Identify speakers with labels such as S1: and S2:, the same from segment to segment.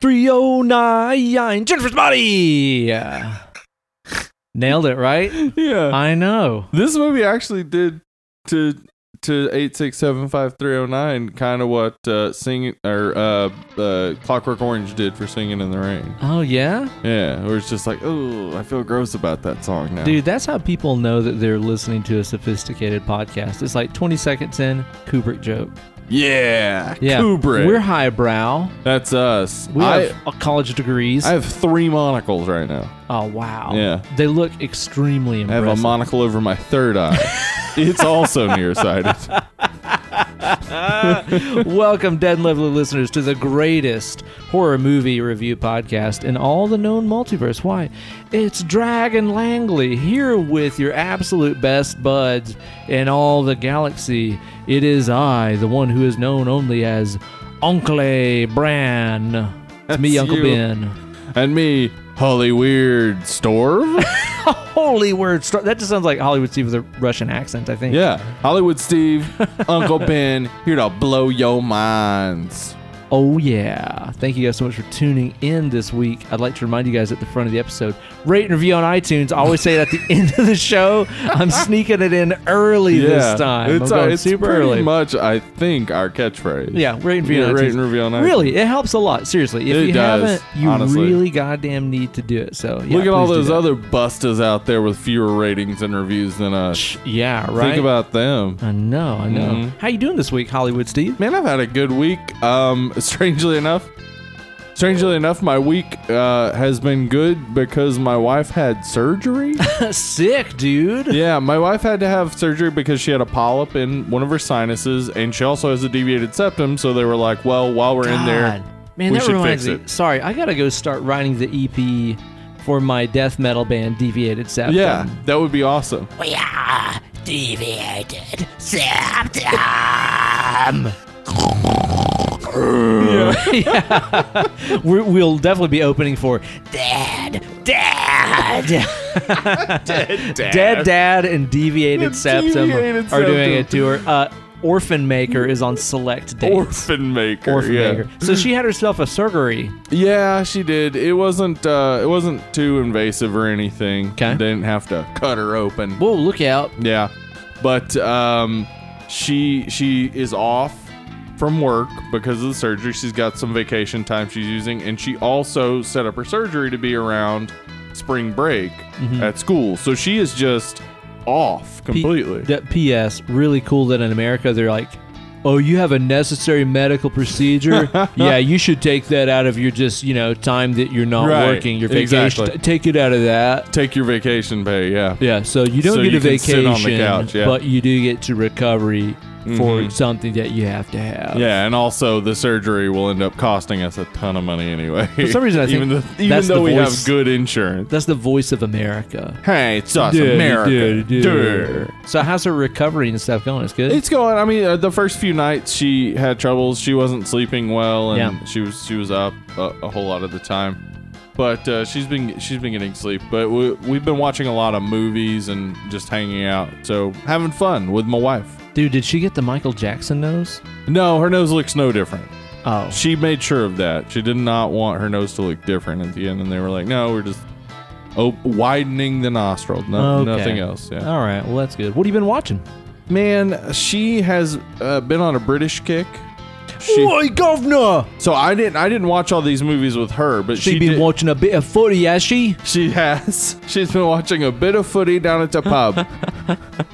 S1: 309 Jennifer's body. Nailed it, right?
S2: yeah.
S1: I know.
S2: this movie actually did to to eight six seven five three zero nine kind of what uh, singing or uh, uh, Clockwork Orange did for Singing in the Rain.
S1: Oh yeah,
S2: Yeah, where it's just like, oh, I feel gross about that song now.
S1: dude. That's how people know that they're listening to a sophisticated podcast. It's like 20 seconds in, Kubrick joke.
S2: yeah,
S1: Yeah,
S2: Kubrick.
S1: We're highbrow.
S2: That's us.
S1: We
S2: I
S1: have uh, college degrees.
S2: I have three monocles right now.
S1: oh wow.
S2: Yeah.
S1: They look extremely
S2: I have
S1: impressive.
S2: a monocle over my third eye. it's also nearsighted.
S1: Welcome, dead and lovely listeners, to the greatest horror movie review podcast in all the known multiverse. Why? It's Dragon Langley here with your absolute best buds in all the galaxy. It is I, the one who is known only as Uncle Bran. It's me,
S2: That's
S1: Uncle
S2: you.
S1: Ben.
S2: And me, Holly Weird Storv.
S1: Holy word! stro- That just sounds like Hollywood Steve with a Russian accent. I think.
S2: Yeah, Hollywood Steve, Uncle Ben, here to blow your minds.
S1: Oh, yeah. Thank you guys so much for tuning in this week. I'd like to remind you guys at the front of the episode rate and review on iTunes. I always say it at the end of the show. I'm sneaking it in early this time.
S2: it's,
S1: I'm
S2: uh,
S1: going
S2: it's
S1: super
S2: pretty
S1: early.
S2: much, I think, our catchphrase.
S1: yeah, rate and review
S2: Yeah,
S1: on
S2: rate
S1: iTunes.
S2: and review on iTunes.
S1: Really, it helps a lot. Seriously, if
S2: It
S1: you
S2: does,
S1: haven't, you
S2: honestly.
S1: really goddamn need to do it. So yeah,
S2: Look at all
S1: please do
S2: those
S1: that.
S2: other busters out there with fewer ratings and reviews than us.
S1: Shh, Yeah, right.
S2: Think about them.
S1: I know, I know.
S2: Mhm.
S1: How you doing this week, Hollywood Steve?
S2: Man, I've had a good week. Um, strangely enough, strangely enough, my week uh, has been good because my wife had surgery.
S1: Sick, dude.
S2: yeah, my wife had to have surgery because she had a polyp in one of her sinuses, and she also has a deviated septum. So they were like, "Well, while we're in there,
S1: God. Man,
S2: we
S1: that
S2: should
S1: reminds
S2: fix
S1: me.
S2: it.
S1: Sorry, I gotta go start writing the EP for my death metal band Deviated Septum.
S2: yeah, that would be awesome."
S3: We are deviated septum.
S1: We're, we'll definitely be opening for
S3: Dad, dad.
S1: Dead Dad and Deviated
S2: The
S1: Septum
S2: Deviated
S1: are doing a
S2: Septum.
S1: tour. Uh, Orphan Maker is on select dates.
S2: Orphan maker.
S1: Orphan
S2: yeah.
S1: Maker. So she had herself a surgery.
S2: Yeah, she did. It wasn't. Uh, it wasn't too invasive or anything.
S1: 'Kay.
S2: They didn't have to cut her open.
S1: Whoa, look out!
S2: Yeah, but um, she she is off from work because of the surgery. She's got some vacation time she's using, and she also set up her surgery to be around spring break
S1: Mm-hmm.
S2: at school. So she is just off
S1: P-
S2: completely.
S1: that P.S. Really cool that in America they're like, oh, you have a necessary medical procedure. yeah, you should take that out of your just you know time that you're not
S2: Right,
S1: working, your vacation.
S2: exactly.
S1: T- take it out of that.
S2: Take your vacation pay. Yeah,
S1: Yeah, so you don't
S2: So
S1: get
S2: you
S1: a
S2: can sit
S1: vacation,
S2: on the couch, yeah.
S1: but you do get to recovery for
S2: Mhm.
S1: something that you have to have.
S2: yeah, and also the surgery will end up costing us a ton of money anyway. For
S1: some reason, I think
S2: even though, even
S1: that's
S2: though
S1: the
S2: we
S1: voice-
S2: have good insurance.
S1: That's the voice of America.
S2: Hey, it's us,
S1: Dude,
S2: America.
S1: dude, dude.
S2: Dude.
S1: So how's her recovery and stuff going? It's good.
S2: It's going. I mean, uh, the first few nights she had troubles. She wasn't sleeping well, and
S1: Yeah.
S2: she was she was up a, a whole lot of the time. But uh, she's been she's been getting sleep. But we, we've been watching a lot of movies and just hanging out. So having fun with my wife.
S1: Dude, did she get the Michael Jackson nose?
S2: No, her nose looks no different.
S1: Oh,
S2: She made sure of that. She did not want her nose to look different at the end. And they were like, no, we're just oh widening the nostril. No,
S1: Okay.
S2: nothing else. Yeah.
S1: all right. Well, that's good. What have you been watching?
S2: Man, she has uh, been on a British kick. She,
S1: governor!
S2: So I didn't I didn't watch all these movies with her, but
S1: She,
S2: she
S1: been
S2: did-
S1: watching a bit of footy, has she?
S2: she has. She's been watching a bit of footy down at the pub.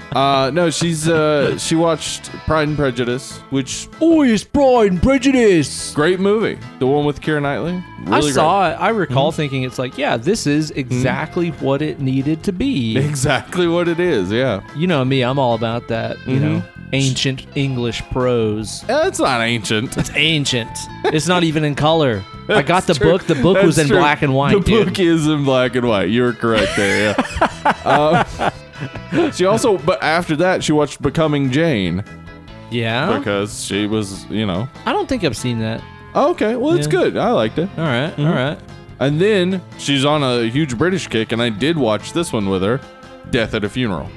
S2: uh, no, she's uh, she watched Pride and Prejudice, which
S1: Oh, it's Pride and Prejudice.
S2: great movie. The one with Keira Knightley.
S1: I
S2: Really
S1: saw it. I recall
S2: Hmm?
S1: thinking it's like, yeah, this is exactly what it needed to
S2: great.
S1: be.
S2: exactly what it is. Yeah,
S1: You know me, I'm all about that.
S2: Mm-hmm.
S1: You know, ancient English prose.
S2: Eh, it's not ancient.
S1: It's ancient. it's not even in color. I got the
S2: That's true.
S1: book. The book was
S2: That's
S1: in
S2: true.
S1: black and white.
S2: The
S1: dude.
S2: book is in black and white. You're correct there. Yeah. um, she also, but after that, she watched Becoming Jane
S1: Yeah.
S2: because she was, you know,
S1: I don't think I've seen that.
S2: Oh, okay. Well, it's
S1: Yeah.
S2: good. I liked it.
S1: All right, all right.
S2: And then she's on a huge British kick, and I did watch this one with her, Death at a Funeral.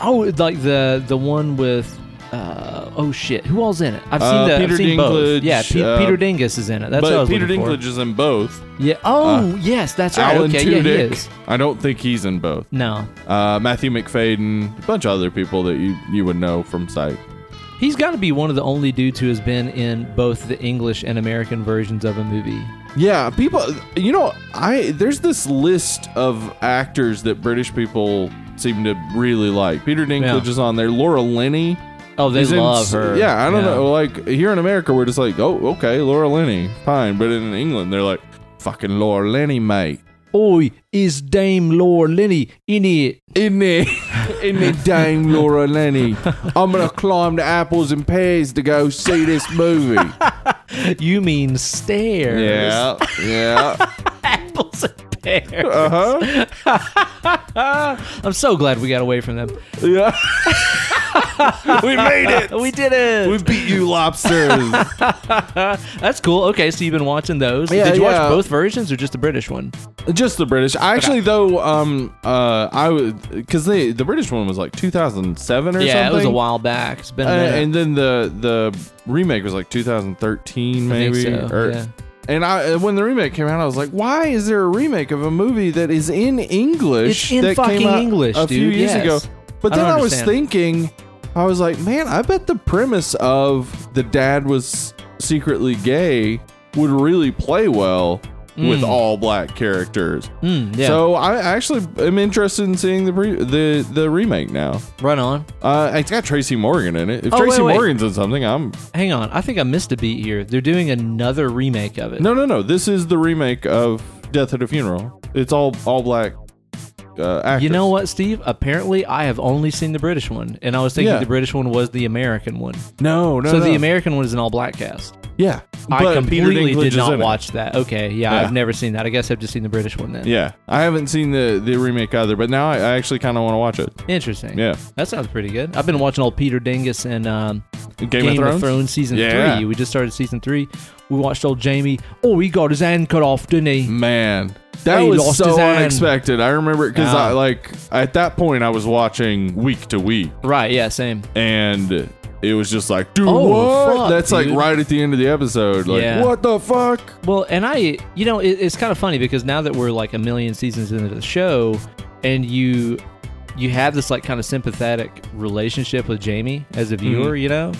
S1: Oh, like the the one with Uh, oh shit! Who all's in it? I've seen
S2: Uh,
S1: the I've
S2: Peter
S1: seen
S2: Dinklage,
S1: both. Yeah, Pe-
S2: uh,
S1: Peter Dingus is in it. That's what I
S2: but
S1: was
S2: Peter
S1: looking for.
S2: Dinklage is in both.
S1: Yeah. Oh yes, that's right.
S2: Alan
S1: okay, yeah,
S2: Tudyk.
S1: he is.
S2: I don't think he's in both.
S1: No,
S2: Uh, Matthew McFadden, a bunch of other people that you you would know from sight.
S1: he's got to be one of the only dudes who has been in both the English and American versions of a movie.
S2: Yeah, people. You know, I there's this list of actors that British people seem to really like. Peter Dinklage
S1: Yeah.
S2: is on there. Laura Linney.
S1: Oh, they
S2: is in
S1: love
S2: s-
S1: her.
S2: Yeah, I don't know. Like here in America, we're just like, oh, okay, Laura Linney, fine. But in England, they're like, fucking Laura Linney, mate.
S1: Oi, is Dame Laura Linney in it?
S2: In there, in there, dang Laura Lenny. I'm gonna climb the apples and pears to go see this movie.
S1: You mean stairs?
S2: yeah, yeah,
S1: Apples and pears.
S2: uh huh,
S1: I'm so glad we got away from them.
S2: yeah. we made it.
S1: We did it.
S2: We beat you, lobsters.
S1: That's cool. Okay, so you've been watching those.
S2: Yeah,
S1: Did you
S2: yeah.
S1: watch both versions or just the British one?
S2: Just the British. I actually though, um, uh, I would because they the British one was like 2007 or something.
S1: Yeah, it was a while back. It's been a
S2: Uh,
S1: minute.
S2: and then the the remake was like 2013
S1: think
S2: maybe
S1: so,
S2: or
S1: yeah.
S2: and I uh, when the remake came out I was like why is there a remake of a movie that is in English
S1: It's in
S2: that
S1: fucking
S2: came out
S1: English,
S2: a few
S1: dude,
S2: years
S1: yes.
S2: ago but
S1: I
S2: then
S1: don't
S2: I, was
S1: understand.
S2: thinking I was like man I bet the premise of the dad was secretly gay would really play well with all black characters
S1: Mm, yeah.
S2: so I actually am interested in seeing the pre- the the remake now
S1: Run on.
S2: uh, it's got Tracy Morgan in it. If
S1: Oh,
S2: Tracy
S1: wait, wait.
S2: Morgan's in something, I'm
S1: Hang on. I think I missed a beat here. They're doing another remake of it.
S2: no, no, no. This is the remake of Death at a Funeral. It's all all black. Uh, actors.
S1: You know what, Steve? Apparently, I have only seen the British one, and I was thinking
S2: Yeah.
S1: the British one was the American one.
S2: No, no.
S1: so
S2: no.
S1: the American one is an all-black cast.
S2: yeah.
S1: I
S2: But Peter
S1: completely
S2: Dinklage
S1: did
S2: is in
S1: not
S2: it.
S1: watch that. Okay, yeah,
S2: Yeah.
S1: I've never seen that. I guess I've just seen the British one then.
S2: Yeah, I haven't seen the the remake either, but now I, I actually kind of want to watch it.
S1: Interesting.
S2: Yeah.
S1: that sounds pretty good. I've been watching old Peter Dingus and um,
S2: Game,
S1: Game,
S2: of Thrones.
S1: season
S2: Yeah.
S1: three. We just started season three. We watched old Jamie. Oh, he got his hand cut off, didn't
S2: Mm.
S1: he?
S2: Man, that
S1: He
S2: was
S1: lost his
S2: so
S1: hand.
S2: unexpected. I remember because
S1: Yeah.
S2: I like at that point I was watching week to week,
S1: Right. Yeah. Same.
S2: and it was just like, dude,
S1: Oh,
S2: what?
S1: fuck,
S2: That's like
S1: dude.
S2: right at the end of the episode. Like,
S1: Yeah.
S2: what the fuck?
S1: Well, and I, you know, it, it's kind of funny because now that we're like a million seasons into the show, and you, you have this like kind of sympathetic relationship with Jamie as a
S2: Mm-hmm.
S1: viewer. You know,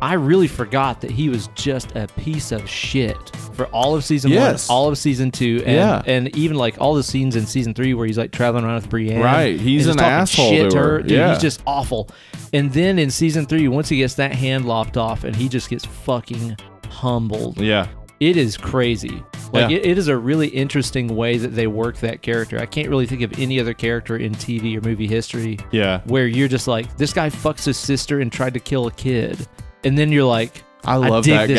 S1: I really forgot that he was just a piece of shit for all of season
S2: Yes.
S1: one, all of season two, and
S2: Yeah.
S1: and even like all the scenes in season three where he's like traveling around with Brienne.
S2: Right,
S1: and
S2: he's
S1: just
S2: an
S1: talking
S2: asshole
S1: Shit
S2: to her,
S1: Dude,
S2: yeah.
S1: he's just awful. And then in season three, once he gets that hand lopped off, and he just gets fucking humbled
S2: Yeah.
S1: it is crazy. Like
S2: Yeah.
S1: it, it is a really interesting way that they work that character. I can't really think of any other character in TV or movie history
S2: Yeah.
S1: where you're just like, this guy fucks his sister and tried to kill a kid, and then you're like,
S2: I love
S1: dig
S2: that
S1: this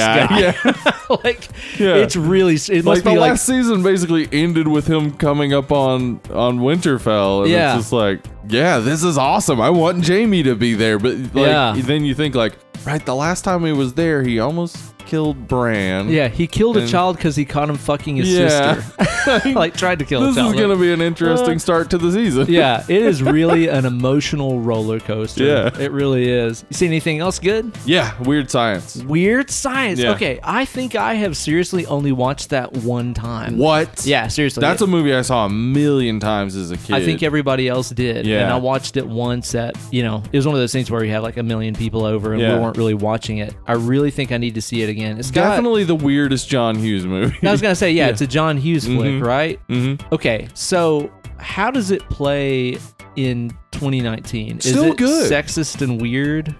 S2: guy.
S1: like
S2: Yeah.
S1: it's really it
S2: Like
S1: must
S2: the
S1: be like
S2: last season basically ended with him coming up on on Winterfell, and
S1: Yeah.
S2: it's just like, yeah, this is awesome. I want Jamie to be there, but like,
S1: Yeah.
S2: then you think like, right, the last time he was there, he almost killed Bran.
S1: yeah, he killed a
S2: And-
S1: child because he caught him fucking his
S2: Yeah.
S1: sister. like tried to kill
S2: this
S1: a child.
S2: is gonna be an interesting start to the season.
S1: Uh, yeah, it is really an emotional roller coaster.
S2: Yeah.
S1: It really is. You see anything else good?
S2: yeah. Weird science.
S1: Weird Science.
S2: Yeah.
S1: Okay, I think I have seriously only watched that one time.
S2: What?
S1: Yeah, seriously.
S2: That's a movie I saw a million times as a kid.
S1: I think everybody else did.
S2: Yeah.
S1: And I watched it once at, you know, it was one of those things where we had like a million people over and
S2: Yeah.
S1: we weren't really watching it. I really think I need to see it again. It's got-
S2: definitely the weirdest John Hughes movie.
S1: I was going to say, yeah, it's a John Hughes flick, right?
S2: Mhm.
S1: Okay, so how does it play in 2019? Is
S2: Still
S1: it
S2: good.
S1: sexist and weird?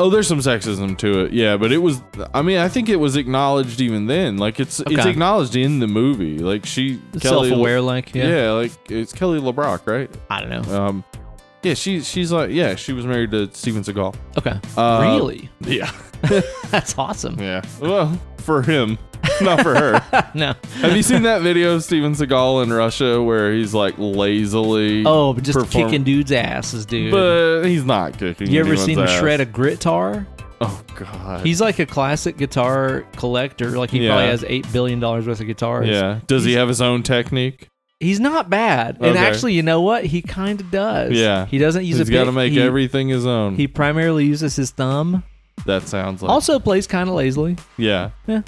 S2: Oh, there's some sexism to it, yeah, but it was. I mean, I think it was acknowledged even then. Like it's it's
S1: Okay.
S2: acknowledged in the movie. Like she Kelly,
S1: Self-aware like,
S2: yeah.
S1: yeah.
S2: like it's Kelly LeBrock, right?
S1: I don't know.
S2: Um, yeah, she she's like yeah, she was married to Steven Seagal.
S1: Okay.
S2: Uh,
S1: really?
S2: Yeah,
S1: That's awesome.
S2: yeah. Well, for him, not for her.
S1: no.
S2: Have you seen that video of Steven Seagal in Russia where he's like lazily?
S1: Oh, but just
S2: perform-
S1: kicking dudes' asses, dude.
S2: But he's not kicking.
S1: you ever
S2: anyone's
S1: seen him
S2: ass.
S1: shred a guitar?
S2: Oh God.
S1: He's like a classic guitar collector. Like he
S2: Yeah.
S1: probably has eight billion dollars worth of guitars.
S2: yeah. Does he have his own technique?
S1: He's not bad, and
S2: Okay.
S1: actually, you know what? He kind of does.
S2: Yeah.
S1: he doesn't use
S2: He's
S1: a.
S2: got to
S1: big-
S2: make
S1: he-
S2: everything his own.
S1: He primarily uses his thumb.
S2: that sounds like.
S1: Also plays kind of lazily.
S2: yeah.
S1: Yeah.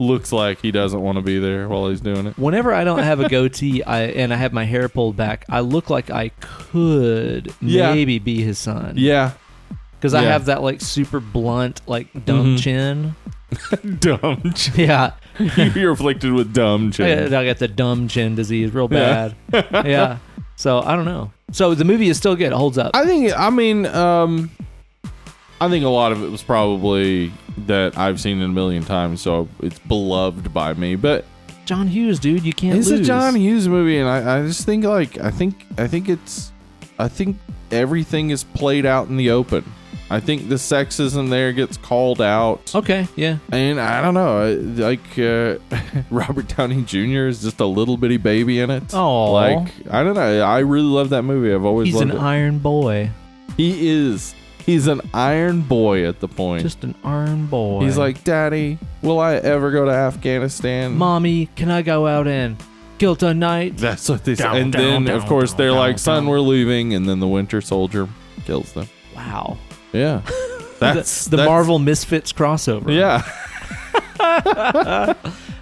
S2: Looks like he doesn't want to be there while he's doing it.
S1: Whenever I don't have a goatee I, and I have my hair pulled back, I look like I could
S2: Yeah.
S1: maybe be his son.
S2: Yeah.
S1: Because I
S2: Yeah.
S1: have that like super blunt, like dumb
S2: Mhm.
S1: chin.
S2: dumb. chin.
S1: Yeah.
S2: You're afflicted with dumb
S1: I, I
S2: chin.
S1: got the dumb chin disease real
S2: Yeah.
S1: bad. Yeah. So I don't know. So the movie is still good. It holds up.
S2: I think. I mean, um, I think a lot of it was probably that I've seen it a million times, so it's beloved by me. But
S1: John Hughes, dude, you can't
S2: it's
S1: lose.
S2: a John Hughes movie, and I, I just think like I think I think it's I think everything is played out in the open. I think the sexism there gets called out,
S1: Okay. Yeah.
S2: and I don't know, I- like uh, Robert Downey Jr. is just a little bitty baby in it.
S1: Aw.
S2: like I don't know, I really love that movie. I've always
S1: He's an
S2: loved it.
S1: iron boy.
S2: he is he's an iron boy at the point.
S1: Just an iron boy.
S2: he's like, hmm. Daddy, will I ever go to Afghanistan?
S1: Mommy, can I go out and guilt a night?
S2: That's what they
S4: Down,
S2: say. And
S4: down,
S2: then,
S4: down,
S2: of course,
S4: down,
S2: they're
S4: down,
S2: like, son,
S4: down."
S2: we're leaving. And then the Winter Soldier kills them.
S1: Wow.
S2: Yeah. That's
S1: the, the
S2: that's-
S1: Marvel Misfits crossover.
S2: Yeah.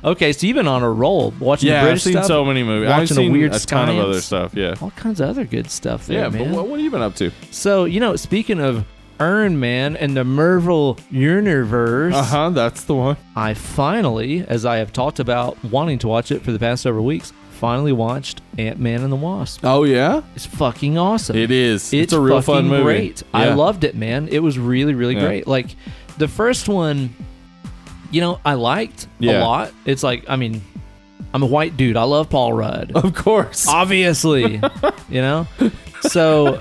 S1: Okay, so you've been on a roll watching
S2: Yeah.
S1: the
S2: I've
S1: British
S2: seen
S1: stuff,
S2: so many movies. I've
S1: watching the
S2: seen
S1: weird
S2: a ton of
S1: science.
S2: other stuff. Yeah.
S1: all kinds of other good stuff there,
S2: Yeah. But
S1: man.
S2: what, what have you been up to?
S1: so you know, speaking of Iron Man and the Marvel universe,
S2: Uh huh. That's the one.
S1: I finally, as I have talked about wanting to watch it for the past several weeks, finally watched Ant Man and the Wasp.
S2: Oh, yeah.
S1: It's fucking awesome.
S2: It is. It's,
S1: It's,
S2: a real
S1: fucking
S2: fun movie.
S1: Great. I
S2: Yeah.
S1: loved it, man. It was really, really
S2: Yeah.
S1: great. Like the first one, you know, I liked
S2: Yeah.
S1: a lot. It's like, I mean, I'm a white dude. I love Paul Rudd.
S2: Of course.
S1: Obviously, you know? So,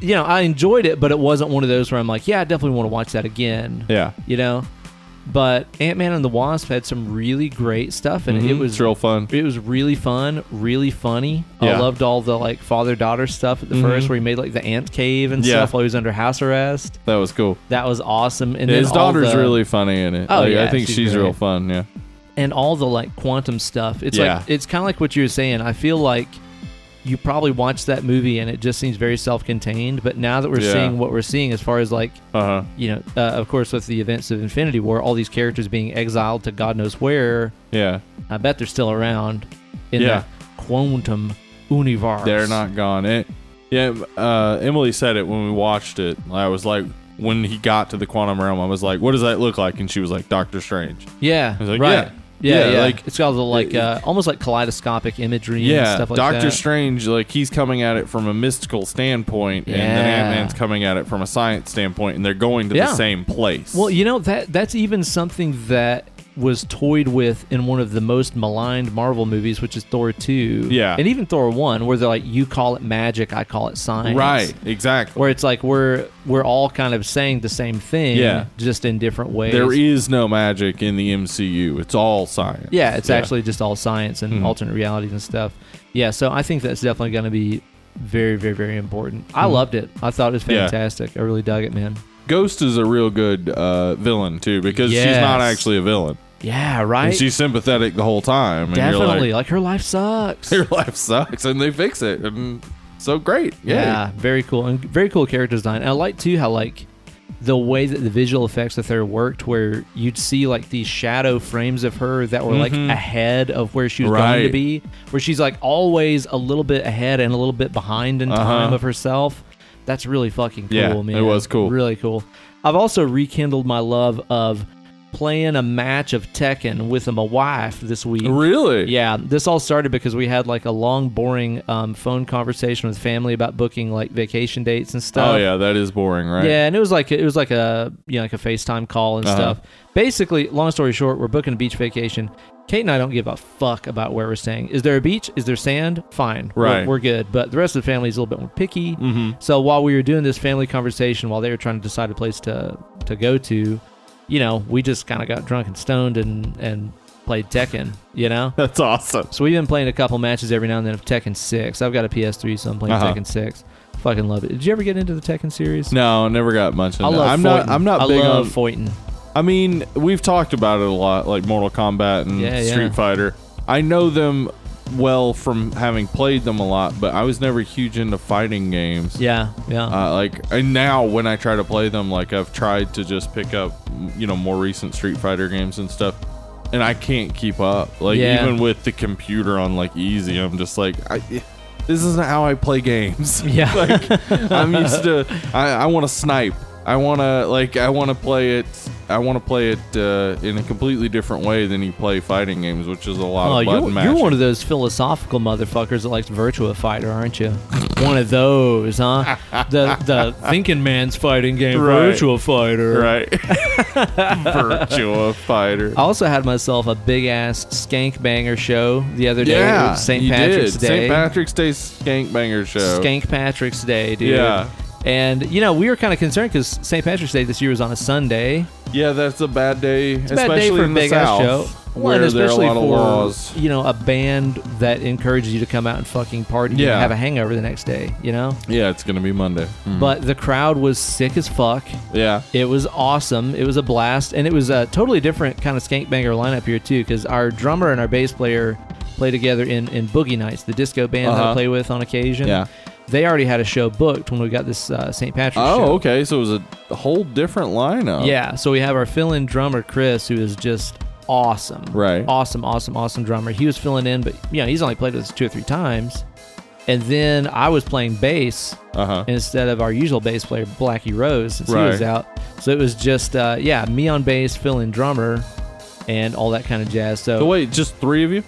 S1: you know, I enjoyed it, but it wasn't one of those where I'm like, yeah, I definitely want to watch that again,
S2: yeah.
S1: you know? But Ant Man and the Wasp had some really great stuff in it. It
S2: Mhm.
S1: was
S2: It's real fun.
S1: it was really fun, really funny. I
S2: Yeah. Mm-hmm.
S1: loved all the like father daughter stuff at the first, where he made like the ant cave and
S2: Yeah.
S1: stuff while he was under house arrest.
S2: That was cool.
S1: That was awesome. And then
S2: His
S1: all
S2: daughter's
S1: the-
S2: really funny in it.
S1: Oh,
S2: Like,
S1: yeah,
S2: I think
S1: she's
S2: she's, real
S1: great.
S2: fun. Yeah.
S1: and all the like quantum stuff. It's
S2: Yeah.
S1: like it's kind of like what you were saying. I feel like you probably watched that movie and it just seems very self contained. But now that we're
S2: Yeah.
S1: seeing what we're seeing, as far as like
S2: Uh huh.
S1: you know, uh, of course, with the events of Infinity War, all these characters being exiled to God knows where.
S2: Yeah.
S1: I bet they're still around in
S2: Yeah.
S1: the quantum universe.
S2: They're not gone. It, yeah, uh, Emily said it when we watched it. I was like, when he got to the quantum realm, I was like, what does that look like? And she was like, Doctor Strange.
S1: Yeah.
S2: was like,
S1: right. Yeah.
S2: yeah.
S1: Yeah,
S2: Yeah, like-
S1: it's got the like
S2: Yeah.
S1: uh, almost like kaleidoscopic imagery and
S2: Yeah,
S1: stuff like
S2: Doctor
S1: that.
S2: Strange, like he's coming at it from a mystical standpoint, and then
S1: Yeah.
S2: Ant Man's coming at it from a science standpoint, and they're going to
S1: Yeah.
S2: the same place.
S1: well, you know that that's even something that was toyed with in one of the most maligned Marvel movies, which is Thor two.
S2: Yeah.
S1: And even Thor one, where they're like, You call it magic, I call it science.
S2: right, exactly.
S1: Where it's like we're we're all kind of saying the same thing,
S2: Yeah.
S1: just in different ways.
S2: There is no magic in the MCU. It's all science.
S1: Yeah, it's actually just all science
S2: Hmm.
S1: and alternate realities and stuff. Yeah, so I think that's definitely going to be very, very, very important. I loved it. I thought it was
S2: Hmm. Yeah.
S1: fantastic. I really dug it, man.
S2: Ghost is a real good uh, villain too because she's not
S1: Yes.
S2: actually a villain.
S1: Yeah, right.
S2: and she's sympathetic the whole time. And you're like,
S1: definitely like, her life sucks.
S2: their life sucks and they fix it and so great Yay.
S1: yeah, very cool and very cool character design. And I like too how like the way that the visual effects with her worked, where you'd see like these shadow frames of her that were like ahead of where she was going to
S2: Mm-hmm. Right.
S1: be, where she's like always a little bit ahead and a little bit behind in time
S2: Uh-huh.
S1: of herself. That's really fucking cool,
S2: Yeah, it
S1: man.
S2: was cool.
S1: really cool. I've also rekindled my love of playing a match of Tekken with my wife this week.
S2: really
S1: Yeah, this all started because we had like a long, boring um, phone conversation with family about booking like vacation dates and stuff.
S2: oh yeah that is boring right
S1: Yeah, and it was like it was like a you know like a FaceTime call and
S2: Uh-huh.
S1: stuff. Basically, long story short, we're booking a beach vacation. Kate and I don't give a fuck about where we're staying. Is there a beach? Is there sand? Fine, We're-
S2: Right. Mm.
S1: We're, good. But the rest of the family is a little bit more picky.
S2: Mm-hmm.
S1: So while we were doing this family conversation, while they were trying to decide a place to to go to, you know, we just kind of got drunk and stoned and and played Tekken. You know.
S2: that's awesome
S1: So we've been playing a couple matches every now and then of Tekken 6. I've got a PS3, so I'm playing
S2: Uh-huh.
S1: Tekken 6. Fucking love it. Did you ever get into the Tekken series?
S2: no never got much into
S1: I love.
S2: that. i'm
S1: Foyten.
S2: not i'm not
S1: I
S2: big
S1: love
S2: on
S1: Foyten.
S2: i mean we've talked about it a lot like mortal kombat and
S1: Yeah, yeah.
S2: street fighter i know them well from having played them a lot, but I was never huge into fighting games.
S1: Yeah, yeah.
S2: Uh, like and now when I try to play them, like I've tried to just pick up, you know, more recent Street Fighter games and stuff, and I can't keep up. Like
S1: Yeah.
S2: even with the computer on like easy, I'm just like, I, this isn't how I play games.
S1: Yeah.
S2: like I'm used to. I, I want to snipe. I want to like I want to play it. I want to play it uh, in a completely different way than you play fighting games, which is a lot
S1: oh,
S2: of button
S1: you're,
S2: mashing.
S1: you're one of those philosophical motherfuckers that likes Virtua Fighter, aren't you? one of those, huh? The the thinking man's fighting game,
S2: Right.
S1: Virtua Fighter.
S2: right? Virtua Fighter.
S1: I also had myself a big ass skank banger show the other day.
S2: Yeah,
S1: St.
S2: you
S1: Patrick's
S2: did.
S1: Day.
S2: St. Patrick's Day skank banger show.
S1: Skank Patrick's Day, dude.
S2: Yeah.
S1: And you know we were kind of concerned because St. Patrick's Day this year was on a Sunday.
S2: Yeah, that's a bad day,
S1: It's a bad
S2: especially
S1: day for
S2: in the
S1: a big
S2: South,
S1: ass show. Well,
S2: where
S1: and
S2: there are a
S1: especially
S2: lot of
S1: for
S2: laws.
S1: you know a band that encourages you to come out and fucking party
S2: Yeah.
S1: and have a hangover the next day. You know.
S2: Yeah, it's gonna be Monday. Mm.
S1: But the crowd was sick as fuck.
S2: Yeah,
S1: It was awesome. It was a blast, and it was a totally different kind of skank banger lineup here too, because our drummer and our bass player play together in in Boogie Nights, the disco band that
S2: Uh-huh.
S1: I play with on occasion.
S2: Yeah.
S1: They already had a show booked when we got this uh, St. Patrick's show.
S2: Oh, okay. Oh. So it was a whole different lineup.
S1: Yeah, so we have our fill-in drummer Chris, who is just awesome.
S2: Right.
S1: Awesome, awesome, awesome drummer. He was filling in, but you know he's only played with us two or three times. And then I was playing bass
S2: Uh huh.
S1: instead of our usual bass player Blackie Rose, since he was
S2: Right.
S1: out. So it was just uh, yeah, me on bass, fill-in drummer, and all that kind of jazz.
S2: So
S1: So
S2: wait, just three of you?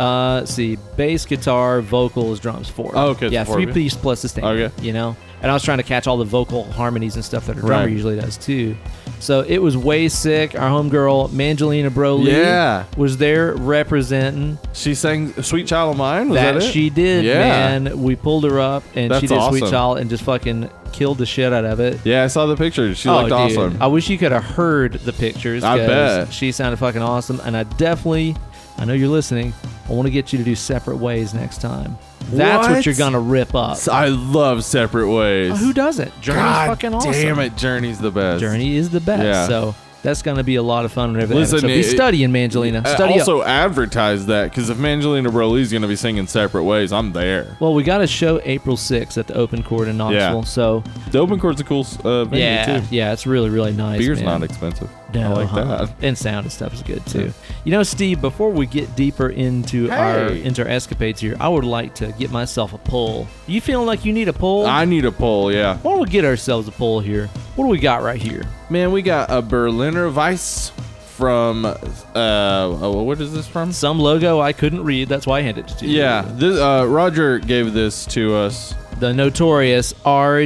S1: uh, let's see, bass, guitar, vocals, drums, four.
S2: Oh, okay,
S1: Yeah,
S2: it's four of
S1: three
S2: you.
S1: piece plus sustain.
S2: Okay.
S1: You know, and I was trying to catch all the vocal harmonies and stuff that a drummer
S2: Right.
S1: usually does too. So it was way sick. Our homegirl Mangelina Broly
S2: Yeah.
S1: was there representing
S2: She sang "Sweet Child of Mine." Was that, it?
S1: she did,
S2: Yeah.
S1: man. We pulled her up and she
S2: That's
S1: did Sweet
S2: awesome.
S1: Child and just fucking killed the shit out of it.
S2: Yeah, I saw the pictures. She looked
S1: Oh, dude.
S2: awesome.
S1: I wish you could have heard the pictures.
S2: I
S1: 'cause
S2: bet.
S1: she sounded fucking awesome, and I definitely, I know you're listening. I want to get you to do separate ways next time. That's what,
S2: What?
S1: you're gonna rip up.
S2: I love Separate Ways.
S1: Oh, Who doesn't? Journey's
S2: God
S1: fucking awesome.
S2: Damn it, Journey's the best.
S1: Journey is the best.
S2: Yeah.
S1: So that's gonna be a lot of fun. Whenever Listen,
S2: Listen,
S1: so be
S2: it-
S1: studying, Mangelina.
S2: Uh,
S1: Study
S2: also
S1: up.
S2: advertise that because if Angelina Broli's going to be singing separate ways, I'm there.
S1: Well, we got a show April 6th at the Open Court in Knoxville. So
S2: The open court's a cool uh, venue
S1: yeah,
S2: too.
S1: yeah, it's really really nice.
S2: Beer's
S1: man.
S2: not expensive.
S1: No,
S2: I like
S1: huh.
S2: that.
S1: And sound and stuff is good too. You know, Steve, before we get deeper into our
S2: Hey.
S1: into our escapades here, I would like to get myself a poll. You feeling like you need a poll?
S2: I need a poll. Yeah,
S1: Why don't we get ourselves a poll here? What do we got right here?
S2: man, we got a Berliner Weiss from uh, oh, what is this from?
S1: Some logo I couldn't read. That's why I handed it to you.
S2: Yeah, this uh, Roger gave this to us.
S1: The notorious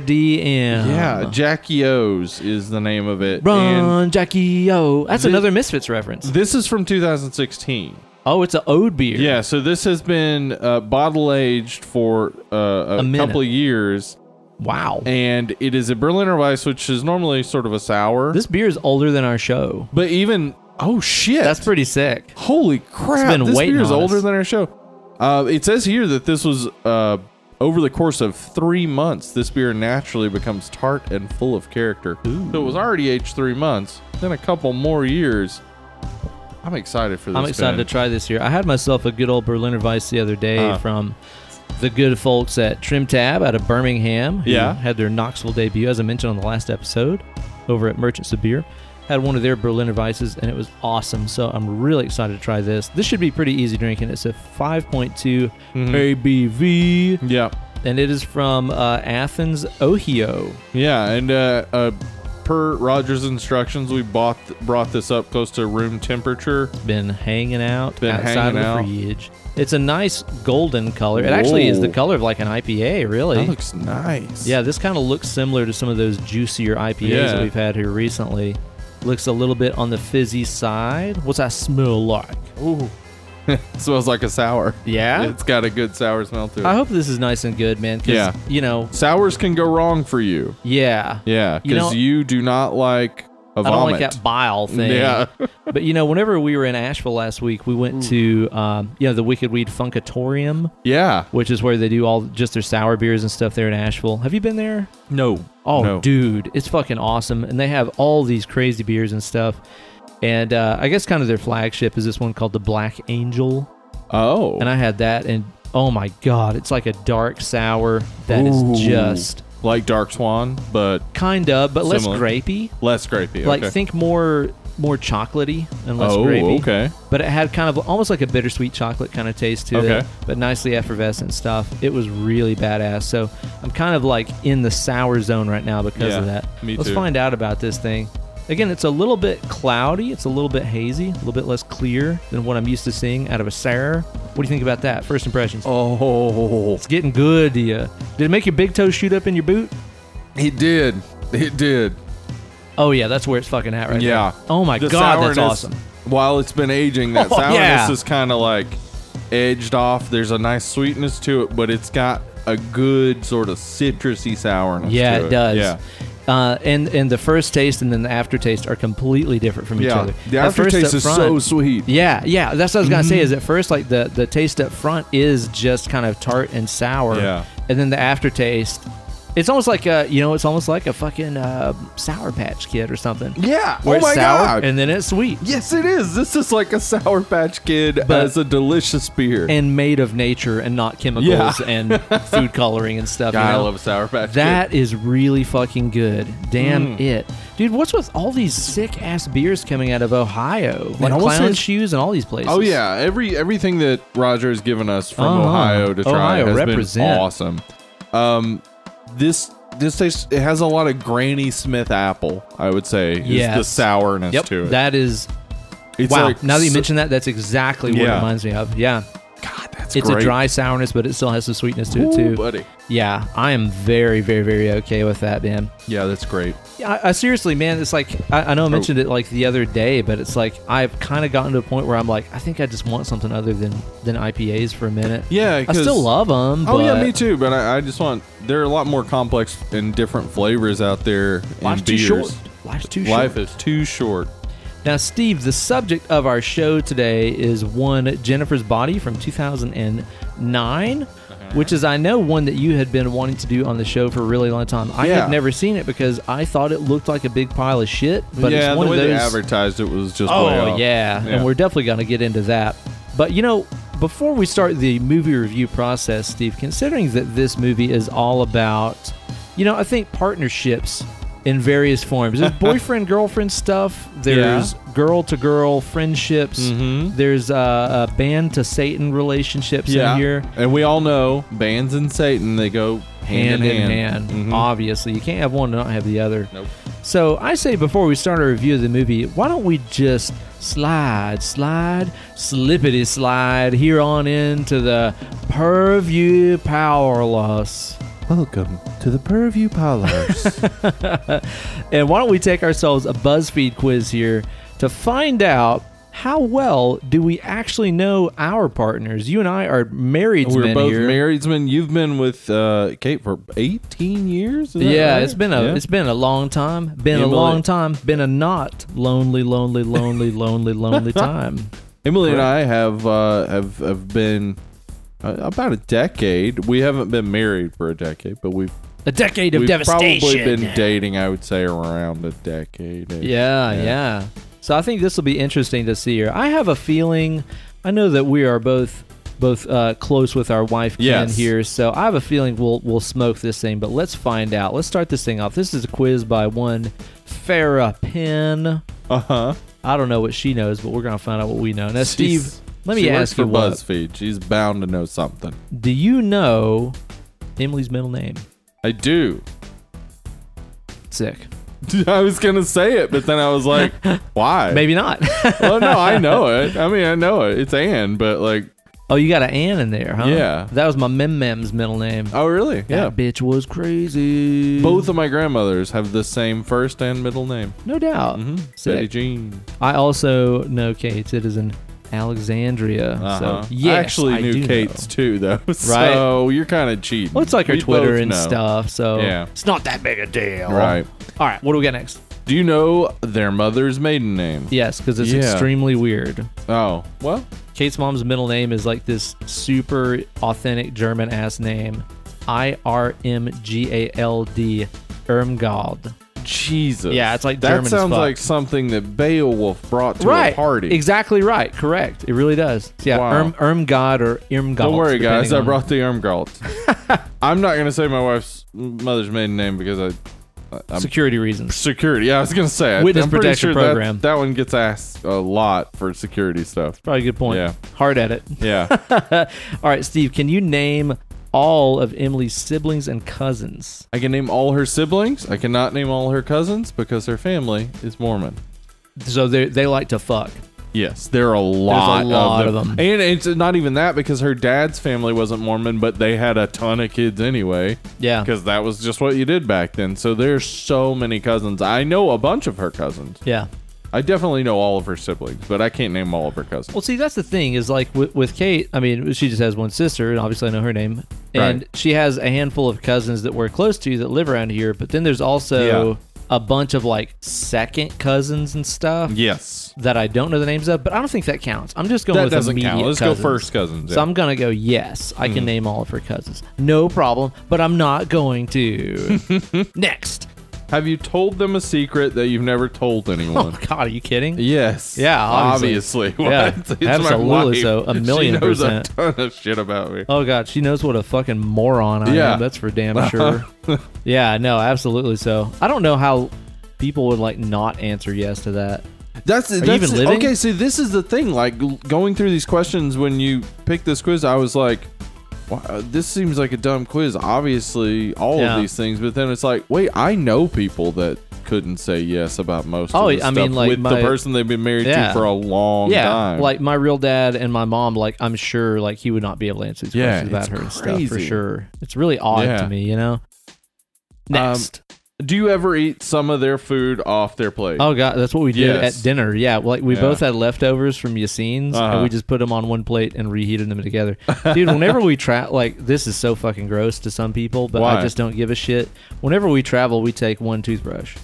S1: RDM.
S2: yeah, Jackie O's is the name of it. And
S1: Run, Jackie O. That's
S2: Thi-
S1: another Misfits reference.
S2: this is from 2016.
S1: Oh, it's an Ode beer.
S2: Yeah, so this has been uh, bottle aged for uh, a,
S1: A minute.
S2: couple of years,
S1: Wow.
S2: and it is a Berliner Weiss, which is normally sort of a sour.
S1: This beer is older than our show.
S2: but even oh shit,
S1: That's pretty sick.
S2: holy crap!
S1: been
S2: this
S1: waiting
S2: beer is
S1: on
S2: older
S1: us.
S2: than our show. Uh, it says here that this was uh, over the course of three months. This beer naturally becomes tart and full of character. So it was already aged three months, then a couple more years. I'm excited for this.
S1: I'm excited
S2: man.
S1: to try this here. I had myself a good old Berliner Weiss the other day
S2: Uh.
S1: from the good folks at Trim Tab out of Birmingham. who
S2: Yeah.
S1: Had their Knoxville debut, as I mentioned on the last episode, over at Merchants of Beer. Had one of their Berliner Weisses, and it was awesome. So I'm really excited to try this. This should be pretty easy drinking. It's a 5.2
S2: Mm-hmm.
S1: ABV,
S2: Yeah,
S1: and it is from uh, Athens, Ohio.
S2: yeah, and uh, uh, per Roger's instructions, we bought brought this up close to room temperature.
S1: Been hanging out
S2: Been
S1: outside
S2: hanging
S1: of the
S2: out.
S1: fridge. It's a nice golden color. It actually is the
S2: Whoa.
S1: color of like an IPA, really.
S2: That looks nice.
S1: Yeah, this kind of looks similar to some of those juicier IPAs that
S2: Yeah.
S1: we've had here recently. Looks a little bit on the fizzy side. What's that smell like?
S2: Ooh. smells like a sour.
S1: Yeah.
S2: It's got a good sour smell to it.
S1: I hope this is nice and good, man. 'cause,
S2: Yeah.
S1: You know,
S2: Sours can go wrong for you.
S1: yeah.
S2: Yeah,
S1: You
S2: because
S1: know-
S2: you, do not like a
S1: I
S2: vomit.
S1: don't like that bile thing.
S2: Yeah. Hmm.
S1: but you know, whenever we were in Asheville last week, we went to um, you know the Wicked Weed Funkatorium,
S2: yeah.
S1: which is where they do all just their sour beers and stuff there in Asheville. Have you been there?
S2: No.
S1: Oh,
S2: no.
S1: dude, it's fucking awesome, and they have all these crazy beers and stuff. And uh, I guess kind of their flagship is this one called the Black Angel,
S2: Oh.
S1: and I had that, and oh my god, it's like a dark sour that is
S2: Ooh.
S1: just
S2: like Dark Swan, but
S1: kind of, but less
S2: Similar.
S1: grapey.
S2: less grapey.
S1: Like
S2: okay.
S1: think more more chocolatey and less
S2: Oh,
S1: grapey.
S2: okay.
S1: But it had kind of almost like a bittersweet chocolate kind of taste to it,
S2: Okay.
S1: but nicely effervescent stuff. It was really badass. So I'm kind of like in the sour zone right now because
S2: Yeah,
S1: of that.
S2: me
S1: Let's
S2: too.
S1: find out about this thing. Again, it's a little bit cloudy. It's a little bit hazy, a little bit less clear than what I'm used to seeing out of a sour. What do you think about that? First impressions.
S2: Oh,
S1: It's getting good to you. Did it make your big toe shoot up in your boot?
S2: it did. It did.
S1: Oh yeah, that's where it's fucking at right
S2: Yeah.
S1: now. Oh my
S2: The
S1: god, that's
S2: sourness,
S1: awesome.
S2: While it's been aging, that
S1: Oh,
S2: sourness
S1: yeah.
S2: is kind of like edged off. There's a nice sweetness to it, but it's got a good sort of citrusy sourness.
S1: Yeah,
S2: to
S1: it does.
S2: Yeah.
S1: Uh, and and the first taste and then the aftertaste are completely different from each
S2: Yeah.
S1: other.
S2: The
S1: At first
S2: aftertaste
S1: up
S2: is
S1: front-
S2: so Mm-hmm. sweet.
S1: Yeah, yeah. That's what I was gonna say. Is at first like the the taste up front is just kind of tart and sour.
S2: Yeah.
S1: And then the aftertaste, it's almost like a you know it's almost like a fucking uh, sour patch kid or something.
S2: Yeah. oh
S1: Where it's
S2: my
S1: sour
S2: god.
S1: and then it's sweet
S2: yes, it is. This is like a Sour Patch Kid
S1: But-
S2: as a delicious beer.
S1: and made of nature and not chemicals
S2: Yeah.
S1: and food coloring and stuff.
S2: God,
S1: you
S2: I
S1: know?
S2: love Sour Patch Kid.
S1: That is really fucking good. Damn
S2: Mm.
S1: it. Dude, what's with all these sick ass beers coming out of Ohio? Like
S2: almost
S1: clown
S2: has-
S1: shoes and all these places.
S2: Oh yeah, every everything that Roger has given us from
S1: Uh-huh.
S2: Ohio to try
S1: Ohio,
S2: has
S1: represent.
S2: been awesome. Um, this this tastes it has a lot of Granny Smith apple. I would say is
S1: Yes.
S2: the sourness
S1: Yep.
S2: to it.
S1: That is
S2: it's
S1: wow.
S2: like
S1: now that you
S2: so-
S1: mention that, that's exactly what it
S2: Yeah.
S1: reminds me of. Yeah.
S2: God, that's
S1: It's
S2: great.
S1: a dry sourness, but it still has some sweetness to it
S2: Ooh,
S1: too.
S2: buddy.
S1: yeah. I am very, very, very okay with that, man.
S2: Yeah, that's great.
S1: Yeah, I, I seriously, man, it's like I, I
S2: Oh.
S1: know I mentioned it like the other day, but it's like I've kind of gotten to a point where I'm like, I think I just want something other than than IPAs for a minute.
S2: Yeah,
S1: I
S2: 'cause-
S1: still love them.
S2: Oh yeah, me too. But I, I just want there are a lot more complex and different flavors out there.
S1: Life's
S2: in
S1: too
S2: beers.
S1: short. Life's too short.
S2: Life is too short.
S1: Now, Steve, the subject of our show today is one Jennifer's Body from 2009, which is, I know, one that you had been wanting to do on the show for a really long time. I
S2: Yeah.
S1: had never seen it because I thought it looked like a big pile of shit, but
S2: yeah,
S1: it's one
S2: the way
S1: of
S2: they
S1: those.
S2: advertised it was just. way
S1: oh,
S2: off.
S1: yeah.
S2: Yeah.
S1: And we're definitely going to get into that. But, you know, before we start the movie review process, Steve, considering that this movie is all about, you know, I think partnerships in various forms. There's boyfriend girlfriend stuff, there's girl to girl friendships, there's uh, a band to Satan relationships in here.
S2: And we all know bands and Satan, they go hand,
S1: Hand in hand, Mm-hmm.
S2: Mhm.
S1: obviously. You can't have one and not have the other.
S2: Nope.
S1: So I say before we start our review of the movie, why don't we just slide, slide, slippity slide here on into the purview powerless.
S2: Welcome to the Purview Palace.
S1: And why don't we take ourselves a BuzzFeed quiz here to find out how well do we actually know our partners? You and I are married
S2: We're
S1: men
S2: both
S1: here.
S2: married men. You've been with uh, Kate for 18 years? is that
S1: Yeah,
S2: right?
S1: it's been a
S2: Yeah.
S1: it's been a long time. Been a
S2: Emily-
S1: long time. Been a not lonely, lonely, lonely, lonely, lonely time.
S2: Emily and I have uh, have, have been uh, about a decade. We haven't been married for a decade, but we've,
S1: A decade of
S2: we've probably
S3: devastation.
S2: been dating, I would say, around a decade.
S1: Yeah, yeah. So I think this will be interesting to see here. I have a feeling. I know that we are both both uh, close with our wife Ken
S2: Yes.
S1: here, so I have a feeling we'll we'll smoke this thing. But let's find out. Let's start this thing off. This is a quiz by one Farah Penn.
S2: Uh huh.
S1: I don't know what she knows, but we're gonna find out what we know. Now, Steve, let me
S2: she works
S1: ask you
S2: for
S1: what.
S2: BuzzFeed. She's bound to know something.
S1: Do you know Emily's middle name?
S2: I do.
S1: Sick.
S2: I was gonna say it, but then I was like, why?
S1: Maybe not.
S2: Well, no, I know it. I mean, I know it. It's Anne, but like,
S1: oh, you got an Ann in there, huh?
S2: Yeah.
S1: That was my Mem Mem's middle name.
S2: oh, really? Yeah.
S1: That bitch was crazy.
S2: Both of my grandmothers have the same first and middle name.
S1: No doubt.
S2: Mm-hmm. Betty
S1: Sick.
S2: Jean.
S1: I also know Kate. It is in Alexandria.
S2: Uh-huh.
S1: So yes,
S2: I actually
S1: I do
S2: knew
S1: know.
S2: Kate's too, though.
S1: Right.
S2: So you're kind of cheating.
S1: Well, it's like her
S2: We
S1: Twitter
S2: both
S1: and
S2: know.
S1: stuff. So
S2: Yeah.
S3: It's not that big a deal.
S2: Right.
S1: All right. What do we got next?
S2: Do you know their mother's maiden name?
S1: Yes, because it's
S2: Yeah.
S1: extremely weird.
S2: Oh, well,
S1: Kate's mom's middle name is like this super authentic German ass name, I R M G A L D, Ermgald.
S2: Jesus.
S1: Yeah, it's like
S2: that
S1: German as
S2: sounds
S1: fuck.
S2: like something that Beowulf brought to
S1: right.
S2: a party.
S1: Exactly right. Correct. It really does. Yeah.
S2: Wow.
S1: Erm, Ermgod or Irmgod.
S2: Don't worry, guys.
S1: depending
S2: I
S1: on-
S2: brought the Ermgalt. I'm not gonna say my wife's mother's maiden name because I, I I'm
S1: security reasons.
S2: security. Yeah, I was gonna say I-
S1: Witness
S2: I'm pretty
S1: protection
S2: sure that-
S1: program.
S2: That, one gets asked a lot for security stuff.
S1: Probably a good point.
S2: Yeah.
S1: Hard at it.
S2: Yeah,
S1: All right, Steve, can you name all of Emily's siblings and cousins?
S2: I can name all her siblings. I cannot name all her cousins because her family is Mormon.
S1: So they they like to fuck.
S2: Yes, there are a lot,
S1: lot
S2: of,
S1: of
S2: them.
S1: them.
S2: and it's not even that because her dad's family wasn't Mormon, but they had a ton of kids anyway.
S1: Yeah.
S2: because that was just what you did back then. So there's so many cousins. I know a bunch of her cousins.
S1: Yeah.
S2: I definitely know all of her siblings, but I can't name all of her cousins.
S1: Well, see, that's the thing is like with, with Kate, I mean, she just has one sister, and obviously I know her name. And
S2: Right.
S1: she has a handful of cousins that we're close to that live around here, but then there's also
S2: Yeah.
S1: a bunch of like second cousins and stuff
S2: Yes,
S1: that I don't know the names of, but I don't think that counts. I'm just going
S2: that
S1: with
S2: doesn't
S1: immediate
S2: count. Let's
S1: cousins.
S2: go first cousins. Hmm.
S1: So I'm gonna go yes. I can name all of her cousins, no problem. But I'm not going to. Next.
S2: Have you told them a secret that you've never told
S1: Oh
S2: anyone?
S1: God, are you kidding?
S2: Yes.
S1: Yeah,
S2: Obviously.
S1: obviously.
S2: What?
S1: Yeah,
S2: It's my
S1: absolutely
S2: wife.
S1: so, a
S2: she
S1: million
S2: knows
S1: percent.
S2: a ton of shit about me.
S1: Oh God, she knows what a fucking moron I
S2: Yeah.
S1: am. That's for damn sure. yeah, no, absolutely. So I don't know how people would like not answer yes to that.
S2: That's,
S1: you
S2: that's
S1: even living?
S2: okay. See, this is the thing. Like l- going through these questions when you pick this quiz, I was like, wow, "This seems like a dumb quiz." Obviously, all
S1: Yeah.
S2: of these things, but then it's like, wait, I know people that couldn't say yes about most.
S1: Oh,
S2: of this
S1: I mean,
S2: stuff
S1: like,
S2: with
S1: my-
S2: the person they've been married
S1: Yeah.
S2: to for a long
S1: yeah,
S2: time.
S1: like my real dad and my mom. Like I'm sure, like he would not be able to answer these
S2: Yeah,
S1: questions about
S2: it's
S1: her and stuff for
S2: crazy.
S1: sure. It's really odd
S2: Yeah. Um,
S1: to me, you know. Next.
S2: do you ever eat some of their food off their plate?
S1: Oh god, that's what we did
S2: Yes.
S1: at dinner. Yeah, like we
S2: Yeah.
S1: both had leftovers from Yassine's,
S2: Uh-huh.
S1: and we just put them on one plate and reheated them together. Dude, whenever we travel, like this is so fucking gross to some people, but
S2: Why?
S1: I just don't give a shit. Whenever we travel, we take one toothbrush.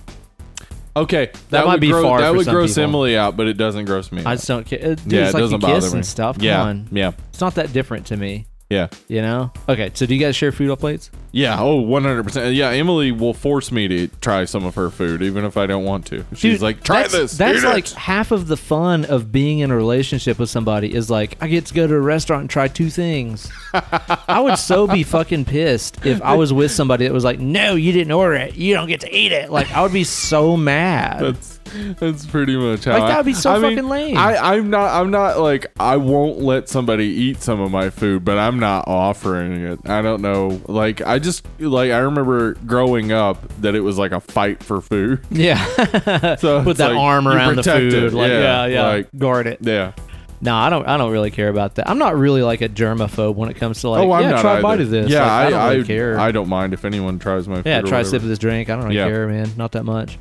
S2: okay, that,
S1: might
S2: would
S1: be
S2: grow-
S1: far
S2: That
S1: for
S2: would
S1: some
S2: gross
S1: people.
S2: Emily out, but it doesn't gross me.
S1: I
S2: out.
S1: just don't care. Uh, Dude,
S2: yeah,
S1: it's
S2: it
S1: like
S2: doesn't
S1: the
S2: bother
S1: kiss
S2: me.
S1: and stuff. Come
S2: yeah,
S1: on,
S2: yeah,
S1: it's not that different to me.
S2: yeah.
S1: You know? Okay, so do you guys share food on plates?
S2: Yeah, oh, 100%. Yeah, Emily will force me to try some of her food, even if I don't want to. She's
S1: Dude,
S2: like, try
S1: that's,
S2: this.
S1: That's
S2: eat it."
S1: like half of the fun of being in a relationship with somebody is like, I get to go to a restaurant and try two things. I would so be fucking pissed if I was with somebody that was like, no, you didn't order it. You don't get to eat it. Like, I would be so mad.
S2: That's, that's pretty much how
S1: Like,
S2: I-
S1: that would be so
S2: I mean,
S1: fucking lame.
S2: I, I'm not I'm not like I won't let somebody eat some of my food, but I'm not offering it. I don't know. Like I just like I remember growing up that it was like a fight for food.
S1: yeah.
S2: So
S1: Put
S2: it's
S1: that
S2: like,
S1: arm
S2: you
S1: around the
S2: protect
S1: food.
S2: it.
S1: Like, yeah, yeah.
S2: like,
S1: Guard it.
S2: yeah.
S1: No, I don't. I don't really care about that. I'm not really like a germaphobe when it comes to like.
S2: oh, I'm
S1: yeah,
S2: not
S1: try a
S2: either.
S1: bite of this.
S2: Yeah,
S1: Like,
S2: I,
S1: I, don't really
S2: I-
S1: care.
S2: I don't mind if anyone tries my food.
S1: Yeah,
S2: or
S1: try a
S2: whatever.
S1: sip of this drink. I don't really
S2: Yeah.
S1: care, man. Not that much.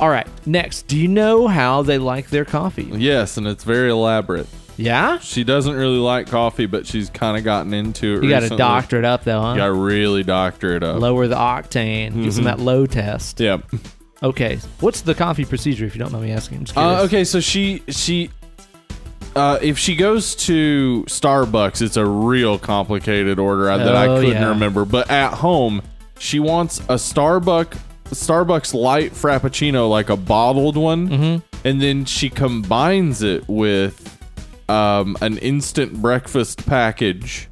S1: All right, next. Do you know how they like their coffee?
S2: Yes, and it's very elaborate.
S1: Yeah,
S2: She doesn't really like coffee, but she's kind of gotten into it.
S1: you got to
S2: recently.
S1: doctor it up though, huh?
S2: Got to really doctor it up.
S1: Lower the octane, get some of that low test.
S2: Mm-hmm. Yeah.
S1: Okay, what's the coffee procedure? If you don't mind me asking, I'm just
S2: Uh,
S1: curious.
S2: okay, so she she. Uh, if she goes to Starbucks, it's a real complicated order I- that I
S1: Oh,
S2: couldn't
S1: yeah.
S2: remember. But at home, she wants a Starbucks Starbucks light frappuccino, like a bottled one,
S1: Mm-hmm.
S2: and then she combines it with um, an instant breakfast package.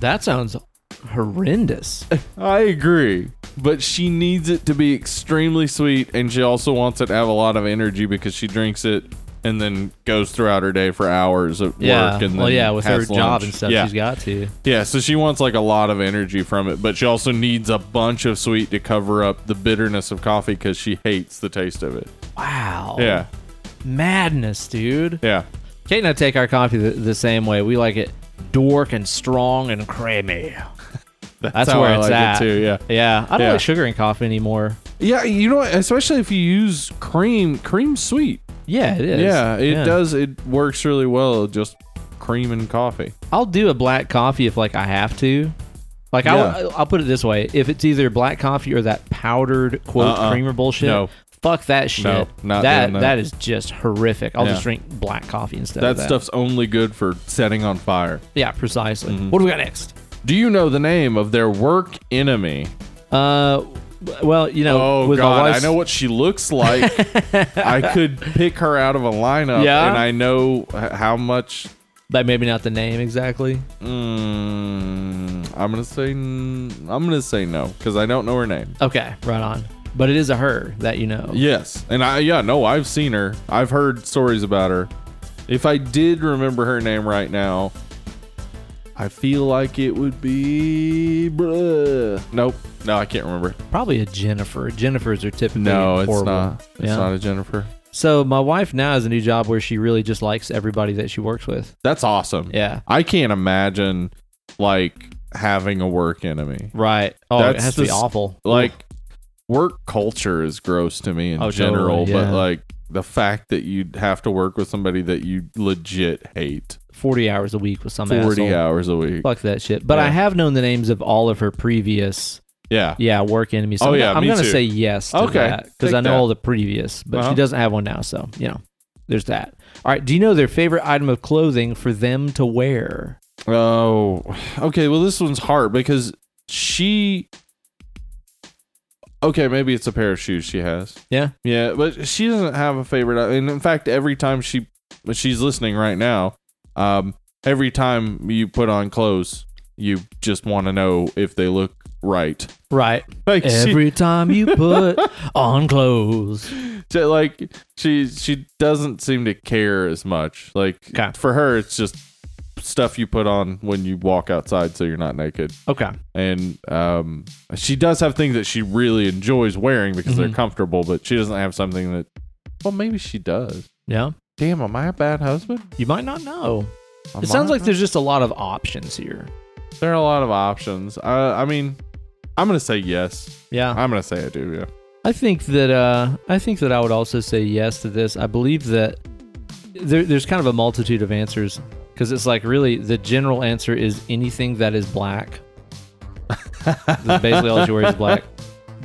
S1: that sounds horrendous.
S2: I agree. But she needs it to be extremely sweet, and she also wants it to have a lot of energy because she drinks it and then goes throughout her day for hours at
S1: yeah,
S2: work. And
S1: well,
S2: then
S1: yeah, with her
S2: has
S1: job
S2: lunch.
S1: and stuff,
S2: Yeah.
S1: she's got to.
S2: yeah, so she wants like a lot of energy from it, but she also needs a bunch of sweet to cover up the bitterness of coffee because she hates the taste of it.
S1: Wow.
S2: Yeah,
S1: Madness, dude.
S2: yeah.
S1: Kate and I take our coffee the, the same way. We like it dark and strong and creamy.
S2: That's,
S1: where
S2: I
S1: it's
S2: like
S1: at.
S2: It too, yeah.
S1: Yeah, I don't
S2: Yeah.
S1: like sugar in coffee anymore.
S2: Yeah, you know, what? especially if you use cream, cream's sweet.
S1: Yeah, it is.
S2: Yeah, it does. It works really well, just cream and coffee.
S1: I'll do a black coffee if like I have to. Like
S2: Yeah.
S1: I'll, I'll put it this way: if it's either black coffee or that powdered quote
S2: Uh-uh.
S1: creamer bullshit,
S2: No.
S1: fuck that shit.
S2: No, not
S1: that,
S2: doing that.
S1: that is just horrific. I'll
S2: Yeah.
S1: just drink black coffee instead.
S2: That
S1: of that
S2: stuff's only good for setting on fire.
S1: Yeah,
S2: Mm-hmm.
S1: precisely. What do we got next?
S2: Do you know the name of their work enemy?
S1: Uh, well, you know,
S2: Oh
S1: with my
S2: God, I
S1: wife's
S2: know what she looks like. I could pick her out of a lineup,
S1: Yeah?
S2: and I know h- how much.
S1: but maybe not the name exactly.
S2: Mm, I'm gonna say n- I'm gonna say no because I don't know her name.
S1: Okay, right on. But it is a her that you know.
S2: Yes, and I yeah no, I've seen her. I've heard stories about her. If I did remember her name right now, I feel like it would be. Bruh. Nope, no, I can't remember.
S1: Probably a Jennifer. Jennifers are typically
S2: No, it's
S1: horrible.
S2: not. It's
S1: Yeah.
S2: not a Jennifer.
S1: So my wife now has a new job where she really just likes everybody that she works with.
S2: That's awesome.
S1: Yeah.
S2: I can't imagine like having a work enemy.
S1: Right. Oh, it
S2: That's
S1: has to be
S2: just-
S1: awful.
S2: Like work culture is gross to me in
S1: Oh,
S2: general,
S1: totally, yeah.
S2: but like the fact that you have to work with somebody that you legit hate
S1: forty hours a week with some
S2: 40
S1: asshole.
S2: hours a week.
S1: Fuck that shit. But I
S2: Yeah.
S1: have known the names of all of her previous,
S2: Yeah.
S1: yeah, work enemies. So
S2: Oh,
S1: I'm-
S2: yeah,
S1: I'm
S2: me
S1: gonna
S2: too.
S1: say yes. To
S2: Okay,
S1: because
S2: take
S1: I know
S2: that.
S1: all the previous, but she
S2: Uh-huh.
S1: doesn't have one now. So you know, there's that. All right. Do you know their favorite item of clothing for them to wear?
S2: Oh, okay. Well, this one's hard because she. Okay, maybe it's a pair of shoes she has.
S1: Yeah.
S2: Yeah, but she doesn't have a favorite. uh, And in fact, every time she she's listening right now, um, every time you put on clothes, you just want to know if they look right.
S1: Right.
S2: Like she,
S1: Every time you put on clothes.
S2: she- like she she doesn't seem to care as much. Like
S1: 'Kay.
S2: for her, it's just stuff you put on when you walk outside so you're not naked.
S1: Okay.
S2: and um, she does have things that she really enjoys wearing because they're comfortable, but she doesn't have something that. Well, maybe she does.
S1: Yeah.
S2: Damn, am I a bad husband?
S1: You might not know.
S2: Am
S1: It sounds
S2: I?
S1: like there's just a lot of options here.
S2: there are a lot of options. Uh, I mean, I'm gonna say yes.
S1: Yeah.
S2: I'm gonna say I do. Yeah.
S1: I think that uh, I think that I would also say yes to this. I believe that there, there's kind of a multitude of answers because it's like really the general answer is anything that is black. That's basically all she wears is black.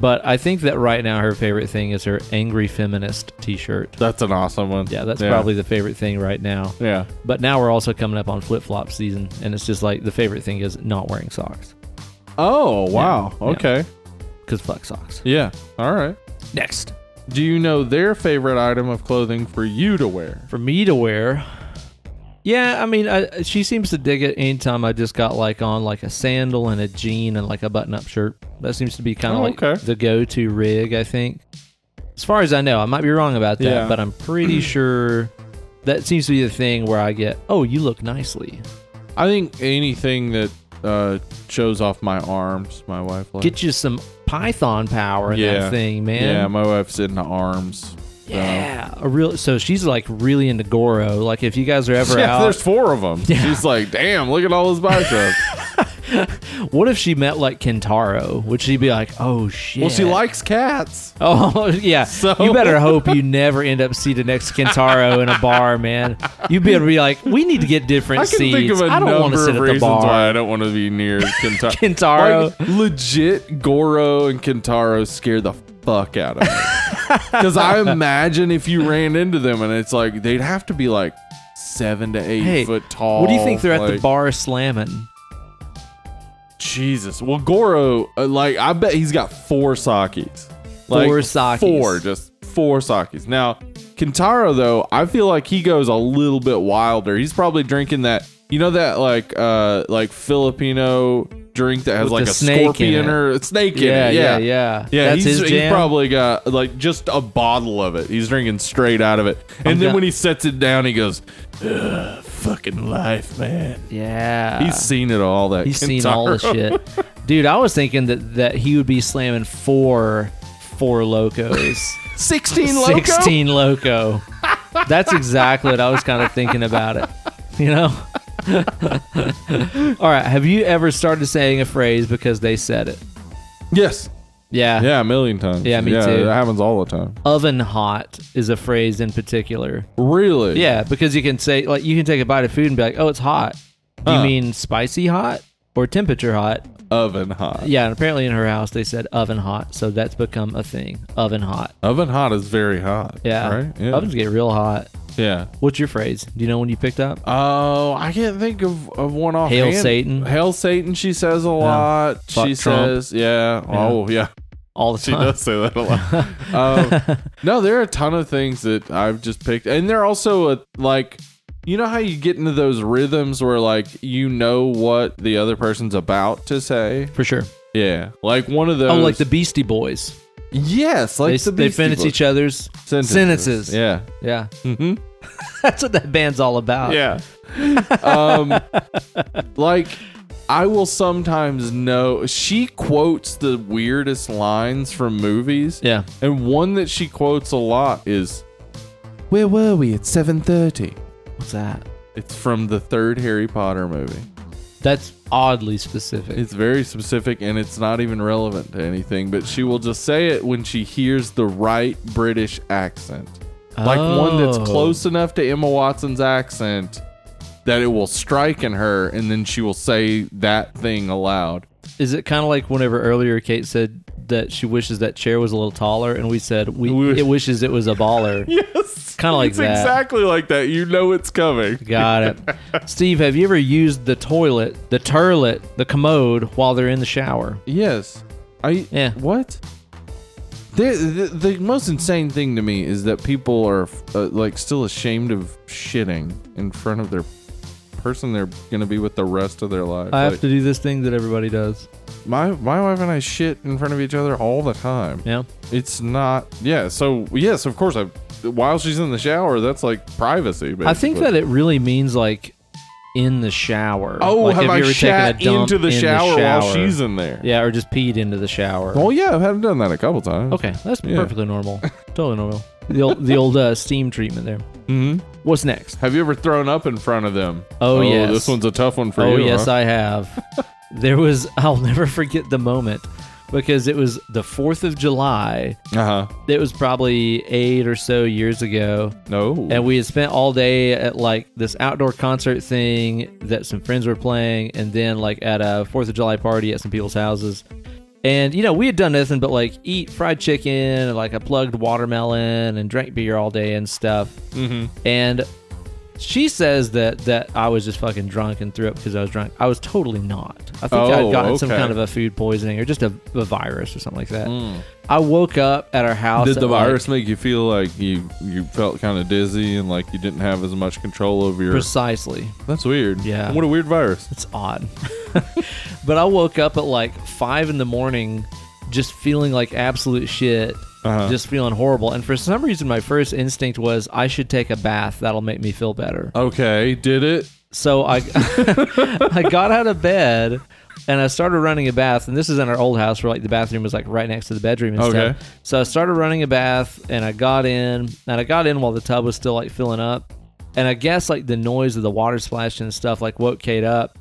S1: But I think that right now her favorite thing is her angry feminist T-shirt.
S2: That's an awesome one.
S1: Yeah, that's probably the favorite thing right now.
S2: Yeah.
S1: But now we're also coming up on flip-flop season, and it's just like the favorite thing is not wearing socks
S2: Oh wow.
S1: Yeah.
S2: Okay.
S1: because fuck socks.
S2: Yeah. All right.
S1: Next
S2: Do you know their favorite item of clothing for you to wear?
S1: for me to wear. Yeah, I mean, I, she seems to dig it anytime I just got like on like a sandal and a jean and like a button up shirt. That seems to be kind of
S2: Oh,
S1: like
S2: okay.
S1: the go to rig, I think. As far as I know, I might be wrong about that,
S2: Yeah.
S1: but I'm pretty sure that seems to be the thing where I get, oh, you look nicely.
S2: I think anything that uh, shows off my arms. My wife likes.
S1: Get you some Python power in
S2: Yeah.
S1: that thing,
S2: Yeah,
S1: man.
S2: my wife's into arms. so-
S1: Yeah. A real, so she's like really into Goro. Like if you guys are ever
S2: Yeah,
S1: out,
S2: there's four of them. She's like, damn, look at all his biceps.
S1: what if she met like Kentaro? Would she be like, oh shit?
S2: Well, she likes cats.
S1: Oh yeah.
S2: So-
S1: You better hope you never end up seated next to Kentaro in a bar, man. You better be like, we need to get different
S2: I can
S1: seats.
S2: think of a
S1: I don't want
S2: number
S1: to
S2: of
S1: sit at the
S2: reasons why
S1: bar.
S2: I don't want to be near Kentaro.
S1: Kentaro.
S2: Like, legit, Goro and Kentaro scare the fuck out of me. Because I imagine if you ran into them and it's like, they'd have to be like seven to eight
S1: Hey,
S2: foot tall.
S1: What do you think they're at the
S2: like-
S1: bar slamming?
S2: Jesus. Well, Goro, uh, like, I bet he's got four Sakis. Like,
S1: Four Sakis.
S2: Four, just four Sakis. Now, Kentaro, though, I feel like he goes a little bit wilder. He's probably drinking that, you know, that, like, uh, like Filipino drink that has,
S1: With
S2: like,
S1: the
S2: a
S1: snake in
S2: scorpion
S1: it.
S2: or a snake
S1: Yeah,
S2: in it.
S1: yeah,
S2: Yeah,
S1: yeah.
S2: Yeah,
S1: That's
S2: he's,
S1: his
S2: he's
S1: jam?
S2: probably got like just a bottle of it. He's drinking straight out of it. And then
S1: down-
S2: when he sets it down, he goes, Ugh, fucking life, man.
S1: Yeah.
S2: He's seen it all. That
S1: Ah. He's seen all the
S2: Kentaro.
S1: shit. Dude, I was thinking that, that he would be slamming four four locos.
S2: 16
S1: Sixteen loco. That's exactly what I was kind of thinking about it. You know? All right. Have you ever started saying a phrase because they said it?
S2: Yes.
S1: Yeah.
S2: Yeah, a million times.
S1: Yeah, me too.
S2: That happens all the time.
S1: Oven hot is a phrase in particular.
S2: Really?
S1: Yeah, because you can say like you can take a bite of food and be like, "Oh, it's hot." Do you
S2: Huh.
S1: mean spicy hot or temperature hot?
S2: Oven hot.
S1: Yeah, and apparently in her house they said oven hot, so that's become a thing. Oven hot.
S2: Oven hot is very hot.
S1: Yeah.
S2: Right? Yeah.
S1: Ovens get real hot.
S2: yeah.
S1: What's your phrase? Do you know when you picked up?
S2: Oh, I can't think of, of one off.
S1: Hail Satan.
S2: Hail Satan, she says a lot.
S1: Fuck
S2: she
S1: Trump.
S2: says, yeah. Oh, yeah.
S1: all the
S2: She
S1: time.
S2: does say that a lot. um, no, there are a ton of things that I've just picked, and they're also a, like, you know how you get into those rhythms where like you know what the other person's about to say.
S1: For sure.
S2: Yeah, like one of those.
S1: Oh, like the Beastie Boys.
S2: yes, like
S1: They,
S2: the
S1: they
S2: Beastie
S1: finish
S2: Boys.
S1: each other's sentences.
S2: Yeah,
S1: Yeah.
S2: mm-hmm.
S1: That's what that band's all about.
S2: yeah. um, like I will sometimes know she quotes the weirdest lines from movies.
S1: Yeah.
S2: And one that she quotes a lot is Where were we at 7:30?
S1: What's that?
S2: It's from the third Harry Potter movie.
S1: That's oddly specific.
S2: It's very specific and it's not even relevant to anything, but she will just say it when she hears the right British accent. Like one that's
S1: Oh.
S2: close enough to Emma Watson's accent that it will strike in her and then she will say that thing aloud.
S1: Is it kind of like whenever earlier Kate said that she wishes that chair was a little taller, and we said we
S2: We-
S1: it wishes it was a baller.
S2: Yes.
S1: Kinda like
S2: it's
S1: that.
S2: exactly like that. You know it's coming.
S1: Got it. Steve, have you ever used the toilet, the turlet, the commode while they're in the shower?
S2: Yes. I
S1: Yeah.
S2: What? The, the the most insane thing to me is that people are uh, like still ashamed of shitting in front of their person they're gonna be with the rest of their life.
S1: I have
S2: Like,
S1: to do this thing that everybody does.
S2: my my wife and I shit in front of each other all the time.
S1: Yeah.
S2: It's not. Yeah. So yes, of course. I while she's in the shower, that's like privacy. Basically.
S1: I think that it really means like in the shower.
S2: Oh,
S1: like,
S2: have
S1: you
S2: I
S1: ever taken
S2: shat
S1: a dump
S2: into the,
S1: in
S2: shower while
S1: shower?
S2: she's in there?
S1: Yeah, or just peed into the shower.
S2: Well, yeah, I've done that a couple times.
S1: Okay, that's
S2: Yeah.
S1: perfectly normal. totally normal. The old, the old uh, steam treatment there.
S2: hmm
S1: What's next?
S2: Have you ever thrown up in front of them?
S1: Oh, yes.
S2: This one's a tough one for
S1: oh,
S2: you.
S1: yes,
S2: huh?
S1: I have. there was, I'll never forget the moment because it was the 4th of July.
S2: Uh huh.
S1: It was probably eight or so years ago.
S2: No.
S1: And we had spent all day at like this outdoor concert thing that some friends were playing, and then like at a Fourth of July party at some people's houses. And you know, we had done nothing but like eat fried chicken, and, like I plugged watermelon and drank beer all day and stuff. Mm-hmm. And she says that that I was just fucking drunk and threw up because I was drunk. I was totally not. I think
S2: Oh,
S1: I'd gotten some
S2: okay.
S1: kind of a food poisoning or just a, a virus or something like that. I woke up at our house.
S2: Mm. Did
S1: at,
S2: the
S1: like,
S2: virus make you feel like you you felt kind of dizzy and like you didn't have as much control over your?
S1: precisely?
S2: That's weird.
S1: Yeah.
S2: What a weird virus.
S1: It's odd. but I woke up at like five in the morning just feeling like absolute shit.
S2: Uh-huh.
S1: Just feeling horrible. And for some reason my first instinct was I should take a bath. That'll make me feel better.
S2: Okay. Did it?
S1: So I I got out of bed and I started running a bath. And this is in our old house where like the bathroom was like right next to the bedroom and
S2: Okay.
S1: stuff. So I started running a bath and I got in and I got in while the tub was still like filling up. And I guess like the noise of the water splashing and stuff like woke Kate up.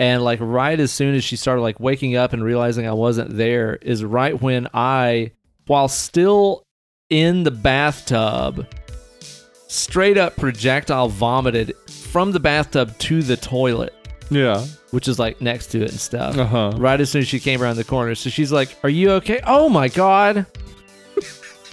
S1: And like right as soon as she started like waking up and realizing I wasn't there is right when I while still in the bathtub straight up projectile vomited from the bathtub to the toilet,
S2: Yeah.
S1: which is like next to it and stuff.
S2: Uh-huh.
S1: Right as soon as she came around the corner. So she's like, Are you okay? Oh my God.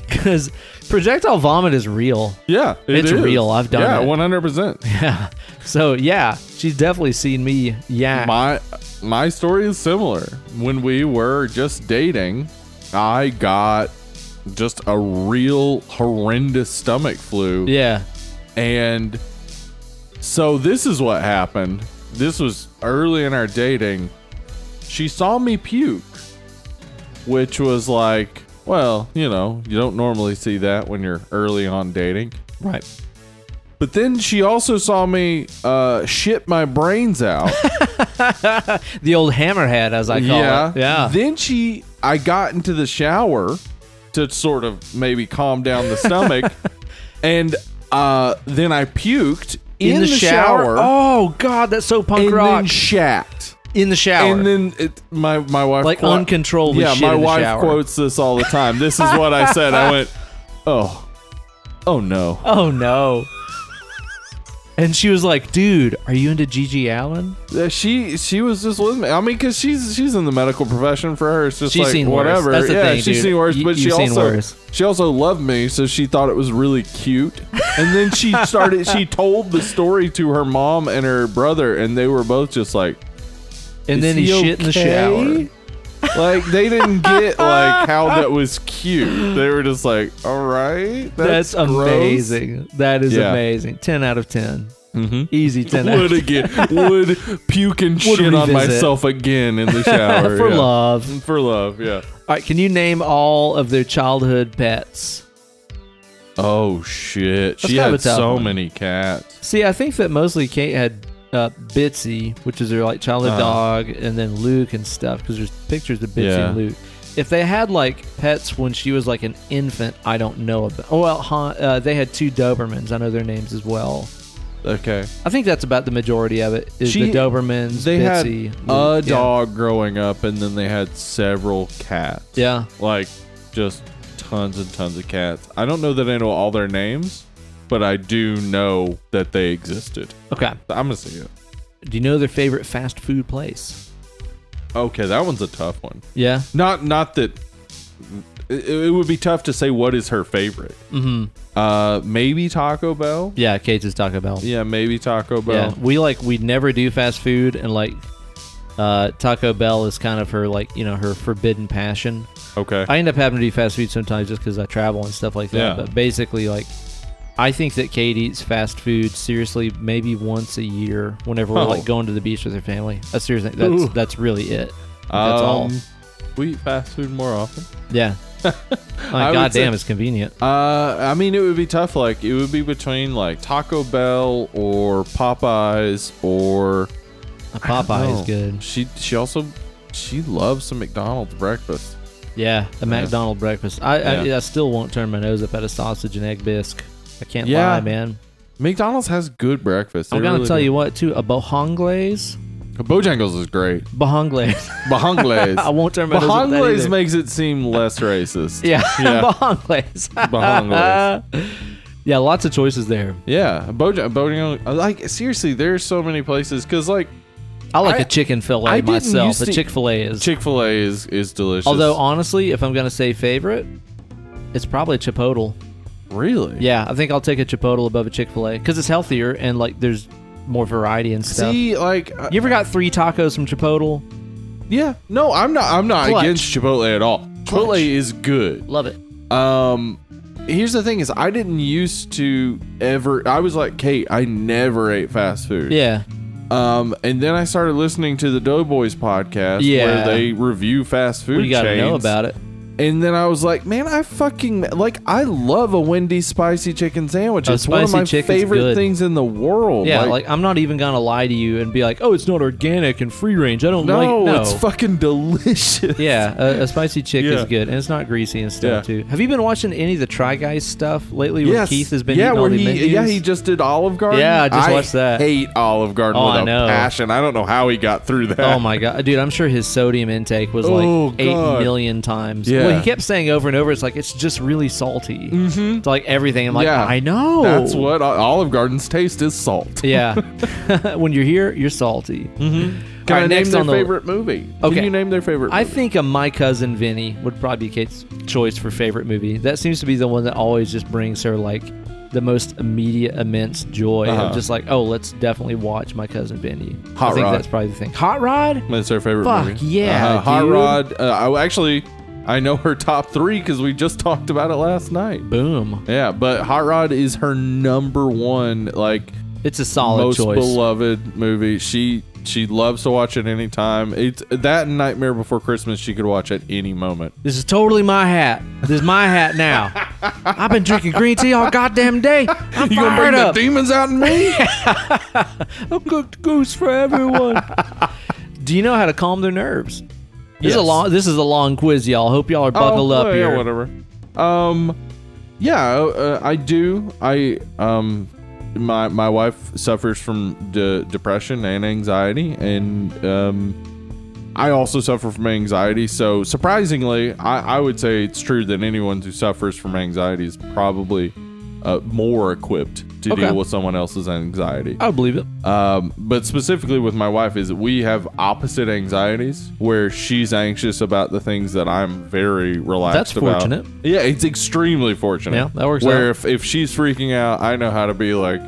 S1: Because projectile vomit is real.
S2: Yeah. it
S1: It's
S2: is.
S1: real. I've done
S2: Yeah.
S1: it.
S2: One hundred percent.
S1: Yeah. So yeah, she's definitely seen me. Yeah.
S2: My my story is similar. When we were just dating, I got just a real horrendous stomach flu.
S1: yeah.
S2: And so this is what happened. This was early in our dating. She saw me puke, which was like, well, you know, you don't normally see that when you're early on dating.
S1: Right.
S2: But then she also saw me uh, shit my brains out.
S1: The old hammerhead, as I call
S2: yeah.
S1: it. Yeah.
S2: Then she, I got into the shower to sort of maybe calm down the stomach. and uh, then I puked in, the, shower.
S1: Oh God, that's so punk
S2: and
S1: rock.
S2: then shat.
S1: in the shower.
S2: And then it, my my wife
S1: Like
S2: quote-
S1: uncontrollably
S2: Yeah,
S1: shit
S2: my
S1: in the
S2: wife
S1: shower.
S2: quotes this all the time. This is what I said. I went, oh, oh no.
S1: oh no. And she was like, "Dude, are you into Gigi Allen?"
S2: Uh, She she was just with me. I mean, because she's she's in the medical profession for her. It's just
S1: She's
S2: like
S1: seen worse.
S2: whatever.
S1: That's the
S2: yeah,
S1: thing,
S2: she's
S1: dude.
S2: seen worse,
S1: You-
S2: but she
S1: you've seen
S2: also
S1: worse.
S2: she also loved me, so she thought it was really cute. And then she started. she told the story to her mom and her brother, and they were both just like,
S1: And
S2: "Is
S1: then he, shit in the
S2: okay?"
S1: shower.
S2: Like they didn't get like how that was cute. They were just like, all right,
S1: That's,
S2: gross."
S1: amazing. That is
S2: Yeah. Mm-hmm.
S1: amazing. 10 out of 10. Easy 10 out
S2: Would
S1: of
S2: again? Would puke and shit on
S1: revisit.
S2: myself again in the shower
S1: 10. For
S2: yeah.
S1: love.
S2: For love, yeah.
S1: All right, can you name all of their childhood pets?
S2: Oh shit!
S1: That's
S2: she
S1: kind
S2: had
S1: of a tough
S2: so
S1: one.
S2: many cats.
S1: See, I think that mostly Kate had uh, Bitsy, which is her like childhood
S2: Uh-huh.
S1: dog, and then Luke and stuff because there's pictures of Bitsy
S2: Yeah.
S1: and Luke. If they had like pets when she was like an infant, I don't know about. Oh well, huh, uh, they had two Dobermans. I know their names as well.
S2: Okay,
S1: I think that's about the majority of it. Is
S2: She-
S1: the Dobermans?
S2: they
S1: Bitsy,
S2: had a
S1: Luke, yeah.
S2: dog growing up, and then they had several cats.
S1: Yeah.
S2: like just tons and tons of cats. I don't know that I know all their names, but I do know that they existed.
S1: Okay.
S2: I'm gonna say it.
S1: Do you know their favorite fast food place?
S2: Okay, that one's a tough one.
S1: Yeah.
S2: Not not that it, it would be tough to say what is her favorite.
S1: Mm-hmm.
S2: Uh, maybe Taco Bell.
S1: Yeah. Kate's is Taco Bell.
S2: Yeah, maybe Taco Bell.
S1: yeah, we like we never do fast food, and like uh, Taco Bell is kind of her like you know her forbidden passion.
S2: Okay.
S1: I end up having to do fast food sometimes just because I travel and stuff like that.
S2: Yeah.
S1: But basically, like I think that Kate eats fast food seriously maybe once a year whenever we're
S2: Oh.
S1: like going to the beach with her family. That's seriously that's
S2: Ooh.
S1: that's really it. That's all.
S2: Um, We eat fast food more often.
S1: Yeah.
S2: I
S1: like,
S2: would
S1: God damn,
S2: say-
S1: it's convenient.
S2: Uh, I mean, it would be tough. Like, it would be between like Taco Bell or Popeyes or
S1: A
S2: I don't
S1: Popeye
S2: know.
S1: is good.
S2: She she also she loves some McDonald's breakfast.
S1: Yeah, a McDonald breakfast. I,
S2: Yeah.
S1: I I still won't turn my nose up at a sausage and egg bisque. I can't
S2: Yeah.
S1: lie, man.
S2: McDonald's has good breakfast.
S1: I'm gonna tell you what, too. A bohonglaise,
S2: you, Bojangles is great.
S1: bohonglaise.
S2: Bahanglaise.
S1: I won't turn my nose up at that
S2: Bahanglaise
S1: either.
S2: makes it seem less racist.
S1: yeah,
S2: Yeah.
S1: bohonglaise.
S2: Bahanglaise.
S1: yeah, lots of choices there.
S2: Yeah, Bojang, Bojang, like seriously, there's so many places because like
S1: I like
S2: I-
S1: a chicken fillet
S2: I didn't
S1: myself.
S2: used
S1: A
S2: to-
S1: Chick fil A is.
S2: Chick Fil A is is delicious.
S1: Although um, honestly, if I'm gonna say favorite, it's probably Chipotle.
S2: really,
S1: Yeah, I think I'll take a Chipotle above a Chick fil A because it's healthier and like there's more variety and stuff.
S2: See, like, uh,
S1: you ever got three tacos from Chipotle?
S2: yeah, no, I'm not, I'm not
S1: Clutch.
S2: against Chipotle at all. Chipotle
S1: Clutch.
S2: is good.
S1: Love it.
S2: Um, here's the thing: is I didn't used to ever. I was like Kate. I never ate fast food.
S1: Yeah,
S2: Um, and then I started listening to the Doughboys podcast, where
S1: Yeah.
S2: they review fast food.
S1: we gotta know
S2: chains.
S1: about it.
S2: And then I was like, man, I fucking like. I love a Wendy's spicy chicken sandwich.
S1: Oh,
S2: it's one of
S1: spicy
S2: my
S1: chicken's
S2: favorite
S1: good.
S2: things in the world.
S1: Yeah, like, I'm not even gonna lie to you and be like, oh, it's not organic and free range. I don't
S2: no,
S1: like. No,
S2: it's fucking delicious.
S1: yeah, a, a spicy chick
S2: Yeah.
S1: is good, and it's not greasy and stuff
S2: Yeah.
S1: too. Have you been watching any of the Try Guys stuff lately? Where
S2: Yes.
S1: Keith has been
S2: yeah,
S1: eating all
S2: where
S1: the
S2: he
S1: menus?
S2: yeah he just did Olive Garden.
S1: Yeah, I just watched that.
S2: Hate Olive Garden
S1: Oh,
S2: with
S1: I
S2: a
S1: know.
S2: passion. I don't know how he got through that.
S1: Oh my god, dude! I'm sure his sodium intake was like
S2: Oh,
S1: eight
S2: God.
S1: million times.
S2: Yeah.
S1: Well, he kept saying over and over, "It's like it's just really salty." Mm-hmm. It's like everything. I'm like,
S2: Yeah.
S1: I know.
S2: That's what O- Olive Garden's taste is salt.
S1: Yeah. when you're here, you're salty. Mm-hmm.
S2: Can I name their favorite movie?
S1: Okay.
S2: Can you name their favorite
S1: I
S2: movie?
S1: think a My Cousin Vinny would probably be Kate's choice for favorite movie. That seems to be the one that always just brings her like the most immediate, immense joy
S2: Uh-huh.
S1: of just like, oh, let's definitely watch My Cousin Vinny.
S2: Hot
S1: I think
S2: Rod.
S1: that's probably the thing. Hot Rod?
S2: That's their favorite
S1: Fuck
S2: movie.
S1: yeah,
S2: Uh, Hot
S1: dude.
S2: Rod. Uh, I actually, I know her top three because we just talked about it last night.
S1: Boom.
S2: Yeah, but Hot Rod is her number one, like
S1: It's a solid
S2: most
S1: choice.
S2: beloved movie. She she loves to watch it anytime. It's that and Nightmare Before Christmas. She could watch at any moment.
S1: This is totally my hat. This is my hat now. I've been drinking green tea all goddamn day. I'm
S2: You gonna
S1: fired
S2: bring
S1: up.
S2: the demons out in me?
S1: A cooked goose for everyone. Do you know how to calm their nerves? This is a
S2: Yes.
S1: long. This is a long quiz, y'all. Hope y'all are buckled
S2: oh,
S1: up
S2: yeah,
S1: here.
S2: whatever. Um, yeah, uh, I do. I um, my my wife suffers from de- depression and anxiety, and um, I also suffer from anxiety. So surprisingly, I, I would say it's true that anyone who suffers from anxiety is probably uh, more equipped to
S1: Okay.
S2: deal with someone else's anxiety.
S1: I would believe it.
S2: Um, but specifically with my wife is that we have opposite anxieties where she's anxious about the things that I'm very relaxed
S1: That's
S2: about.
S1: fortunate.
S2: Yeah, it's extremely fortunate.
S1: Yeah, that works
S2: Where
S1: out.
S2: if if she's freaking out, I know how to be like,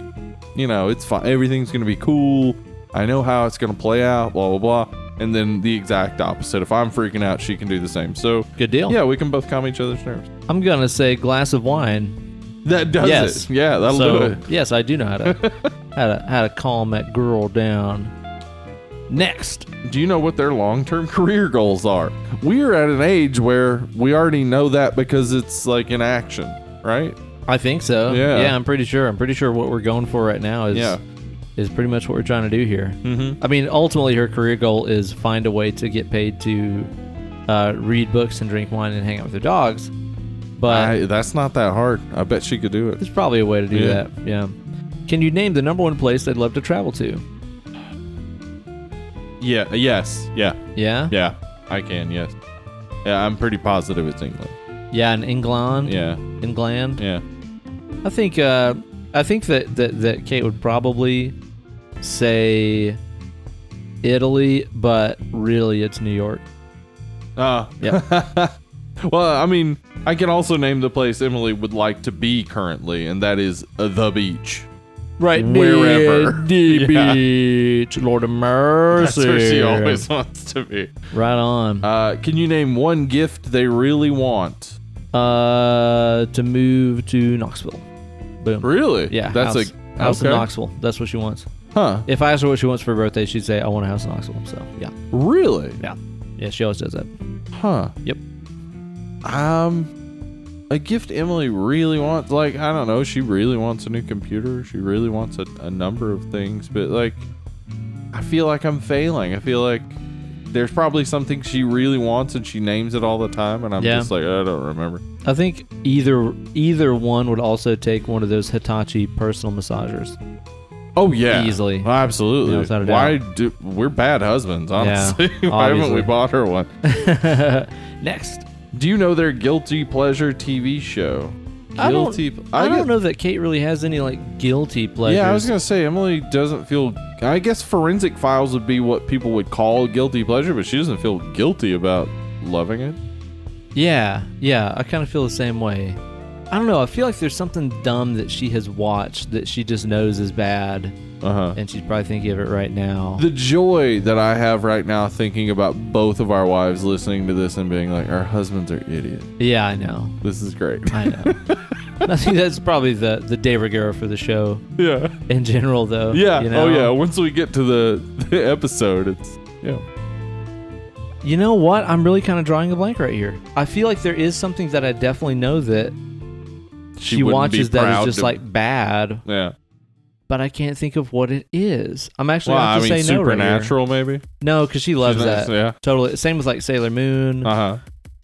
S2: you know, it's fine. Everything's gonna be cool. I know how it's gonna play out. Blah blah blah. and then the exact opposite. If I'm freaking out, she can do the same. So
S1: Good deal.
S2: Yeah, we can both calm each other's nerves.
S1: I'm gonna say glass of wine.
S2: That does
S1: Yes.
S2: it. Yeah, that'll
S1: so
S2: do it.
S1: yes, I do know how to how to how to calm that girl down. Next,
S2: do you know what their long-term career goals are? We are at an age where we already know that because it's like in action, right?
S1: I think so.
S2: Yeah.
S1: yeah, I'm pretty sure. I'm pretty sure what we're going for right now is
S2: Yeah.
S1: is pretty much what we're trying to do here. Mm-hmm. I mean, ultimately, her career goal is find a way to get paid to uh, read books and drink wine and hang out with her dogs. But
S2: I, that's not that hard. I bet she could do it.
S1: there's probably a way to do
S2: Yeah.
S1: that. Yeah. Can you name the number one place they'd love to travel to?
S2: Yeah. Yes. Yeah.
S1: Yeah.
S2: Yeah. I can. Yes. Yeah. I'm pretty positive it's England.
S1: Yeah, in England.
S2: Yeah.
S1: England.
S2: Yeah.
S1: I think uh, I think that, that that Kate would probably say Italy, but really it's New York.
S2: Ah. well, I mean, I can also name the place Emily would like to be currently, and that is uh, the beach.
S1: Right,
S2: Wherever.
S1: the
S2: Yeah.
S1: beach, Lord of
S2: That's
S1: Mercy.
S2: where she always wants to be.
S1: Right on.
S2: Uh, can you name one gift they really want?
S1: Uh, to move to Knoxville. Boom.
S2: Really?
S1: Yeah,
S2: That's
S1: house,
S2: a
S1: house
S2: okay.
S1: in Knoxville. That's what she wants.
S2: Huh?
S1: If I asked her what she wants for her birthday, she'd say, "I want a house in Knoxville." So yeah,
S2: Really?
S1: yeah, yeah. She always does that.
S2: Huh?
S1: Yep.
S2: Um, a gift Emily really wants. Like I don't know, she really wants a new computer. She really wants a, a number of things, but like, I feel like I'm failing. I feel like there's probably something she really wants, and she names it all the time, and I'm
S1: Yeah.
S2: just like, I don't remember.
S1: I think either either one would also take one of those Hitachi personal massagers.
S2: Oh yeah,
S1: Easily.
S2: absolutely.
S1: Yeah, without a doubt.
S2: Why do we're bad husbands? Honestly, why haven't
S1: obviously.
S2: we bought her one?
S1: Next,
S2: Do you know their guilty pleasure TV show?
S1: I don't-
S2: Guilty. p-
S1: I,
S2: get-
S1: don't know that Kate really has any like guilty pleasures.
S2: Yeah, I was gonna say Emily doesn't feel. I guess forensic files would be what people would call guilty pleasure, but she doesn't feel guilty about loving it.
S1: yeah, yeah, I kind of feel the same way. I don't know. I feel like there's something dumb that she has watched that she just knows is bad,
S2: Uh huh.
S1: and she's probably thinking of it right now.
S2: The joy that I have right now thinking about both of our wives listening to this and being like, our husbands are idiots.
S1: yeah, I know.
S2: This is great.
S1: I know. I think that's probably the the de rigueur for the show
S2: yeah.
S1: in general, though.
S2: Yeah.
S1: you know?
S2: Oh yeah. Once we get to the, the episode, it's yeah.
S1: You know what? I'm really kind of drawing a blank right here. I feel like there is something that I definitely know that she,
S2: wouldn't be
S1: watches that
S2: proud
S1: is just
S2: to-
S1: like bad,
S2: yeah.
S1: but I can't think of what it is. I'm actually
S2: Well,
S1: gonna
S2: I
S1: have to
S2: mean,
S1: say no right here.
S2: supernatural maybe.
S1: No, because she loves
S2: She's not-
S1: that.
S2: Yeah.
S1: Totally. Same with like Sailor Moon
S2: Uh huh.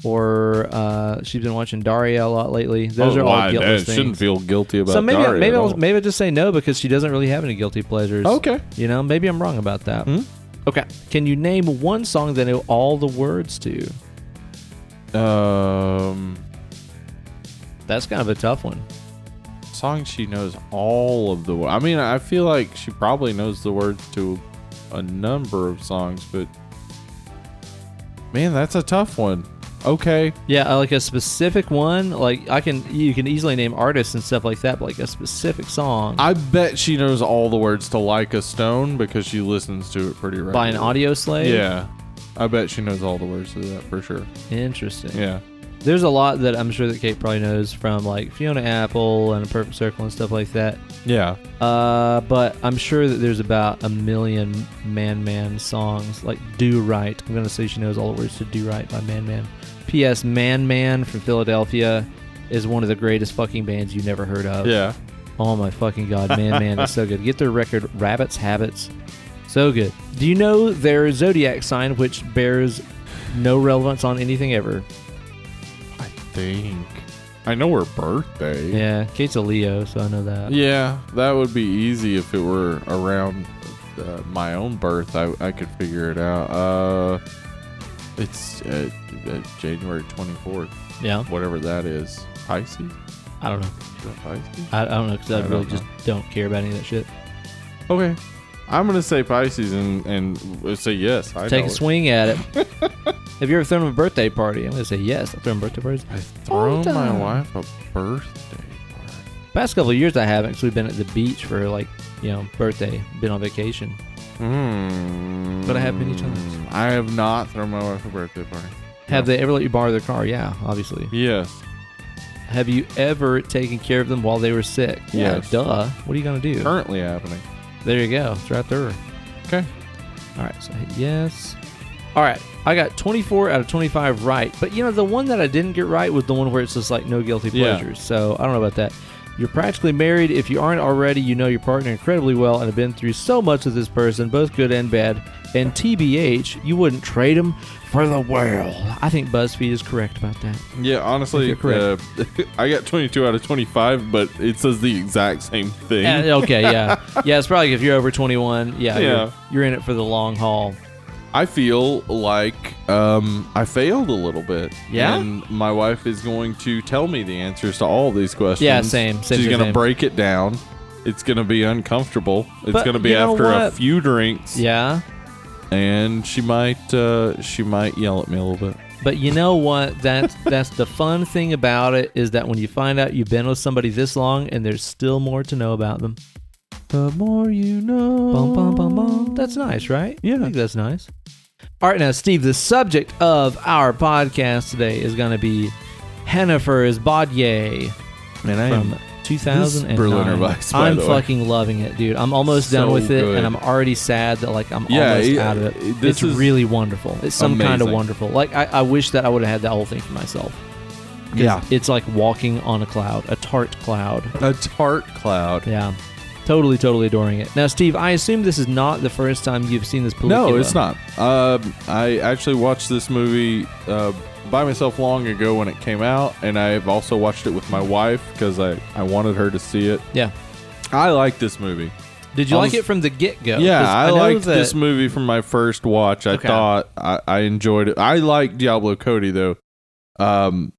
S1: or uh, she's been watching Daria a lot lately. Those are all guiltless things.
S2: Oh, Shouldn't feel guilty about.
S1: so maybe
S2: Daria
S1: maybe
S2: at
S1: I'll
S2: all.
S1: maybe I'll just say no because she doesn't really have any guilty pleasures.
S2: Okay.
S1: You know, maybe I'm wrong about that.
S2: Hmm?
S1: Okay. Can you name one song they know all the words to?
S2: Um,
S1: That's kind of a tough one.
S2: songs she knows all of the. wo- I mean, I feel like she probably knows the words to a number of songs, but man, that's a tough one. Okay,
S1: Yeah, uh, like a specific one. Like I can, you can easily name artists and stuff like that. But like a specific song
S2: I bet she knows all the words to "Like a Stone" because she listens to it pretty regularly.
S1: by an audio slave.
S2: Yeah, I bet she knows all the words to that for sure.
S1: interesting.
S2: Yeah,
S1: There's a lot that I'm sure that Kate probably knows from like Fiona Apple and A Perfect Circle and stuff like that.
S2: yeah.
S1: Uh, but I'm sure that there's about a million Man Man songs like Do Right. I'm gonna say she knows all the words to Do Right by Man Man. P.S. Man Man from Philadelphia is one of the greatest fucking bands you never heard of.
S2: Yeah.
S1: Oh my fucking god, man, man, it's so good. Get their record, Rabbits Habits, so good. Do you know their zodiac sign, which bears no relevance on anything ever?
S2: I think I know her birthday.
S1: Yeah, Kate's a Leo, so I know
S2: Uh-huh.
S1: that.
S2: Yeah, that would be easy if it were around uh, my own birth. I, I could figure it out. Uh, it's uh, uh, January 24th,
S1: Yeah,
S2: whatever that is. Pisces?
S1: I don't know.
S2: Is that Pisces?
S1: I, I don't know because
S2: I
S1: I,
S2: don't
S1: really
S2: know.
S1: just don't care about any of that shit.
S2: Okay. I'm going to say Pisces and, and uh, say yes. I
S1: Take
S2: know
S1: a
S2: it.
S1: swing at it. Have you ever thrown a birthday party? I'm gonna say yes. I've thrown birthday parties.
S2: I throw
S1: Hold
S2: my
S1: on.
S2: wife a birthday party.
S1: Past couple of years, I haven't because we've been at the beach for like you know birthday, been on vacation. But I have many times.
S2: Hmm. I have not thrown my wife a birthday party.
S1: Have they ever let you borrow their car? Yeah, obviously.
S2: Yes.
S1: Have you ever taken care of them while they were sick?
S2: Yes.
S1: Yeah, duh. What are you gonna do?
S2: Currently happening.
S1: There you go. It's right there.
S2: Okay.
S1: All right, so I hit yes. All right, I got 24 out of 25 right, but you know the one that I didn't get right was the one where it's just like no guilty
S2: Yeah.
S1: pleasures. So I don't know about that. You're practically married. If you aren't already, you know your partner incredibly well and have been through so much with this person, both good and bad. And TBH, you wouldn't trade him for the world. I think BuzzFeed is correct about that.
S2: Yeah, honestly,
S1: If you're
S2: uh, I got 22 out of 25, but it says the exact same thing.
S1: Yeah, Eh, okay, yeah. Yeah, it's probably if you're over 21, yeah,
S2: Yeah.
S1: You're, you're in it for the long haul.
S2: I feel like um, I failed a little bit.
S1: Yeah?
S2: And my wife is going to tell me the answers to all these questions.
S1: Yeah, same, same,
S2: She's
S1: same,
S2: going to
S1: same.
S2: break it down. It's going to be uncomfortable. It's
S1: But
S2: going to be
S1: you know
S2: after a
S1: what?
S2: few drinks.
S1: Yeah.
S2: And she might uh, she might yell at me a little bit.
S1: But you know what? That's that's the fun thing about it is that when you find out you've been with somebody this long and there's still more to know about them.
S2: The more you know.
S1: Bum, bum, bum, bum. That's nice, right?
S2: Yeah.
S1: I think that's nice. All right, now Steve, the subject of our podcast today is going to be Hennifer's Bodier
S2: Man, I
S1: from
S2: am
S1: 2009.
S2: Berliner Weiss, by
S1: I'm
S2: the way.
S1: fucking loving it, dude. I'm almost done
S2: So
S1: with it,
S2: good.
S1: and I'm already sad that like I'm
S2: Yeah,
S1: almost
S2: it-
S1: out of
S2: it-
S1: it.
S2: this
S1: It's
S2: is
S1: really wonderful. It's some kind of
S2: amazing.
S1: wonderful. Like I, I wish that I would have had that whole thing for myself. 'Cause
S2: Yeah.
S1: it's like walking on a cloud, a tart cloud.
S2: a tart cloud.
S1: Yeah, totally, totally adoring it. Now, Steve, I assume this is not the first time you've seen this. Película.
S2: No, it's not. Um, I actually watched this movie uh, by myself long ago when it came out, and I've also watched it with my wife because I, I wanted her to see it.
S1: Yeah.
S2: I like this movie.
S1: Did you
S2: I
S1: like
S2: was-
S1: it from the get go?
S2: Yeah, I, liked
S1: that,
S2: this movie from my first watch. I
S1: Okay.
S2: thought I, I enjoyed it. I like Diablo Cody though. Um,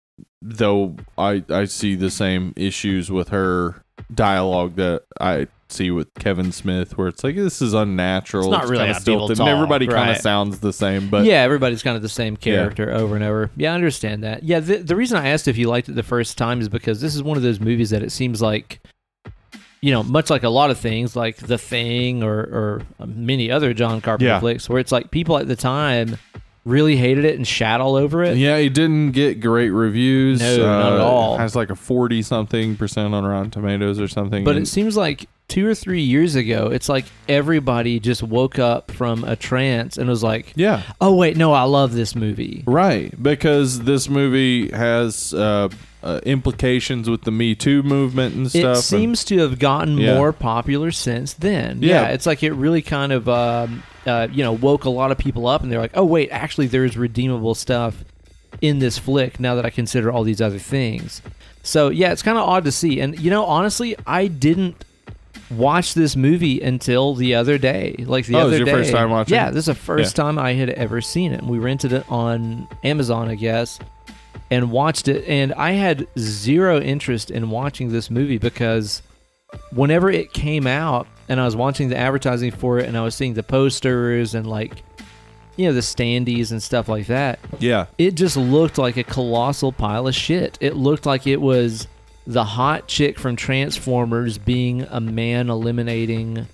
S2: though I I see the same issues with her dialogue that I see with Kevin Smith, where it's like this is unnatural.
S1: It's not really
S2: kinda
S1: how people
S2: stilted, and
S1: talk,
S2: Everybody kind
S1: right.
S2: of sounds the same, but
S1: yeah, everybody's kind of the same character over and over. Yeah, I understand that. Yeah, the, the reason I asked if you liked it the first time is because this is one of those movies that it seems like, you know, much like a lot of things, like The Thing or, or many other John Carpenter
S2: Yeah.
S1: flicks, where it's like people at the time really hated it and shat all over it.
S2: Yeah, it didn't get great reviews.
S1: No, not at all.
S2: It has like a forty something percent on Rotten Tomatoes or something.
S1: But
S2: and-
S1: it seems like two or three years ago, it's like everybody just woke up from a trance and was like,
S2: yeah,
S1: oh, wait, no, I love this movie.
S2: Right, because this movie has uh, uh, implications with the Me Too movement and
S1: it
S2: stuff. and-
S1: seems to have gotten
S2: Yeah.
S1: more popular since then.
S2: Yeah.
S1: Yeah. it's like it really kind of um, uh, you know woke a lot of people up, and they're like, "Oh wait, actually, there's redeemable stuff in this flick." Now that I consider all these other things, so yeah, it's kind of odd to see. And you know, honestly, I didn't watch this movie until the other day. Like the
S2: Oh, it
S1: other
S2: was your
S1: day,
S2: first time watching?
S1: Yeah, this is the first time I had ever seen it. And we rented it on Amazon, I guess and watched it and I had zero interest in watching this movie because whenever it came out and I was watching the advertising for it and I was seeing the posters and like you know the standees and stuff like that
S2: yeah,
S1: it just looked like a colossal pile of shit. It looked like it was the hot chick from Transformers being a man eliminating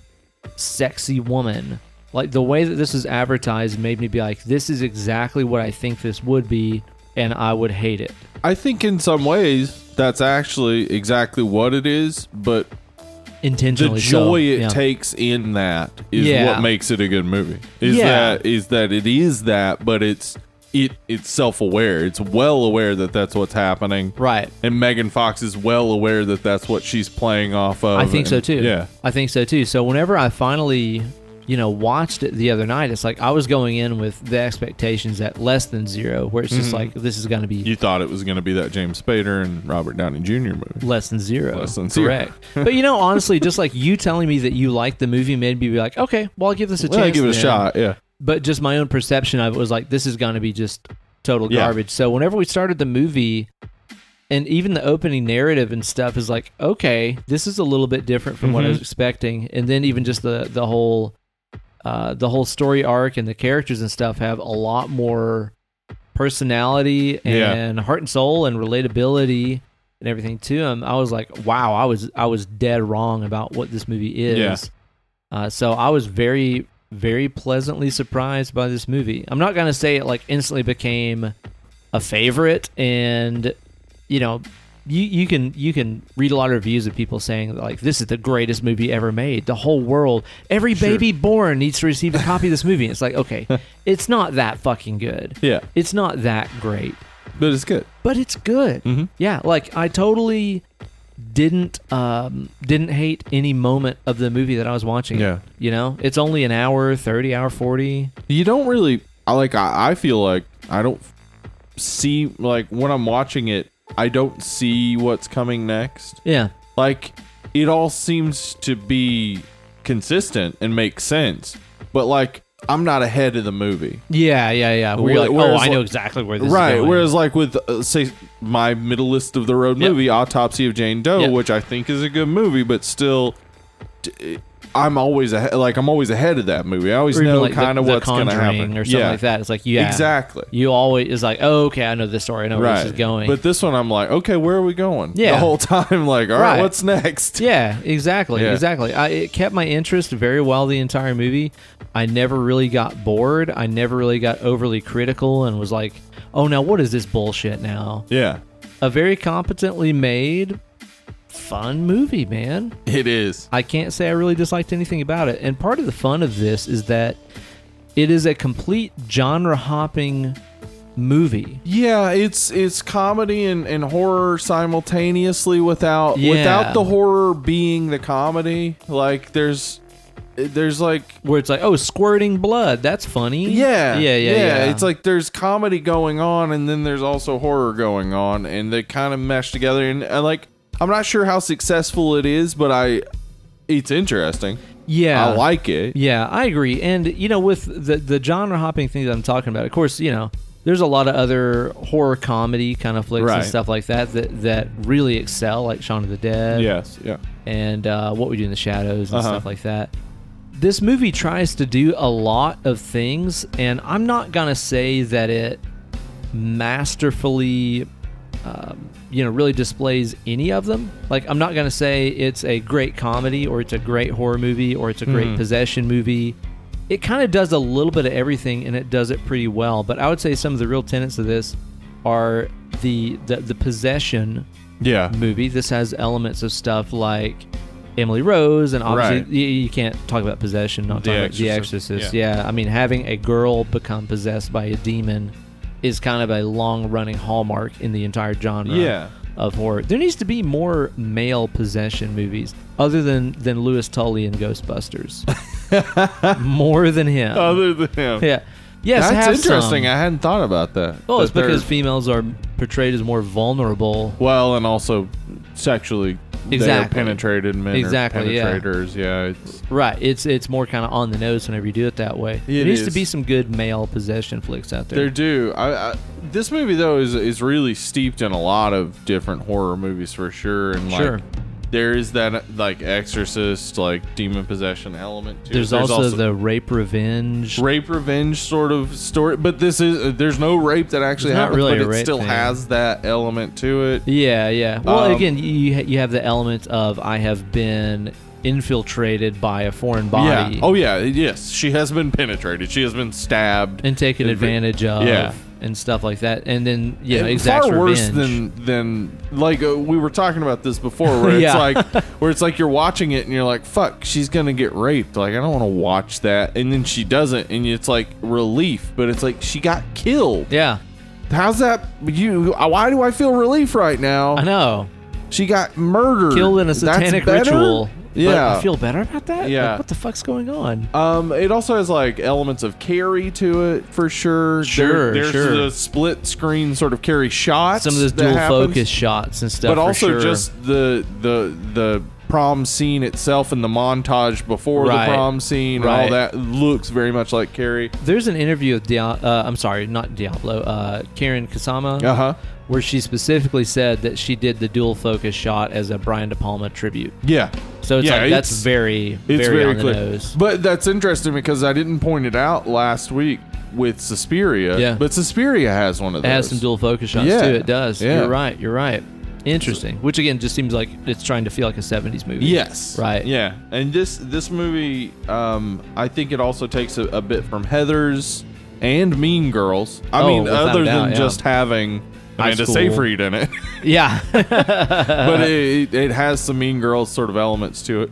S1: sexy woman. Like the way that this was advertised made me be like, this is exactly what I think this would be, and I would hate it.
S2: I think in some ways that's actually exactly what it is, but the
S1: Intentionally. so,
S2: joy it
S1: yeah.
S2: takes in that is
S1: Yeah.
S2: what makes it a good movie. Is
S1: Yeah.
S2: that is that it is that, but it's it it's self aware. It's well aware that that's what's happening.
S1: Right.
S2: And Megan Fox is well aware that that's what she's playing off of.
S1: I think so
S2: and-
S1: too.
S2: Yeah.
S1: I think so too. So whenever I finally, you know, watched it the other night, it's like I was going in with the expectations at less than zero, where it's just
S2: Mm-hmm.
S1: like this is going to be
S2: You thought it was going to be that James Spader and Robert Downey Jr. movie.
S1: Less than zero.
S2: Less than zero.
S1: Correct. but you know, honestly, just like you telling me that you liked the movie made me be like, okay, well, I'll give this a
S2: Well,
S1: chance.
S2: I give it a
S1: then.
S2: shot. Yeah.
S1: But just my own perception of it was like, this is going to be just total
S2: Yeah.
S1: garbage. So whenever we started the movie, and even the opening narrative and stuff is like, okay, this is a little bit different from what I was
S2: Mm-hmm.
S1: expecting. And then even just the the whole uh, the whole story arc and the characters and stuff have a lot more personality
S2: Yeah.
S1: and heart and soul and relatability and everything to them. I was like, wow, I was I was dead wrong about what this movie is.
S2: Yeah.
S1: Uh, so I was very very pleasantly surprised by this movie. I'm not gonna say it like instantly became a favorite, and you know, you you can you can read a lot of reviews of people saying like this is the greatest movie ever made. The whole world, every baby born needs to receive a copy of this movie. It's like okay, it's not that fucking good.
S2: Yeah.
S1: it's not that great
S2: But it's good.
S1: but it's good.
S2: Mm-hmm.
S1: Yeah, like I totally didn't um didn't hate any moment of the movie that I was watching.
S2: Yeah.
S1: You know, it's only an hour 30, hour 40.
S2: You don't really I like I, I feel like I don't see like when I'm watching it, I don't see what's coming next.
S1: Yeah.
S2: like it all seems to be consistent and makes sense but like i'm not ahead of the movie
S1: Yeah, yeah, yeah. Where
S2: Where-
S1: you're like, oh,
S2: whereas,
S1: I know
S2: like-
S1: exactly where this is
S2: right
S1: going.
S2: whereas like with uh, say my middle list of the road
S1: Yep.
S2: movie autopsy of jane doe
S1: Yep.
S2: which i think is a good movie but still d- eh, i'm always ahead like i'm always ahead of that movie i always
S1: Or even,
S2: know
S1: like, the-
S2: kind of
S1: The
S2: what's going to
S1: Conjuring
S2: happen
S1: or something
S2: Yeah.
S1: like that. It's like, yeah.
S2: exactly
S1: You always is like, oh, okay, I know this story. I know where
S2: right
S1: this is going.
S2: but this one i'm like okay where are we going
S1: Yeah.
S2: the whole time like all
S1: Right.
S2: right what's next
S1: Yeah, exactly,
S2: Yeah.
S1: exactly. I, it kept my interest very well the entire movie. I never really got bored. I never really got overly critical and was like, "Oh, now what is this bullshit?" Now
S2: yeah
S1: a very competently made, fun movie, man.
S2: it is
S1: I can't say I really disliked anything about it. And part of the fun of this is that it is a complete genre hopping movie.
S2: Yeah, it's it's comedy and, and horror simultaneously without
S1: Yeah.
S2: without the horror being the comedy. Like there's there's like
S1: Where it's like, oh, squirting blood. That's funny.
S2: yeah,
S1: Yeah, yeah, yeah.
S2: It's like there's comedy going on and then there's also horror going on and they kind of mesh together and, and like I'm not sure how successful it is, but I it's interesting.
S1: yeah.
S2: "Oh, I like it.
S1: Yeah, I agree. And you know, with the the genre hopping thing that I'm talking about, of course, you know, there's a lot of other horror comedy kind of flicks
S2: Right.
S1: and stuff like that that that really excel, like Shaun of the Dead,
S2: Yes, yeah.
S1: and uh, What We Do in the Shadows and
S2: Uh-huh.
S1: stuff like that. This movie tries to do a lot of things, and I'm not gonna say that it masterfully, um, you know, really displays any of them. Like, I'm not gonna say it's a great comedy or it's a great horror movie or it's a great possession movie. It kind of does a little bit of everything, and it does it pretty well. But I would say some of the real tenets of this are the the, the possession
S2: Yeah.
S1: movie. This has elements of stuff like Emily Rose, and obviously
S2: Right.
S1: y- you, can't talk about possession, not
S2: The
S1: talk about The
S2: Exorcist,
S1: Exorcist. Yeah.
S2: yeah.
S1: I mean, having a girl become possessed by a demon is kind of a long-running hallmark in the entire genre
S2: Yeah.
S1: of horror. There needs to be more male possession movies, other than than Lewis Tully in Ghostbusters. more than him.
S2: Other than him.
S1: yeah. Yes, have
S2: That's
S1: some.
S2: interesting. I hadn't thought about that.
S1: Well, it's
S2: That they're-
S1: because females are portrayed as more vulnerable
S2: Well, and also sexually they are
S1: Exactly.
S2: penetrated men
S1: Exactly, yeah.
S2: are penetrators. Yeah. it's
S1: Right. It's it's more kind of on the nose whenever you do it that way. there
S2: It
S1: needs to
S2: is.
S1: be some good male possession flicks out
S2: they're
S1: there.
S2: due. I, I, this movie though is is really steeped in a lot of different horror movies for sure, and like
S1: Sure.
S2: there is that like Exorcist, like demon possession element. Too.
S1: There's, also, the rape revenge.
S2: rape revenge sort of story, but this is uh, there's no rape that actually
S1: There's not
S2: happens,
S1: really a
S2: but
S1: rape
S2: it still
S1: thing.
S2: has that element to it.
S1: yeah, yeah. Well,
S2: Um,
S1: again, you- you ha- you have the element of I have been infiltrated by a foreign body
S2: Yeah. Oh yeah. Yes, she has been penetrated. She has been stabbed
S1: and taken
S2: Invi-
S1: advantage of
S2: Yeah.
S1: and stuff like that. And then you know,
S2: And
S1: exact
S2: far worse
S1: revenge.
S2: than than like uh, we were talking about this before, where
S1: Yeah.
S2: it's like where it's like you're watching it and you're like, "Fuck, she's gonna get raped." Like I don't want to watch that, and then she doesn't, and it's like relief, but it's like she got killed.
S1: yeah.
S2: How's that? You? Why do I feel relief right now?
S1: I know.
S2: She got murdered,
S1: Killed in a
S2: That's
S1: satanic
S2: better?
S1: ritual.
S2: Yeah,
S1: But I feel better about that? Like,
S2: Yeah.
S1: what the fuck's going on?
S2: Um, it also has like elements of carry to it for sure.
S1: Sure,
S2: there's
S1: sure.
S2: the split screen sort of carry shots.
S1: Some of those
S2: that
S1: dual
S2: happens.
S1: focus shots and stuff.
S2: but
S1: for
S2: also
S1: sure.
S2: just the the the prom scene itself and the montage before
S1: Right.
S2: the prom scene
S1: Right.
S2: and all that looks very much like Carrie.
S1: There's an interview with Dia- uh, I'm sorry, not Diablo, uh, Karen Kasama,
S2: Uh-huh.
S1: where she specifically said that she did the dual focus shot as a Brian De Palma tribute.
S2: Yeah.
S1: So it's
S2: yeah,
S1: like that's very,
S2: it's
S1: very,
S2: very,
S1: on
S2: clear.
S1: the nose.
S2: But that's interesting because I didn't point it out last week with Suspiria.
S1: Yeah.
S2: But Suspiria has one of
S1: It
S2: those.
S1: has some dual focus shots
S2: Yeah,
S1: too. It does.
S2: yeah.
S1: You're right. You're right. Interesting. Which again just seems like it's trying to feel like a 70s movie.
S2: Yes.
S1: Right.
S2: Yeah. And this this movie, um, I think it also takes a, a bit from Heather's and Mean Girls. I
S1: Oh,
S2: mean,
S1: without
S2: other
S1: a doubt,
S2: than
S1: yeah.
S2: just having
S1: High
S2: Amanda
S1: school.
S2: Seyfried in it,
S1: Yeah.
S2: but
S1: Uh,
S2: it, it has some Mean Girls sort of elements to it.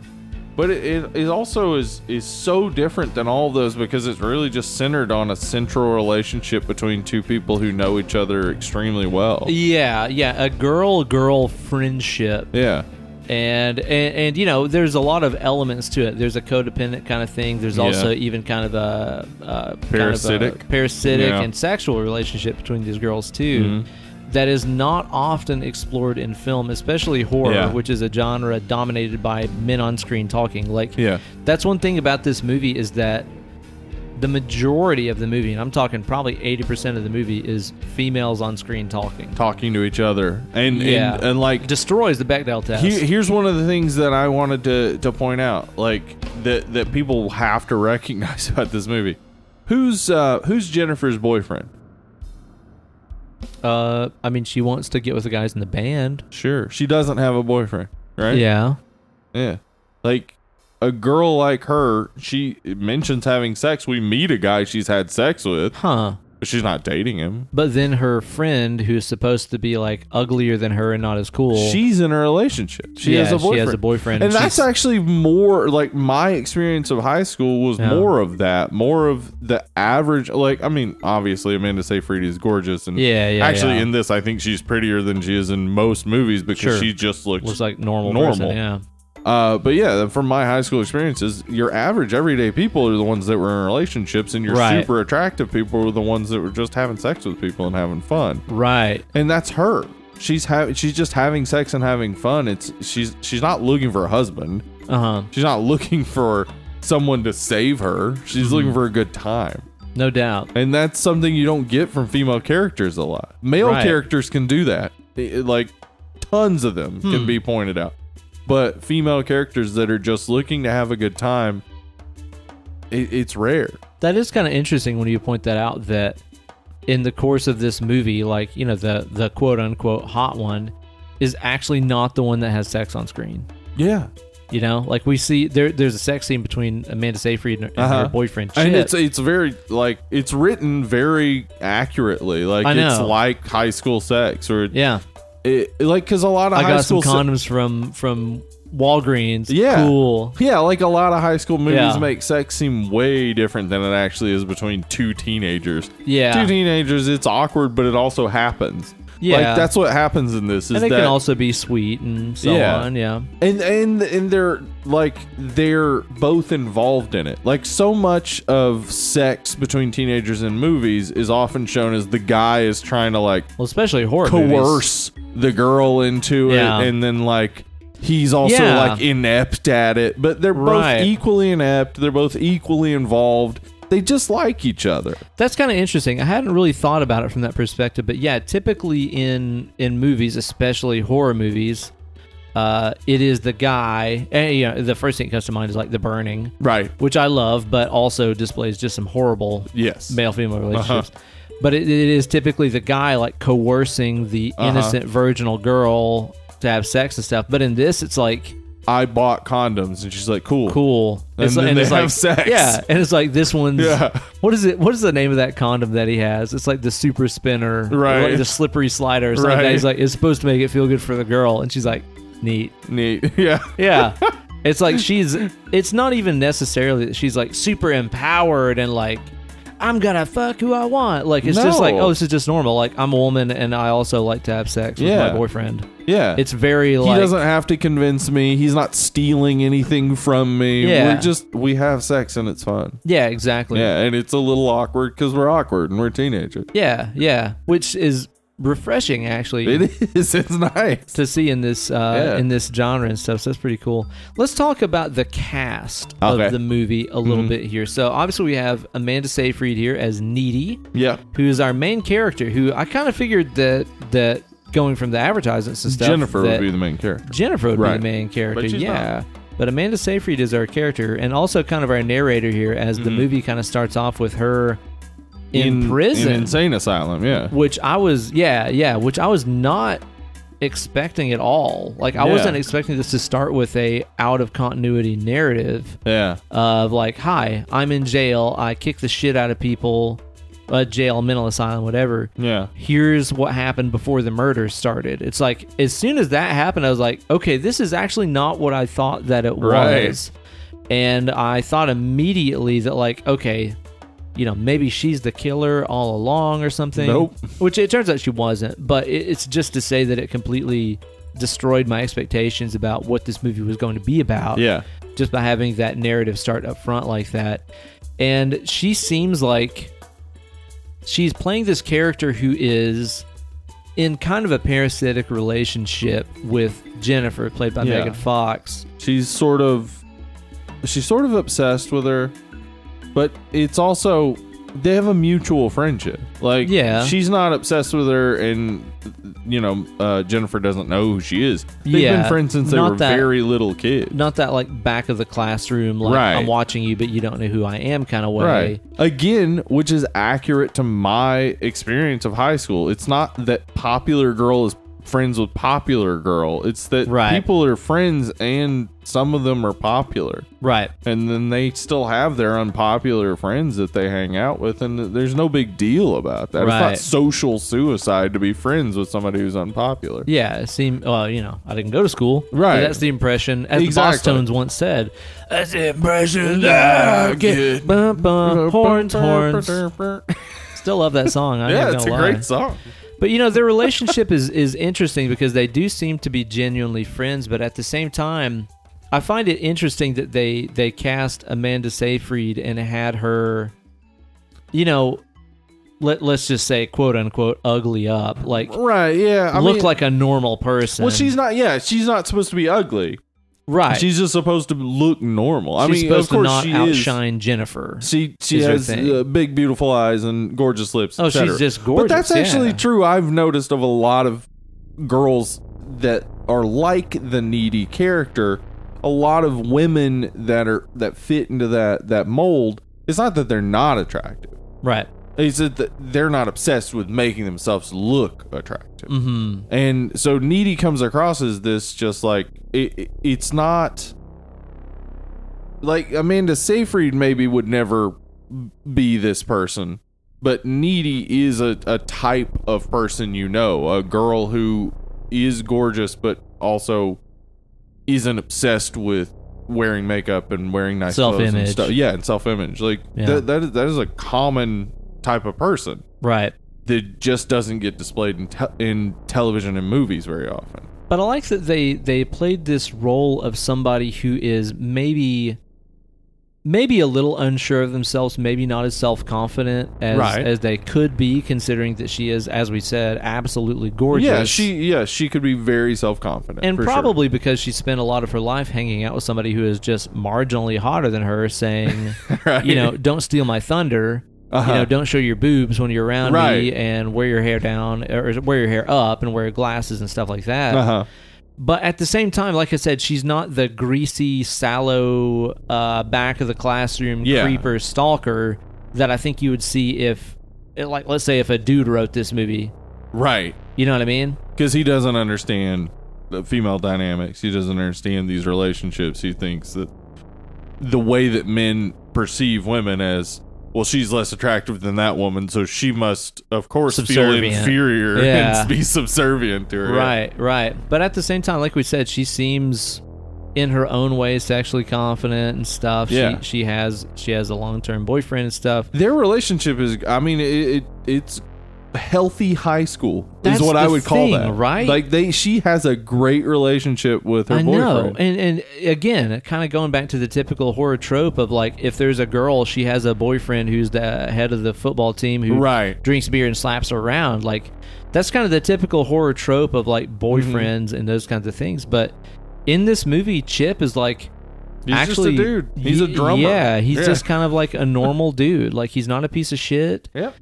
S2: But it, it, it also is is so different than all those because it's really just centered on a central relationship between two people who know each other extremely well.
S1: yeah. Yeah. A girl girl friendship.
S2: Yeah.
S1: and, and and you know there's a lot of elements to it there's a codependent kind of thing there's
S2: Yeah.
S1: also even kind of a, a kind of a
S2: Parasitic.
S1: parasitic
S2: Yeah. Mm-hmm.
S1: and sexual relationship between these girls too that is not often explored in film especially horror
S2: Yeah.
S1: which is a genre dominated by men on screen talking like
S2: Yeah.
S1: that's one thing about this movie is that the majority of the movie and i'm talking probably 80% of the movie is females on screen talking
S2: Talking to each other. And
S1: yeah
S2: and, and like
S1: destroys the bechdel test
S2: He- here's one of the things that I wanted to, to point out, like that that people have to recognize about this movie. Who's uh, who's Jennifer's boyfriend?
S1: Uh, I mean, she wants to get with the guys in the band.
S2: Sure, she doesn't have a boyfriend, right?
S1: Yeah.
S2: yeah. Like a girl like her, she mentions having sex. We meet a guy she's had sex with,
S1: Huh.
S2: but she's not dating him.
S1: But then her friend, who's supposed to be like uglier than her and not as cool,
S2: She's in a relationship. She
S1: Yeah,
S2: has a
S1: she has a
S2: boyfriend.
S1: boyfriend,
S2: And
S1: and
S2: that's
S1: she's-
S2: actually more like my experience of high school was
S1: Yeah.
S2: more of that, more of the average. Like, I mean, obviously Amanda Seyfried is gorgeous, and
S1: Yeah, yeah,
S2: Actually,
S1: yeah.
S2: in this, I think she's prettier than she is in most movies because
S1: Sure.
S2: she just looks.
S1: looks like normal.
S2: Normal.
S1: person, yeah.
S2: uh, but yeah, from my high school experiences, your average everyday people are the ones that were in relationships, and your
S1: Right.
S2: super attractive people were the ones that were just having sex with people and having fun
S1: Right.
S2: and that's her. She's ha- she's just having sex and having fun. It's she's she's not looking for a husband.
S1: Uh huh.
S2: She's not looking for someone to save her. She's looking for a good time.
S1: No doubt.
S2: And that's something you don't get from female characters a lot. Male
S1: Right.
S2: characters can do that. I- I- like tons of them
S1: Hmm.
S2: can be pointed out. But female characters that are just looking to have a good time, it, it's rare.
S1: That is kind of interesting when you point that out. That in the course of this movie, like you know, the the quote unquote hot one is actually not the one that has sex on screen.
S2: Yeah.
S1: You know, like we see there. There's a sex scene between Amanda Seyfried and, and
S2: Uh-huh.
S1: her boyfriend.
S2: And
S1: Chip.
S2: it's it's very like it's written very accurately. Like
S1: I
S2: it's
S1: know.
S2: like high school sex or
S1: yeah.
S2: it, like because a lot of
S1: I
S2: high
S1: got some
S2: school se-
S1: condoms from from Walgreens.
S2: Yeah.
S1: cool.
S2: yeah, like a lot of high school movies
S1: Yeah.
S2: make sex seem way different than it actually is between two teenagers.
S1: Yeah,
S2: Two teenagers, it's awkward, but it also happens.
S1: Yeah.
S2: like that's what happens in this. Is
S1: and it
S2: that
S1: can also be sweet and so
S2: Yeah.
S1: on. Yeah,
S2: and and and they're like they're both involved in it like so much of sex between teenagers in movies is often shown as the guy is trying to like
S1: well, especially horror. movies.
S2: coerce the girl into
S1: Yeah.
S2: it and then like he's also
S1: Yeah.
S2: like inept at it but they're both
S1: Right.
S2: equally inept they're both equally involved they just like each other
S1: That's kind of interesting. I hadn't really thought about it from that perspective, but yeah, typically in in movies, especially horror movies, uh, it is the guy. And, you know, the first thing that comes to mind is like The Burning,
S2: right
S1: which I love, but also displays just some horrible
S2: yes
S1: male female relationships. But it, it is typically the guy like coercing the
S2: Uh-huh.
S1: innocent virginal girl to have sex and stuff. But in this, it's like
S2: i bought condoms and she's like cool
S1: cool.
S2: And
S1: it's,
S2: then they
S1: it's
S2: have
S1: like
S2: sex.
S1: Yeah, and it's like this one's.
S2: Yeah.
S1: What is it? What is the name of that condom that he has? It's like the super spinner, or
S2: Right.
S1: Like the slippery slider, or something like that.
S2: Right.
S1: He's like, it's supposed to make it feel good for the girl, and she's like, neat.
S2: neat yeah
S1: Yeah. it's like she's it's not even necessarily that she's like super empowered and like I'm gonna fuck who I want. Like it's just like,
S2: No.
S1: oh, this is just normal. Like I'm a woman and I also like to have sex with
S2: Yeah.
S1: my boyfriend.
S2: yeah
S1: It's very
S2: he
S1: like
S2: doesn't have to convince me. He's not stealing anything from me.
S1: Yeah.
S2: We just we have sex and it's fun.
S1: Yeah, exactly.
S2: Yeah, and it's a little awkward because we're awkward and we're teenagers.
S1: yeah, yeah. Which is refreshing actually.
S2: It is. It's nice.
S1: to see in this uh,
S2: Yeah.
S1: in this genre and stuff. So that's pretty cool. Let's talk about the cast
S2: Okay. Mm-hmm.
S1: of the movie a little bit here. So obviously we have Amanda Seyfried here as Needy,
S2: Yeah.
S1: who is our main character. Who I kind of figured that that going from the advertisements and stuff,
S2: Jennifer
S1: that
S2: would be the main character.
S1: Jennifer would
S2: Right.
S1: be the main character.
S2: But she's
S1: yeah. But Amanda Seyfried is our character and also kind of our narrator here as
S2: Mm-hmm.
S1: the movie kind of starts off with her in, prison
S2: In insane asylum. Yeah.
S1: which I was yeah yeah which I was not expecting at all. Like I
S2: Yeah.
S1: wasn't expecting this to start with a out of continuity narrative
S2: Yeah.
S1: of like, "Hi, I'm in jail. I kick the shit out of people, uh, jail, mental asylum, whatever."
S2: Yeah.
S1: Here's what happened before the murder started. It's like as soon as that happened, I was like, "Okay, this is actually not what I thought that it
S2: Right.
S1: was." And I thought immediately that like, okay, you know, maybe she's the killer all along or something.
S2: Nope.
S1: Which it turns out she wasn't, but it, it's just to say that it completely destroyed my expectations about what this movie was going to be about
S2: Yeah.
S1: just by having that narrative start up front like that. And she seems like she's playing this character who is in kind of a parasitic relationship with Jennifer, played by
S2: Yeah.
S1: Megan Fox.
S2: She's sort of she's sort of obsessed with her, but it's also they have a mutual friendship. Like
S1: Yeah.
S2: she's not obsessed with her and you know, uh, Jennifer doesn't know who she is. They've
S1: Yeah,
S2: been friends since they
S1: not
S2: were
S1: that-
S2: very little kids.
S1: Not that like back of the classroom, like
S2: Right.
S1: I'm watching you, but you don't know who I am kind of way.
S2: Right. Again, which is accurate to my experience of high school. It's not that popular girl is friends with popular girl. It's that
S1: Right.
S2: people are friends and some of them are popular.
S1: Right.
S2: And then they still have their unpopular friends that they hang out with and there's no big deal about that. It's
S1: Right.
S2: not social suicide to be friends with somebody who's unpopular.
S1: Yeah, it seemed, well, you know, I didn't go to school.
S2: Right.
S1: That's the impression, as the Boss
S2: Exactly.
S1: Tones once said. That's the impression
S2: that I
S1: get.
S2: get.
S1: Bum, bum, horns, horns. Still love that song. I
S2: Yeah,
S1: ain't
S2: it's a
S1: gonna lie.
S2: great song.
S1: But you know, their relationship is is interesting because they do seem to be genuinely friends, but at the same time, I find it interesting that they they cast Amanda Seyfried and had her, you know, let let's just say quote unquote ugly up, like
S2: Right, yeah. I
S1: look
S2: mean,
S1: like a normal person.
S2: Well, she's not yeah, she's not supposed to be ugly.
S1: right.
S2: She's just supposed to look normal. I
S1: She's
S2: mean,
S1: supposed
S2: of course
S1: to not
S2: she
S1: outshine Jennifer.
S2: is. She she
S1: is her
S2: has
S1: thing.
S2: uh, big, beautiful eyes and gorgeous lips.
S1: Oh,
S2: et cetera.
S1: she's just
S2: But
S1: gorgeous,
S2: that's actually
S1: yeah.
S2: true. I've noticed of a lot of girls that are like the needy character. A lot of women that are that fit into that that mold. It's not that they're not attractive.
S1: right.
S2: It's that they're not obsessed with making themselves look attractive
S1: hmm
S2: and so needy comes across as this just like it, it- it's not like amanda seyfried maybe would never be this person but needy is a, a type of person you know a girl who is gorgeous but also isn't obsessed with wearing makeup and wearing nice clothes and
S1: Self-image.
S2: stuff yeah and self-image like
S1: Yeah.
S2: that, that, is, that is a common type of person
S1: Right.
S2: that just doesn't get displayed in, te- in television and movies very often.
S1: But I like that they they played this role of somebody who is maybe maybe a little unsure of themselves, maybe not as self-confident as
S2: Right.
S1: as they could be considering that she is as we said absolutely gorgeous.
S2: yeah, she yeah she could be very self confident
S1: and probably because she spent a lot of her life hanging out with somebody who is just marginally hotter than her saying, you know, don't steal my thunder. You know,
S2: Uh-huh.
S1: don't show your boobs when you're around me
S2: Right.
S1: and wear your hair down or wear your hair up and wear glasses and stuff like that.
S2: Uh huh.
S1: But at the same time, like I said, she's not the greasy, sallow, uh, back of the classroom
S2: Yeah.
S1: creeper stalker that I think you would see if, it- like, let's say if a dude wrote this movie.
S2: Right,
S1: You know what I mean?
S2: because he doesn't understand the female dynamics. He doesn't understand these relationships. He thinks that the way that men perceive women as well, she's less attractive than that woman, so she must, of course, feel
S1: Subservient.
S2: inferior
S1: Yeah.
S2: and be subservient to her.
S1: Right, right. But at the same time, like we said, she seems in her own way sexually confident and stuff.
S2: Yeah.
S1: She, she has she has a long term boyfriend and stuff.
S2: Their relationship is, I mean, it, it it's healthy high school
S1: That's
S2: is what I
S1: the
S2: would call
S1: thing,
S2: that,
S1: right?
S2: Like they, she has a great relationship with her
S1: I know,
S2: boyfriend.
S1: and and again, kind of going back to the typical horror trope of like, if there's a girl, she has a boyfriend who's the head of the football team who
S2: Right.
S1: drinks beer and slaps her around. Like, that's kind of the typical horror trope of like
S2: Mm-hmm.
S1: boyfriends and those kinds of things. But in this movie, Chip is like
S2: He's
S1: actually
S2: just a dude. He's a
S1: y-
S2: drummer.
S1: Yeah, he's just kind of like a normal dude. Like he's not a piece of shit.
S2: Yep.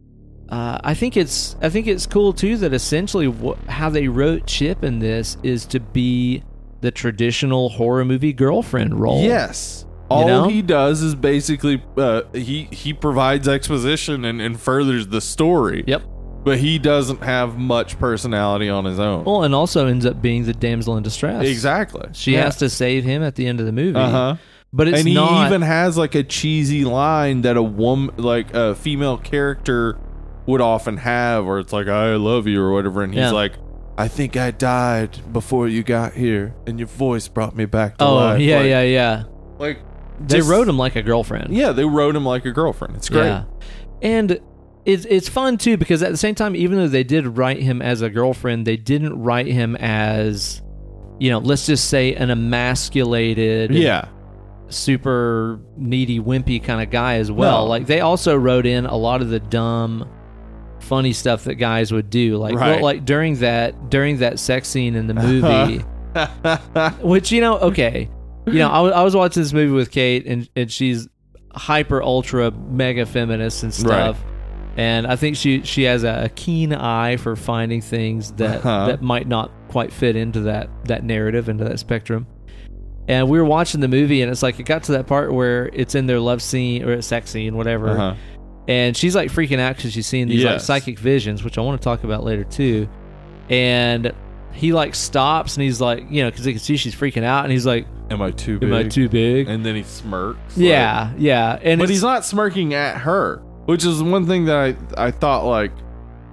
S1: Uh, I think it's I think it's cool too that essentially wh- how they wrote Chip in this is to be the traditional horror movie girlfriend role.
S2: yes. All
S1: Oh. know?
S2: he does is basically uh, he he provides exposition and, and furthers the story.
S1: Yep.
S2: but he doesn't have much personality on his own.
S1: Well, and also ends up being the damsel in distress.
S2: exactly.
S1: She has to save him at the end of the movie.
S2: Uh huh.
S1: But it's
S2: and he
S1: not.
S2: even has like a cheesy line that a woman, like a female character, would often have, where it's like "I love you" or whatever, and he's
S1: Yeah.
S2: like, "I think I died before you got here, and your voice brought me back to
S1: oh,
S2: life."
S1: yeah,
S2: like,
S1: yeah, yeah.
S2: Like
S1: They
S2: just-
S1: wrote him like a girlfriend.
S2: Yeah, they wrote him like a girlfriend. It's great.
S1: Yeah. And it's it's fun too because at the same time, even though they did write him as a girlfriend, they didn't write him as, you know, let's just say an emasculated,
S2: Yeah.
S1: super needy, wimpy kind of guy as well.
S2: No.
S1: Like they also wrote in a lot of the dumb, funny stuff that guys would do. Like well,
S2: Right.
S1: like during that during that sex scene in the movie, which you know, okay, you know, I, wa- I was watching this movie with Kate, and and she's hyper ultra mega feminist and stuff. And I think she, she has a a keen eye for finding things that,
S2: Uh-huh.
S1: that might not quite fit into that, that narrative, into that spectrum. And we were watching the movie, and it's like it got to that part where it's in their love scene or sex scene, whatever.
S2: Uh-huh.
S1: And she's like freaking out because she's seeing these like
S2: Yes.
S1: psychic visions, which I want to talk about later too. And he like stops and he's like, you know, because he can see she's freaking out, and he's like,
S2: Am I too big?
S1: "Am I too big?"
S2: And then he smirks. like-
S1: yeah, yeah. And
S2: but
S1: it's-
S2: he's not smirking at her, which is one thing that I I thought like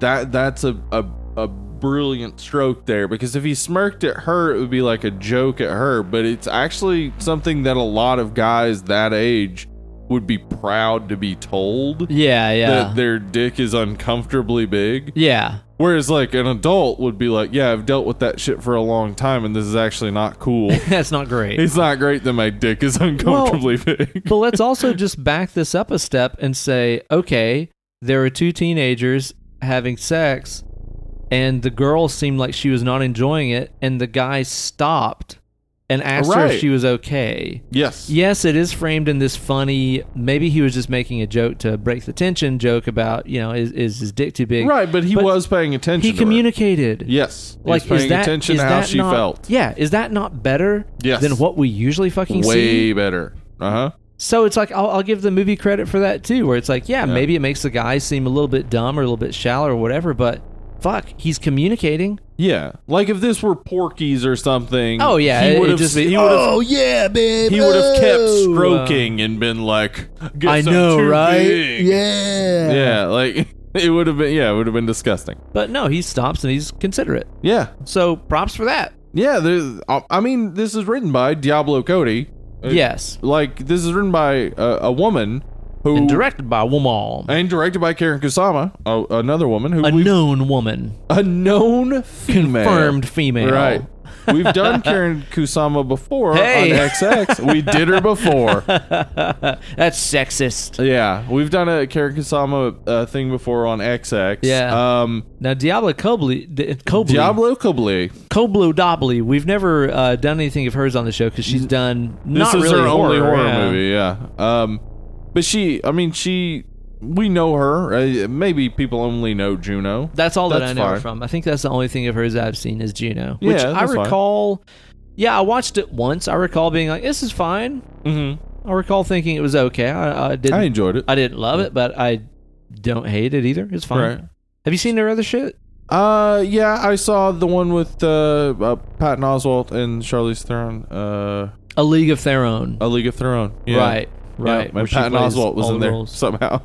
S2: that that's a a, a brilliant stroke there because if he smirked at her, it would be like a joke at her. But it's actually something that a lot of guys that age would be proud to be told
S1: yeah, yeah,
S2: that their dick is uncomfortably big.
S1: yeah.
S2: Whereas like an adult would be like, yeah, I've dealt with that shit for a long time, and this is actually not cool.
S1: That's not great.
S2: it's not great that my dick is uncomfortably big.
S1: but let's also just back this up a step and say, okay, there were two teenagers having sex, and the girl seemed like she was not enjoying it, and the guy stopped and asked her if
S2: Right.
S1: she was okay.
S2: Yes.
S1: Yes, it is framed in this funny. Maybe he was just making a joke to break the tension. Joke about you know is, is his dick too big?
S2: Right, but he
S1: But
S2: was paying attention.
S1: He
S2: to her.
S1: communicated.
S2: Yes, he
S1: Like
S2: was paying
S1: is that
S2: attention
S1: is
S2: to how
S1: that
S2: she
S1: not-
S2: felt.
S1: Yeah, is that not better
S2: Yes.
S1: than what we usually fucking
S2: Way
S1: see?
S2: better. Uh huh.
S1: So it's like I'll, I'll give the movie credit for that too, where it's like, yeah,
S2: Yeah.
S1: maybe it makes the guy seem a little bit dumb or a little bit shallow or whatever, but fuck, he's communicating.
S2: Yeah, like if this were Porky's or something.
S1: Oh, yeah,
S2: he
S1: it-
S2: would have.
S1: it'd just be,
S2: he would have.
S3: Oh, yeah, babe.
S2: he would have kept
S3: Oh.
S2: stroking and been like, "Guess
S1: I
S2: I'm
S1: know,
S2: too
S1: right?
S2: big."
S3: Yeah.
S2: yeah, like it would have been. Yeah, it would have been disgusting.
S1: But no, he stops and he's considerate.
S2: Yeah,
S1: So props for that.
S2: yeah. There's. I I mean, this is written by Diablo Cody. Uh,
S1: yes.
S2: Like this is written by a, a woman who
S1: And directed by a woman,
S2: and directed by Karen Kusama, a, another woman who
S1: a
S2: we've
S1: known woman,
S2: a known female.
S1: confirmed female.
S2: Right. We've done Karen Kusama before
S1: Hey.
S2: on XX. We did her before.
S1: That's sexist.
S2: Yeah, we've done a Karen Kusama uh, thing before on XX.
S1: Yeah.
S2: Um,
S1: Now, Diablo Cobly, D- Cobly,
S2: Diablo Cobly.
S1: Coblo Dobley, we've never uh, done anything of hers on the show because she's done
S2: This
S1: not
S2: is
S1: really
S2: her
S1: horror,
S2: only horror
S1: yeah.
S2: movie. Yeah. Um, but she, I mean, she, we know her. Uh, maybe people only know Juno.
S1: That's all that I
S2: That's
S1: know her
S2: fine.
S1: from. I think that's the only thing of hers I've seen is Juno, which
S2: Yeah,
S1: I
S2: that's fine.
S1: recall. Yeah, I watched it once. I recall being like, "This is fine."
S2: Mm-hmm.
S1: I recall thinking it was okay. I, I didn't.
S2: I
S1: I,
S2: enjoyed it.
S1: didn't love it, but I don't hate it either. It's fine.
S2: Right.
S1: Have you seen her other shit?
S2: Uh, yeah, I saw the one with uh, uh Patton Oswalt and Charlize Theron. Uh,
S1: A League of Their Own.
S2: A League of Their Own. Oh, Yeah.
S1: Right.
S2: Yeah,
S1: Right.
S2: my
S1: where she
S2: Patton
S1: plays
S2: Oswalt was
S1: all
S2: in
S1: the
S2: there
S1: roles.
S2: somehow.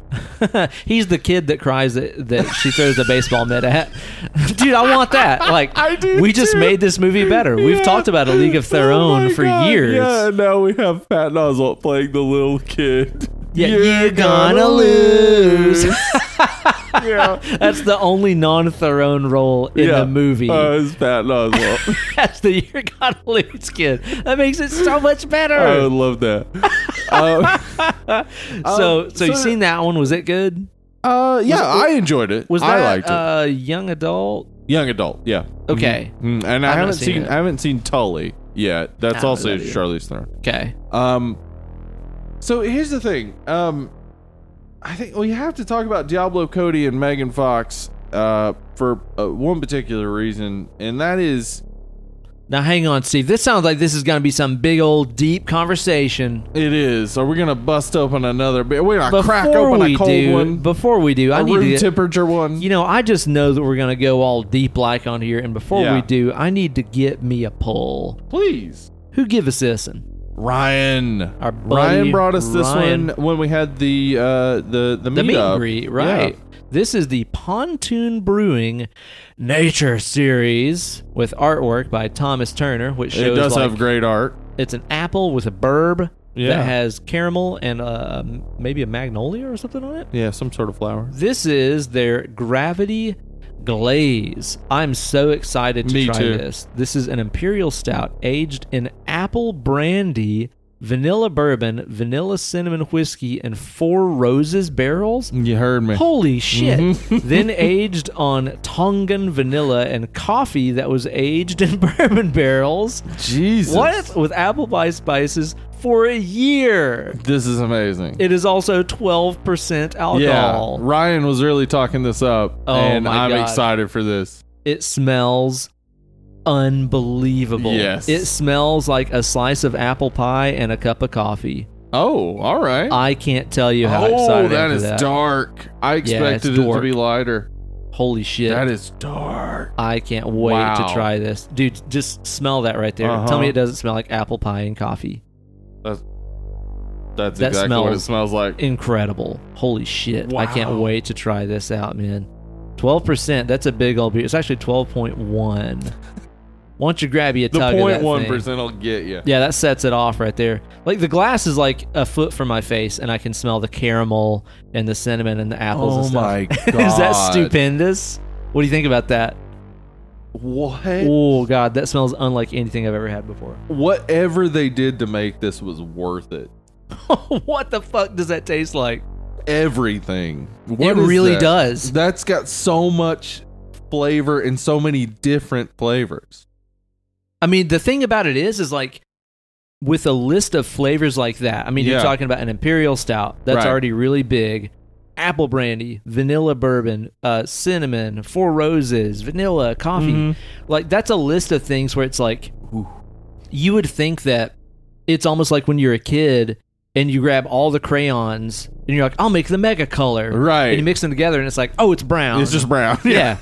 S1: He's the kid that cries that, that she throws the baseball mitt at. Dude, I want that. Like,
S2: I do
S1: we just
S2: too.
S1: made this movie better. We've
S2: Yeah.
S1: taled about a League of Their
S2: Oh
S1: Own
S2: my
S1: for
S2: God,
S1: years.
S2: Yeah, and now we have Patton Oswalt playing the little kid.
S1: Yeah, you're gonna lose.
S2: yeah.
S1: That's the only non-Theron role in
S2: yeah.
S1: the movie.
S2: Uh, it's Patton Oswalt.
S1: That's the you're gonna lose kid. That makes it so much
S2: I
S1: better.
S2: would love that. Um,
S1: so,
S2: um,
S1: so you
S2: so-
S1: seen that one? Was it good?
S2: uh, yeah, I enjoyed it.
S1: Was
S2: I
S1: that
S2: liked it.
S1: uh, young adult?
S2: Young adult, yeah.
S1: Okay.
S2: Mhm. Mhm. And I,
S1: I've not
S2: haven't
S1: seen
S2: seen,
S1: it.
S2: I haven't seen Tully yet. That's
S1: Ah,
S2: also
S1: that either.
S2: Charlize Theron.
S1: Okay.
S2: Um, so here's the thing. Um, I think we have to talk about Diablo Cody and Megan Fox uh, for uh, one particular reason, and that is
S1: Now, hang on, Steve. This sounds like this is going to be some big old deep conversation.
S2: It is. Are we gonna bust open another? Beer? We're gonna
S1: Before
S2: crack open
S1: we
S2: a cold
S1: do,
S2: one,
S1: before we do, I
S2: a
S1: need
S2: room
S1: to.
S2: temperature one.
S1: you know, I just know that we're going to go all deep like on here. And before
S2: Yeah.
S1: we do, I need to get me a poll.
S2: Please,
S1: Who give us this? one?
S2: Ryan.
S1: Our buddy
S2: Ryan brought us this
S1: Ryan.
S2: one when we had the uh, the the,
S1: The meet
S2: meetup.
S1: and greet, right? This is the Pontoon Brewing Nature Series with artwork by Thomas Turner, which
S2: Yeah. It
S1: shows
S2: does
S1: like,
S2: have great art.
S1: it's an apple with a burb
S2: Yeah.
S1: that has caramel and uh, maybe a magnolia or something on it.
S2: Yeah, some sort of flower.
S1: This is their Gravity Glaze. I'm so excited to
S2: Me
S1: try
S2: too.
S1: this. This is an imperial stout aged in apple brandy, vanilla bourbon, vanilla cinnamon whiskey, and four roses barrels.
S2: You heard me.
S1: Holy shit.
S2: Mm-hmm.
S1: then aged on Tongan vanilla and coffee that was aged in bourbon barrels.
S2: Jesus,
S1: What? With appleby spices for a year.
S2: This is amazing.
S1: It is also 12% alcohol.
S2: Yeah, Ryan was really talking this up,
S1: Oh
S2: and
S1: my
S2: I'm
S1: God.
S2: excited for this.
S1: It smells unbelievable.
S2: Yes.
S1: It smells like a slice of apple pie and a cup of coffee.
S2: Oh, all right.
S1: I can't tell you how
S2: oh,
S1: excited I
S2: that
S1: am for
S2: is
S1: that.
S2: dark. I expected it to
S1: dark.
S2: be lighter.
S1: Holy shit.
S2: That is dark.
S1: I can't wait
S2: Wow.
S1: to try this. Dude, just smell that right there.
S2: Uh-huh.
S1: Tell me it doesn't smell like apple pie and coffee.
S2: That's
S1: That
S2: exactly what it
S1: smells-
S2: smells like.
S1: Incredible. Holy shit. I can't
S2: Wow.
S1: wait to try this out, man. 12%, that's a big old beer. It's actually 12.1. Why don't you grab you a
S2: The
S1: tug of
S2: point
S1: that
S2: one
S1: thing?
S2: percent will get you.
S1: Yeah, that sets it off right there. Like the glass is like a foot from my face, and I can smell the caramel and the cinnamon and the apples. and
S2: Oh
S1: stuff.
S2: my
S1: is that
S2: God.
S1: stupendous? What do you think about that?
S2: What?
S1: Oh god, that smells unlike anything I've ever had before.
S2: Whatever they did to make this was worth it.
S1: what the fuck does that taste like?
S2: Everything. What
S1: it
S2: is
S1: really
S2: that?
S1: does.
S2: That's got so much flavor and so many different flavors.
S1: I mean, the thing about it is, is like with a list of flavors like that. I mean,
S2: Yeah.
S1: you're talking about an imperial stout that's
S2: Right.
S1: already really big, apple brandy, vanilla bourbon, uh, cinnamon, four roses, vanilla, coffee.
S2: Mm-hmm.
S1: Like that's a list of things where it's like you would think that it's almost like when you're a kid and you grab all the crayons and you're like, I'll make the mega color,
S2: Right.
S1: And you mix them together, and it's like, oh, it's brown.
S2: It's just brown.
S1: yeah.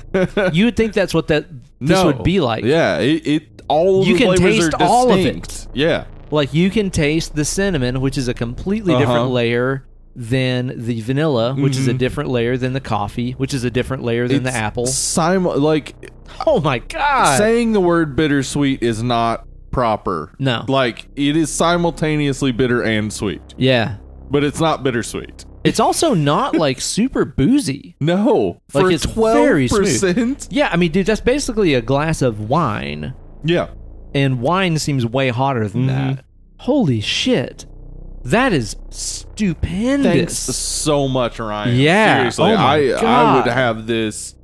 S1: you would think that's what that this
S2: no.
S1: would be like.
S2: Yeah, it, it all
S1: You
S2: the
S1: can
S2: flavors
S1: taste
S2: are
S1: all of it.
S2: distinct. Yeah,
S1: Like you can taste the cinnamon, which is a completely
S2: Uh-huh.
S1: different layer than the vanilla, which is a different layer than the coffee, which is a different layer than
S2: It's
S1: the apple.
S2: Sim- like
S1: Oh my god.
S2: saying the word bittersweet is not proper.
S1: No.
S2: Like it is simultaneously bitter and sweet,
S1: yeah.
S2: but it's not bittersweet.
S1: It's also not like super boozy.
S2: No,
S1: Like,
S2: for
S1: it's very
S2: twelve
S1: smooth.
S2: percent.
S1: Yeah, I mean, dude, that's basically a glass of wine,
S2: Yeah,
S1: and wine seems way hotter than
S2: Mhm.
S1: that. Holy shit. That is
S2: thanks
S1: stupendous.
S2: so much, Ryan.
S1: Yeah.
S2: seriously,
S1: Oh my
S2: I I
S1: God.
S2: would have this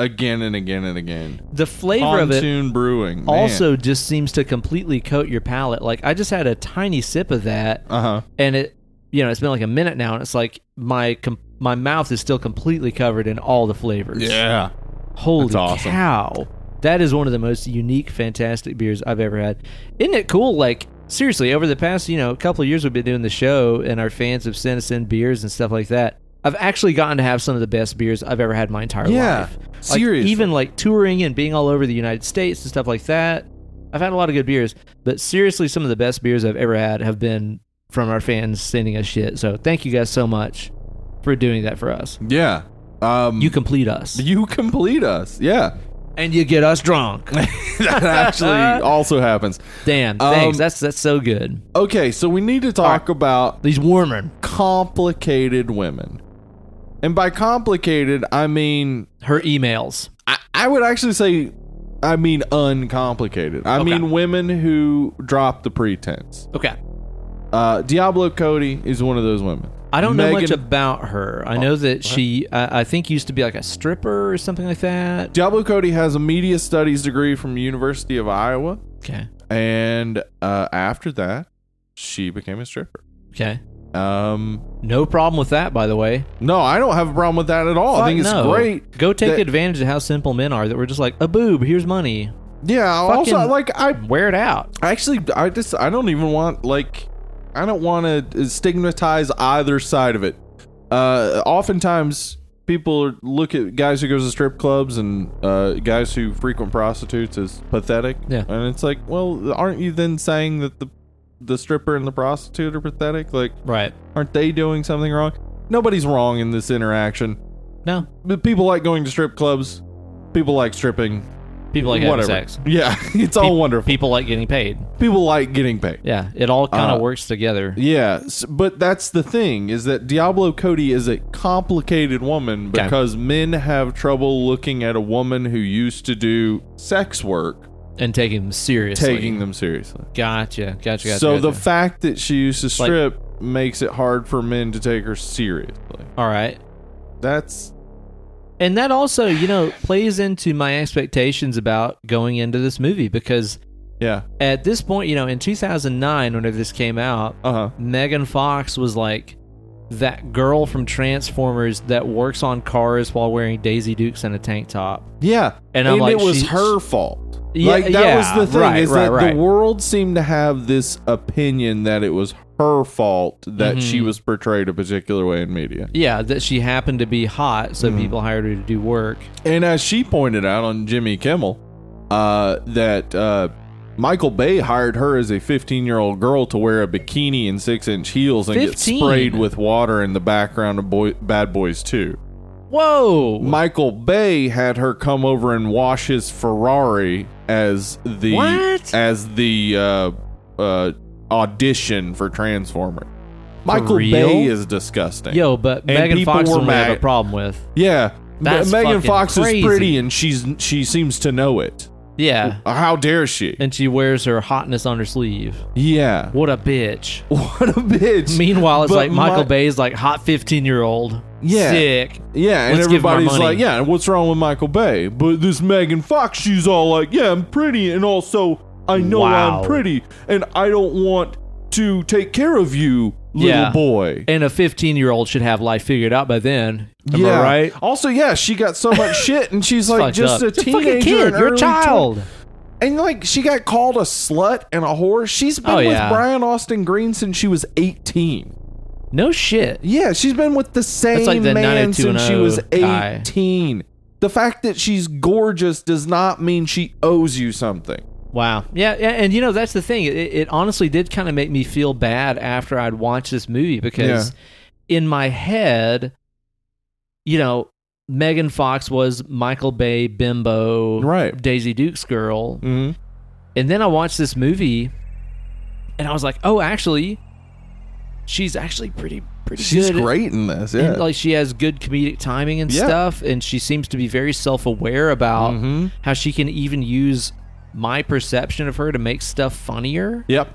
S2: again and again and again.
S1: The flavor of it
S2: Pontoon Brewing man.
S1: also just seems to completely coat your palate. Like I just had a tiny sip of that,
S2: Uh-huh.
S1: and it, you know, it's been like a minute now, and it's like my com- my mouth is still completely covered in all the flavors.
S2: Yeah.
S1: holy
S2: that's awesome.
S1: cow! That is one of the most unique, fantastic beers I've ever had. Isn't it cool? Like seriously, over the past you know couple of years, we've been doing the show, and our fans have sent us in beers and stuff like that. I've actually gotten to have some of the best beers I've ever had in my entire
S2: Yeah.
S1: life. Like,
S2: Seriously.
S1: even like touring and being all over the United States and stuff like that. I've had a lot of good beers, but seriously, some of the best beers I've ever had have been from our fans sending us shit. So thank you guys so much for doing that for us.
S2: Yeah. Um
S1: You complete us
S2: you complete us. Yeah.
S1: and you get us drunk.
S2: that actually also happens.
S1: Damn,
S2: Um,
S1: thanks. That's that's so good.
S2: Okay, so we need to talk about
S1: These warming
S2: complicated women. And by complicated, I mean
S1: her emails.
S2: I, I would actually say I mean uncomplicated. I
S1: Okay.
S2: mean women who drop the pretense.
S1: Okay,
S2: Uh, Diablo Cody is one of those women.
S1: I don't know much
S2: Megan-
S1: about her. I know that she, I, I think, used to be like a stripper or something like that.
S2: Diablo Cody has a media studies degree from University of Iowa,
S1: Okay,
S2: and uh, after that, she became a stripper.
S1: okay,
S2: Um,
S1: no problem with that. By the way,
S2: No, I don't have a problem with that at all. Oh, I
S1: Fuck
S2: think it's
S1: no.
S2: great.
S1: Go take
S2: that-
S1: advantage of how simple men are that we're just like, a boob, here's money.
S2: Yeah. also,
S1: Fucking-
S2: like I
S1: Wear it out.
S2: actually, I just I don't even want like I don't want to stigmatize either side of it. Uh, oftentimes, people look at guys who goes to strip clubs and uh, guys who frequent prostitutes as pathetic.
S1: Yeah.
S2: And it's like, well, aren't you then saying that the the stripper and the prostitute are pathetic? Like,
S1: Right.
S2: aren't they doing something wrong? Nobody's wrong in this interaction.
S1: No.
S2: But people like going to strip clubs. People like stripping.
S1: People like having
S2: whatever.
S1: sex.
S2: Yeah, it's all
S1: Pe-
S2: wonderful.
S1: People like getting paid.
S2: people like getting paid.
S1: Yeah. It all kind
S2: Uh,
S1: of works together.
S2: Yeah, s- but that's the thing is that Diablo Cody is a complicated woman
S1: Okay.
S2: because men have trouble looking at a woman who used to do sex work
S1: and taking them seriously.
S2: taking them seriously.
S1: Gotcha. Gotcha. Gotcha.
S2: so
S1: gotcha.
S2: the fact that she used to
S1: Like-
S2: strip makes it hard for men to take her seriously.
S1: all right.
S2: That's
S1: And that also, you know, plays into my expectations about going into this movie because
S2: yeah.
S1: at this point, you know, in 2009, whenever this came out,
S2: Uh-huh.
S1: Megan Fox was like that girl from Transformers that works on cars while wearing Daisy Dukes and a tank top.
S2: Yeah.
S1: And I'm like,
S2: it was
S1: she-
S2: her fault.
S1: Yeah,
S2: like that
S1: yeah,
S2: was the thing
S1: right,
S2: is
S1: right,
S2: that
S1: right.
S2: the world seemed to have this opinion that it was her fault that she
S1: Mhm.
S2: was portrayed a particular way in media.
S1: Yeah, that she happened to be hot,
S2: Mm-hmm.
S1: so people hired her to do work.
S2: And as she pointed out on Jimmy Kimmel, uh, that uh, Michael Bay hired her as a 15 year old girl to wear a bikini and six inch heels and get
S1: 15?
S2: sprayed with water in the background of boy- Bad Boys 2.
S1: Whoa!
S2: Michael Bay had her come over and wash his Ferrari as the
S1: What?
S2: as the uh, uh, audition for Transformer. Michael
S1: real?
S2: Bay is disgusting.
S1: Yo, but Megan
S2: people
S1: Fox
S2: were
S1: would have
S2: mad.
S1: a problem with.
S2: yeah,
S1: That's
S2: Megan
S1: fucking
S2: Fox
S1: crazy.
S2: is pretty and she's she seems to know it. Uh,
S1: Yeah.
S2: How dare she?
S1: And she wears her hotness on her sleeve.
S2: Yeah.
S1: What a bitch.
S2: What a bitch.
S1: Meanwhile, it's
S2: But
S1: like Michael
S2: my-
S1: Bay's like hot 15 year old.
S2: Yeah.
S1: Sick.
S2: Yeah, and
S1: Let's give him our
S2: everybody's
S1: money.
S2: like, yeah, what's wrong with Michael Bay? But this Megan Fox, she's all like, yeah, I'm pretty, and also I know
S1: Wow.
S2: I'm pretty, and I don't want to take care of you, little
S1: Yeah.
S2: boy.
S1: And a 15 year old should have life figured out by then. Am
S2: yeah,
S1: I right?
S2: Also, yeah, she got so much shit, and she's like
S1: Fucked
S2: just
S1: up.
S2: a
S1: It's fucking
S2: teenager,
S1: kid.
S2: and
S1: You're
S2: early 20
S1: a child.
S2: and like she got called a slut and a whore. She's been
S1: Oh,
S2: with
S1: yeah.
S2: Brian Austin Green since she was 18.
S1: No shit.
S2: Yeah, she's been with the same
S1: like the
S2: man since she was
S1: 90210 guy.
S2: 18. The fact that she's gorgeous does not mean she owes you something.
S1: Wow. Yeah, yeah, and you know that's the thing. It, it honestly did kind of make me feel bad after I'd watched this movie because in my head, you know, Megan Fox was Michael Bay bimbo,
S2: Right.
S1: Daisy Duke's girl,
S2: Mm-hmm.
S1: and then I watched this movie, and I was like, oh, actually, she's actually pretty pretty
S2: She's
S1: good.
S2: great in this. Yeah.
S1: And, like she has good comedic timing and
S2: Uh, Yeah.
S1: stuff, and she seems to be very self-aware about
S2: Mhm.
S1: how she can even use my perception of her to make stuff funnier.
S2: Yep.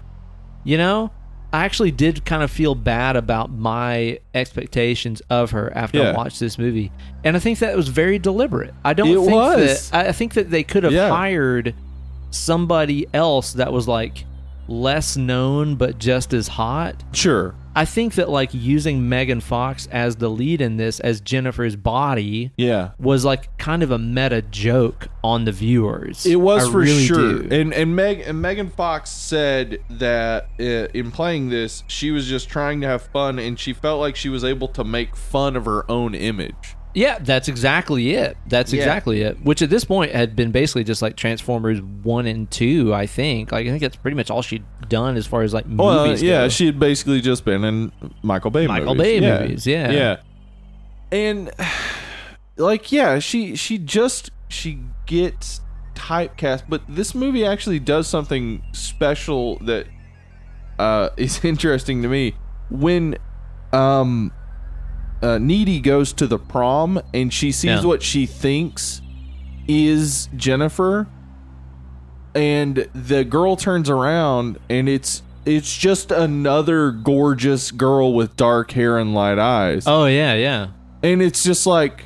S1: You know, I actually did kind of feel bad about my expectations of her after
S2: Yeah.
S1: I watched this movie, and I think that was very deliberate. I don't
S2: It
S1: think
S2: was.
S1: that I I think that they could have
S2: Yeah.
S1: hired somebody else that was like less known but just as hot
S2: Sure.
S1: I think that like using Megan Fox as the lead in this as Jennifer's body
S2: Yeah.
S1: was like kind of a meta joke on the viewers.
S2: It was
S1: I
S2: for
S1: really
S2: sure.
S1: do.
S2: And and Meg and Megan Fox said that uh, in playing this, she was just trying to have fun, and she felt like she was able to make fun of her own image.
S1: yeah, that's exactly it. That's
S2: Yeah.
S1: exactly it. Which at this point had been basically just like Transformers 1 and 2, I think. Like I think that's pretty much all she'd done as far as like movies.
S2: Well, Oh, uh, yeah,
S1: go.
S2: she had basically just been in Michael Bay
S1: Michael
S2: movies.
S1: Bay
S2: yeah.
S1: movies, yeah.
S2: Yeah. And like yeah, she she just she gets typecast, but this movie actually does something special that uh is interesting to me when um uh, Needy goes to the prom and she sees
S1: Yeah.
S2: what she thinks is Jennifer and the girl turns around and it's it's just another gorgeous girl with dark hair and light eyes
S1: Oh yeah, yeah.
S2: and it's just like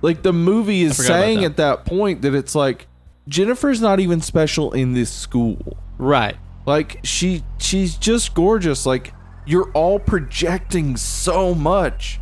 S2: like the movie is
S1: forgot about
S2: saying
S1: that.
S2: at that point that it's like Jennifer's not even special in this school
S1: Right.
S2: like she she's just gorgeous like you're all projecting so much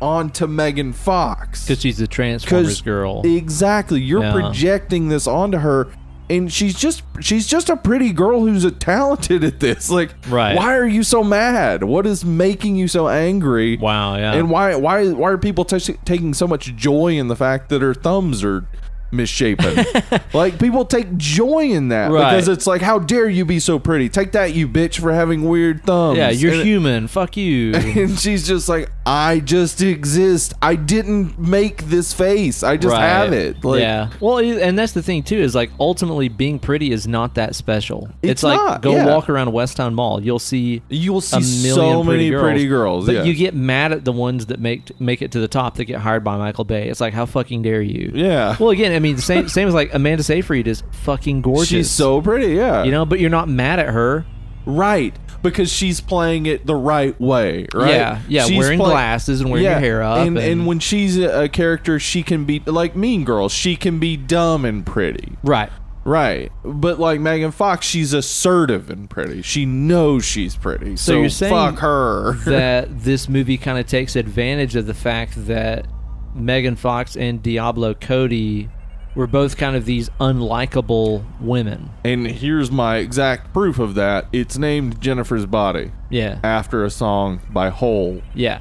S2: onto Megan Fox
S1: Cuz she's the Transformers girl.
S2: Exactly. You're
S1: Yeah.
S2: projecting this onto her and she's just she's just a pretty girl who's a talented at this. Like,
S1: Right.
S2: why are you so mad? What is making you so angry?
S1: Wow, yeah.
S2: And why why why are people t- taking so much joy in the fact that her thumbs are misshapen? like people take joy in that
S1: Right.
S2: because it's like how dare you be so pretty? Take that you bitch for having weird thumbs.
S1: yeah, you're
S2: And-
S1: human. Fuck you.
S2: and she's just like, I just exist. I didn't make this face. I just
S1: Right.
S2: have it. Like,
S1: yeah. Well, it- and that's the thing too is like ultimately being pretty is not that special. It's,
S2: It's
S1: like
S2: not,
S1: go
S2: yeah.
S1: walk around West Town Mall, you'll see
S2: You'll see
S1: a million
S2: so
S1: pretty
S2: many
S1: girls,
S2: pretty girls.
S1: But
S2: yeah.
S1: you get mad at the ones that make make it to the top that get hired by Michael Bay. It's like how fucking dare you?
S2: Yeah.
S1: Well, again, I mean, same same as like Amanda Seyfried is fucking gorgeous.
S2: she's so pretty. Yeah.
S1: you know, but you're not mad at her.
S2: right. Because she's playing it the right way, right?
S1: Yeah, yeah,
S2: She's
S1: wearing
S2: play-
S1: glasses and wearing
S2: yeah,
S1: your hair up,
S2: And, and,
S1: and-
S2: when she's a a character, she can be like Mean Girls. She can be dumb and pretty,
S1: Right.
S2: right? But like Megan Fox, she's assertive and pretty. She knows she's pretty. So,
S1: you're saying
S2: fuck her.
S1: that this movie kind of takes advantage of the fact that Megan Fox and Diablo Cody were both kind of these unlikable women.
S2: And here's my exact proof of that. It's named Jennifer's Body
S1: Yeah.
S2: after a song by Hole
S1: Yeah.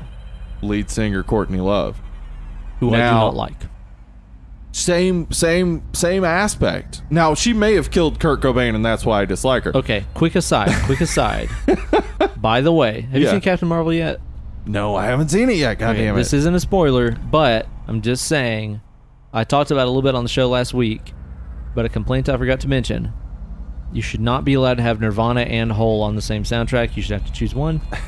S2: lead singer Courtney Love.
S1: Who I do
S2: Now-
S1: not like.
S2: Same same same aspect. Now she may have killed Kurt Cobain and that's why I dislike her.
S1: Okay, quick aside, quick aside. By the way, have you
S2: Yeah.
S1: seen Captain Marvel yet?
S2: No, I haven't seen it yet. God damn it.
S1: This isn't a spoiler, but I'm just saying I talked about it a little bit on the show last week, but a complaint I forgot to mention. You should not be allowed to have Nirvana and Hole on the same soundtrack. You should have to choose one.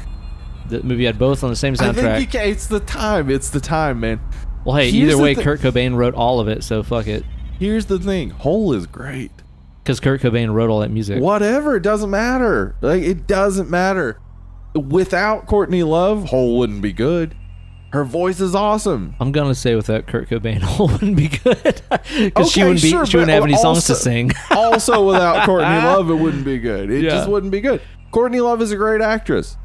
S1: The movie had both on the same
S2: I think
S1: soundtrack.
S2: you can, it's the time. It's the time, man.
S1: Well, hey,
S2: Here's
S1: either
S2: the
S1: way,
S2: thi-
S1: Kurt Cobain wrote all of it, so fuck it.
S2: Here's the thing. Hole is great.
S1: Because Kurt Cobain wrote all that music.
S2: Whatever, it doesn't matter. Like it doesn't matter. Without Courtney Love, Hole wouldn't be good. Her voice is awesome.
S1: I'm gonna say without Kurt Cobain, Hole wouldn't be good because she
S2: Okay,
S1: wouldn't be
S2: sure,
S1: she wouldn't
S2: but
S1: have any songs
S2: also-
S1: to sing.
S2: also without Courtney Love, it wouldn't be good. It
S1: Yeah.
S2: just wouldn't be good. Courtney Love is a great actress.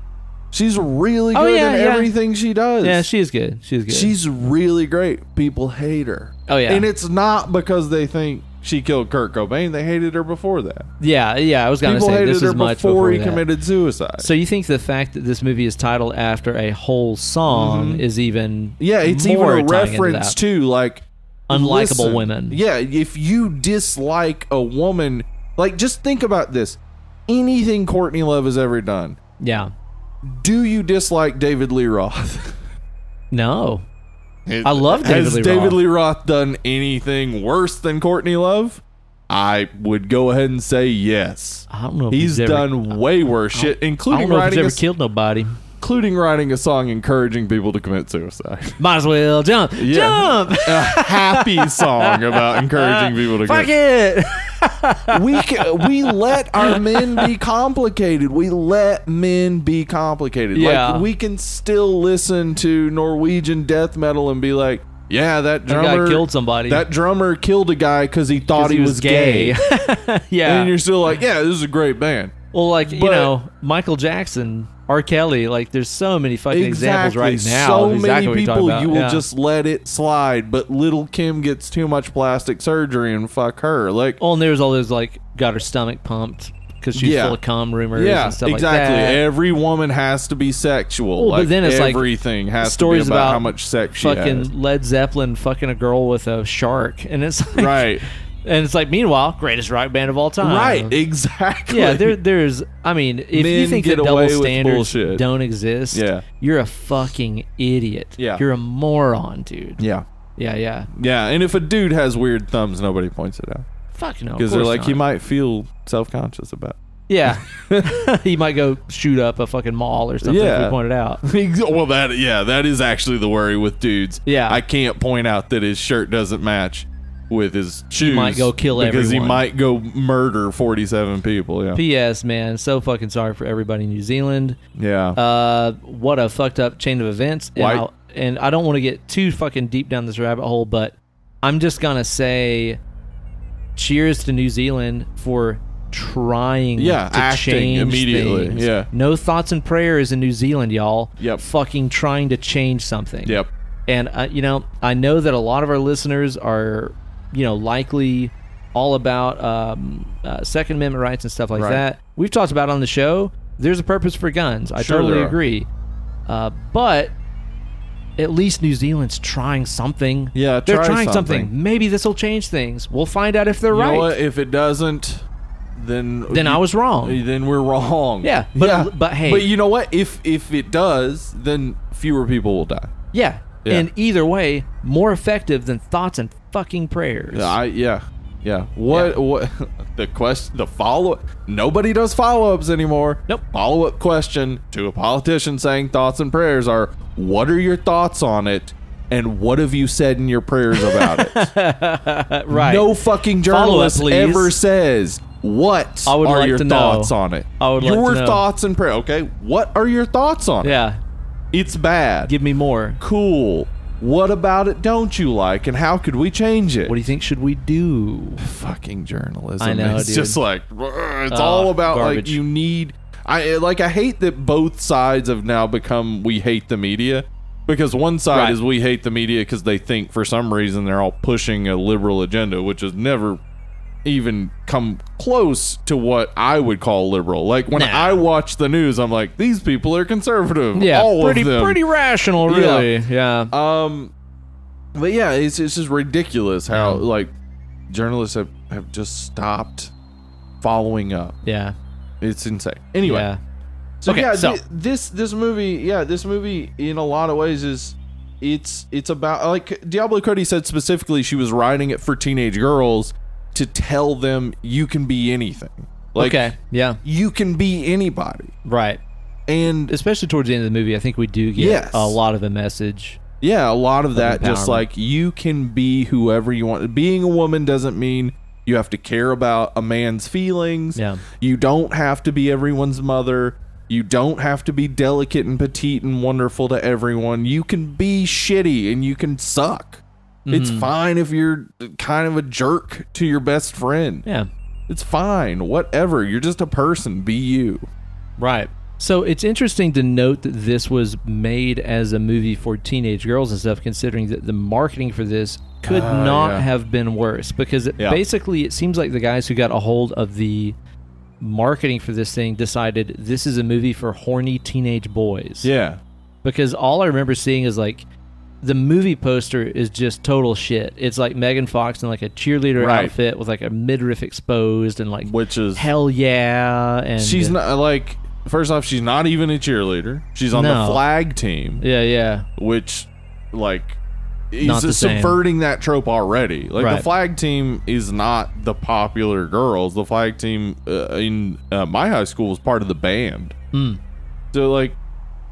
S2: She's really good
S1: Oh, yeah,
S2: in
S1: yeah.
S2: everything she does.
S1: yeah, she is good. She's good.
S2: she's really great. People hate her.
S1: Oh, yeah.
S2: and it's not because they think she killed Kurt Cobain. They hated her before that.
S1: yeah, yeah. I was gonna
S2: People
S1: say
S2: hated
S1: this
S2: her
S1: is
S2: before,
S1: much before
S2: he
S1: that.
S2: committed suicide.
S1: So you think the fact that this movie is titled after a whole song is even
S2: Mm-hmm. yeah, it's even
S1: more
S2: a
S1: tying into
S2: reference
S1: that.
S2: to like
S1: unlikable
S2: Listen,
S1: women.
S2: Yeah, if you dislike a woman, like just think about this. Anything Courtney Love has ever done,
S1: yeah.
S2: do you dislike David Lee Roth?
S1: No, I love David
S2: Has
S1: Lee
S2: David
S1: Roth.
S2: Lee Roth done anything worse than Courtney Love? I would go ahead and say yes.
S1: I don't know. If
S2: He's
S1: he's ever,
S2: done way worse shit,
S1: I
S2: including
S1: don't know if he's
S2: writing a,
S1: ever killed nobody.
S2: including writing a song encouraging people to commit suicide.
S1: Might as well jump, jump.
S2: a happy song about encouraging people to
S1: Fuck
S2: commit.
S1: it.
S2: We ca- we let our men be complicated. We let men be complicated.
S1: Yeah.
S2: Like we can still listen to Norwegian death metal and be like, yeah, that
S1: That
S2: drummer
S1: guy killed somebody.
S2: That drummer killed a guy because he thought
S1: 'Cause
S2: he, was, gay.
S1: yeah.
S2: and you're still like, yeah, this is a great band.
S1: well, like you
S2: but-
S1: know, Michael Jackson, R. Kelly. Like, there's so many fucking examples
S2: Exactly.
S1: right now.
S2: so
S1: of exactly what
S2: many
S1: you're talking
S2: people
S1: about.
S2: you will
S1: Yeah.
S2: just let it slide, but little Kim gets too much plastic surgery and fuck her. Like,
S1: Well, and there was all those like got her stomach pumped because she's
S2: Yeah.
S1: full of cum rumors
S2: yeah,
S1: and stuff
S2: exactly.
S1: like that.
S2: Every woman has to be sexual.
S1: Well, but
S2: like,
S1: then it's like
S2: everything has
S1: stories
S2: to be about,
S1: about
S2: how much sex she
S1: fucking
S2: has.
S1: Led Zeppelin fucking a girl with a shark, and it's like,
S2: Right,
S1: and it's like meanwhile greatest rock band of all time,
S2: right, exactly.
S1: Uh, Yeah, there, there's. I mean, if you
S2: Men
S1: think
S2: get
S1: that double
S2: away with
S1: standards
S2: bullshit.
S1: don't exist,
S2: Yeah.
S1: you're a fucking idiot.
S2: Yeah.
S1: you're a moron, dude.
S2: yeah,
S1: Yeah, yeah.
S2: yeah. And if a dude has weird thumbs, nobody points it out
S1: Fuck no. of
S2: because they're
S1: course
S2: like,
S1: not.
S2: you might feel self-conscious about. it."
S1: Yeah, he might go shoot up a fucking mall or something. if
S2: Yeah.
S1: we pointed out.
S2: Ex- well, that yeah, that is actually the worry with dudes.
S1: Yeah.
S2: I can't point out that his shirt doesn't match with his shoes.
S1: might go kill
S2: because
S1: everyone.
S2: he might go murder forty-seven people. Yeah,
S1: P.S. Man, so fucking sorry for everybody in New Zealand.
S2: yeah.
S1: Uh, what a fucked up chain of events. And,
S2: Why-
S1: I'll- and I don't want to get too fucking deep down this rabbit hole, but I'm just gonna say, cheers to New Zealand for trying
S2: Yeah,
S1: to
S2: acting
S1: change
S2: immediately.
S1: things.
S2: Yeah.
S1: no thoughts and prayers in New Zealand, y'all.
S2: Yep.
S1: fucking trying to change something.
S2: yep.
S1: And uh, you know, I know that a lot of our listeners are, you know, likely all about um, uh, Second Amendment rights and stuff like
S2: Right.
S1: that. We've talked about on the show. There's a purpose for guns. I
S2: Sure
S1: totally
S2: there are.
S1: agree. Uh, but at least New Zealand's trying something.
S2: Yeah,
S1: they're
S2: try
S1: trying something.
S2: something.
S1: Maybe this will change things. We'll find out if they're
S2: You know
S1: right.
S2: what? If it doesn't, then eh,
S1: Then I was wrong.
S2: Then we're wrong.
S1: Yeah, but- but hey.
S2: but you know what? If if it does, then fewer people will die.
S1: Yeah.
S2: Yeah.
S1: And either way, more effective than thoughts and fucking prayers.
S2: Yeah, I yeah. Yeah. What what the quest the follow nobody does follow ups anymore.
S1: Nope.
S2: Follow up question to a politician saying thoughts and prayers are what are your thoughts on it and what have you said in your prayers about it?
S1: Uh, right.
S2: No fucking
S1: Follow up,
S2: journalist
S1: please.
S2: ever says what
S1: I would
S2: are
S1: like
S2: your
S1: to know.
S2: thoughts on it.
S1: I would like
S2: your
S1: to know.
S2: thoughts and prayer. Okay, what are your thoughts on it?
S1: Yeah.
S2: It's bad.
S1: Give me more.
S2: cool. What about it don't you like and how could we change it?
S1: What do you think should we do?
S2: fucking journalism.
S1: I know,
S2: It's
S1: dude.
S2: just like brr, it's
S1: Oh,
S2: all about like
S1: garbage.
S2: you need. I like I hate that both sides have now become we hate the media because one side
S1: Right.
S2: is we hate the media because they think for some reason they're all pushing a liberal agenda, which has never even come close to what I would call liberal. Like when
S1: Nah.
S2: I watch the news, I'm like, these people are conservative.
S1: Yeah.
S2: all
S1: pretty
S2: of them.
S1: pretty rational,
S2: Yeah.
S1: really. Yeah.
S2: Um, but yeah, it's it's just ridiculous how
S1: Yeah.
S2: like journalists have have just stopped following up.
S1: Yeah.
S2: It's insane. Anyway,
S1: Yeah.
S2: so
S1: Okay,
S2: yeah,
S1: so-
S2: thi- this this movie, yeah, this movie in a lot of ways is it's it's about like Diablo Cody said specifically she was writing it for teenage girls to tell them you can be anything. Like
S1: okay. Yeah.
S2: you can be anybody.
S1: Right.
S2: And
S1: Especially towards the end of the movie, I think we do get
S2: Yes.
S1: a lot of a message.
S2: Yeah, a lot of that
S1: empowerment.
S2: just like you can be whoever you want. Being a woman doesn't mean you have to care about a man's feelings.
S1: Yeah.
S2: You don't have to be everyone's mother. You don't have to be delicate and petite and wonderful to everyone. You can be shitty and you can suck. It's fine if you're kind of a jerk to your best friend.
S1: Yeah.
S2: It's fine. Whatever. You're just a person. Be you.
S1: Right. So it's interesting to note that this was made as a movie for teenage girls and stuff, considering that the marketing for this could
S2: Ah,
S1: not
S2: yeah.
S1: have been worse. Because it,
S2: Yeah.
S1: basically, it seems like the guys who got a hold of the marketing for this thing decided this is a movie for horny teenage boys.
S2: Yeah.
S1: Because all I remember seeing is like the movie poster is just total shit. It's like Megan Fox in like a cheerleader
S2: Right.
S1: outfit with like a midriff exposed and like
S2: Which is
S1: hell yeah and uh,
S2: She's not like. First off, she's not even a cheerleader. She's on
S1: No.
S2: the flag team,
S1: yeah yeah
S2: which, like,
S1: Not
S2: is
S1: the same.
S2: subverting that trope already. Like
S1: Right.
S2: the flag team is not the popular girls. The flag team uh, in uh, my high school was part of the band.
S1: Mm.
S2: So like,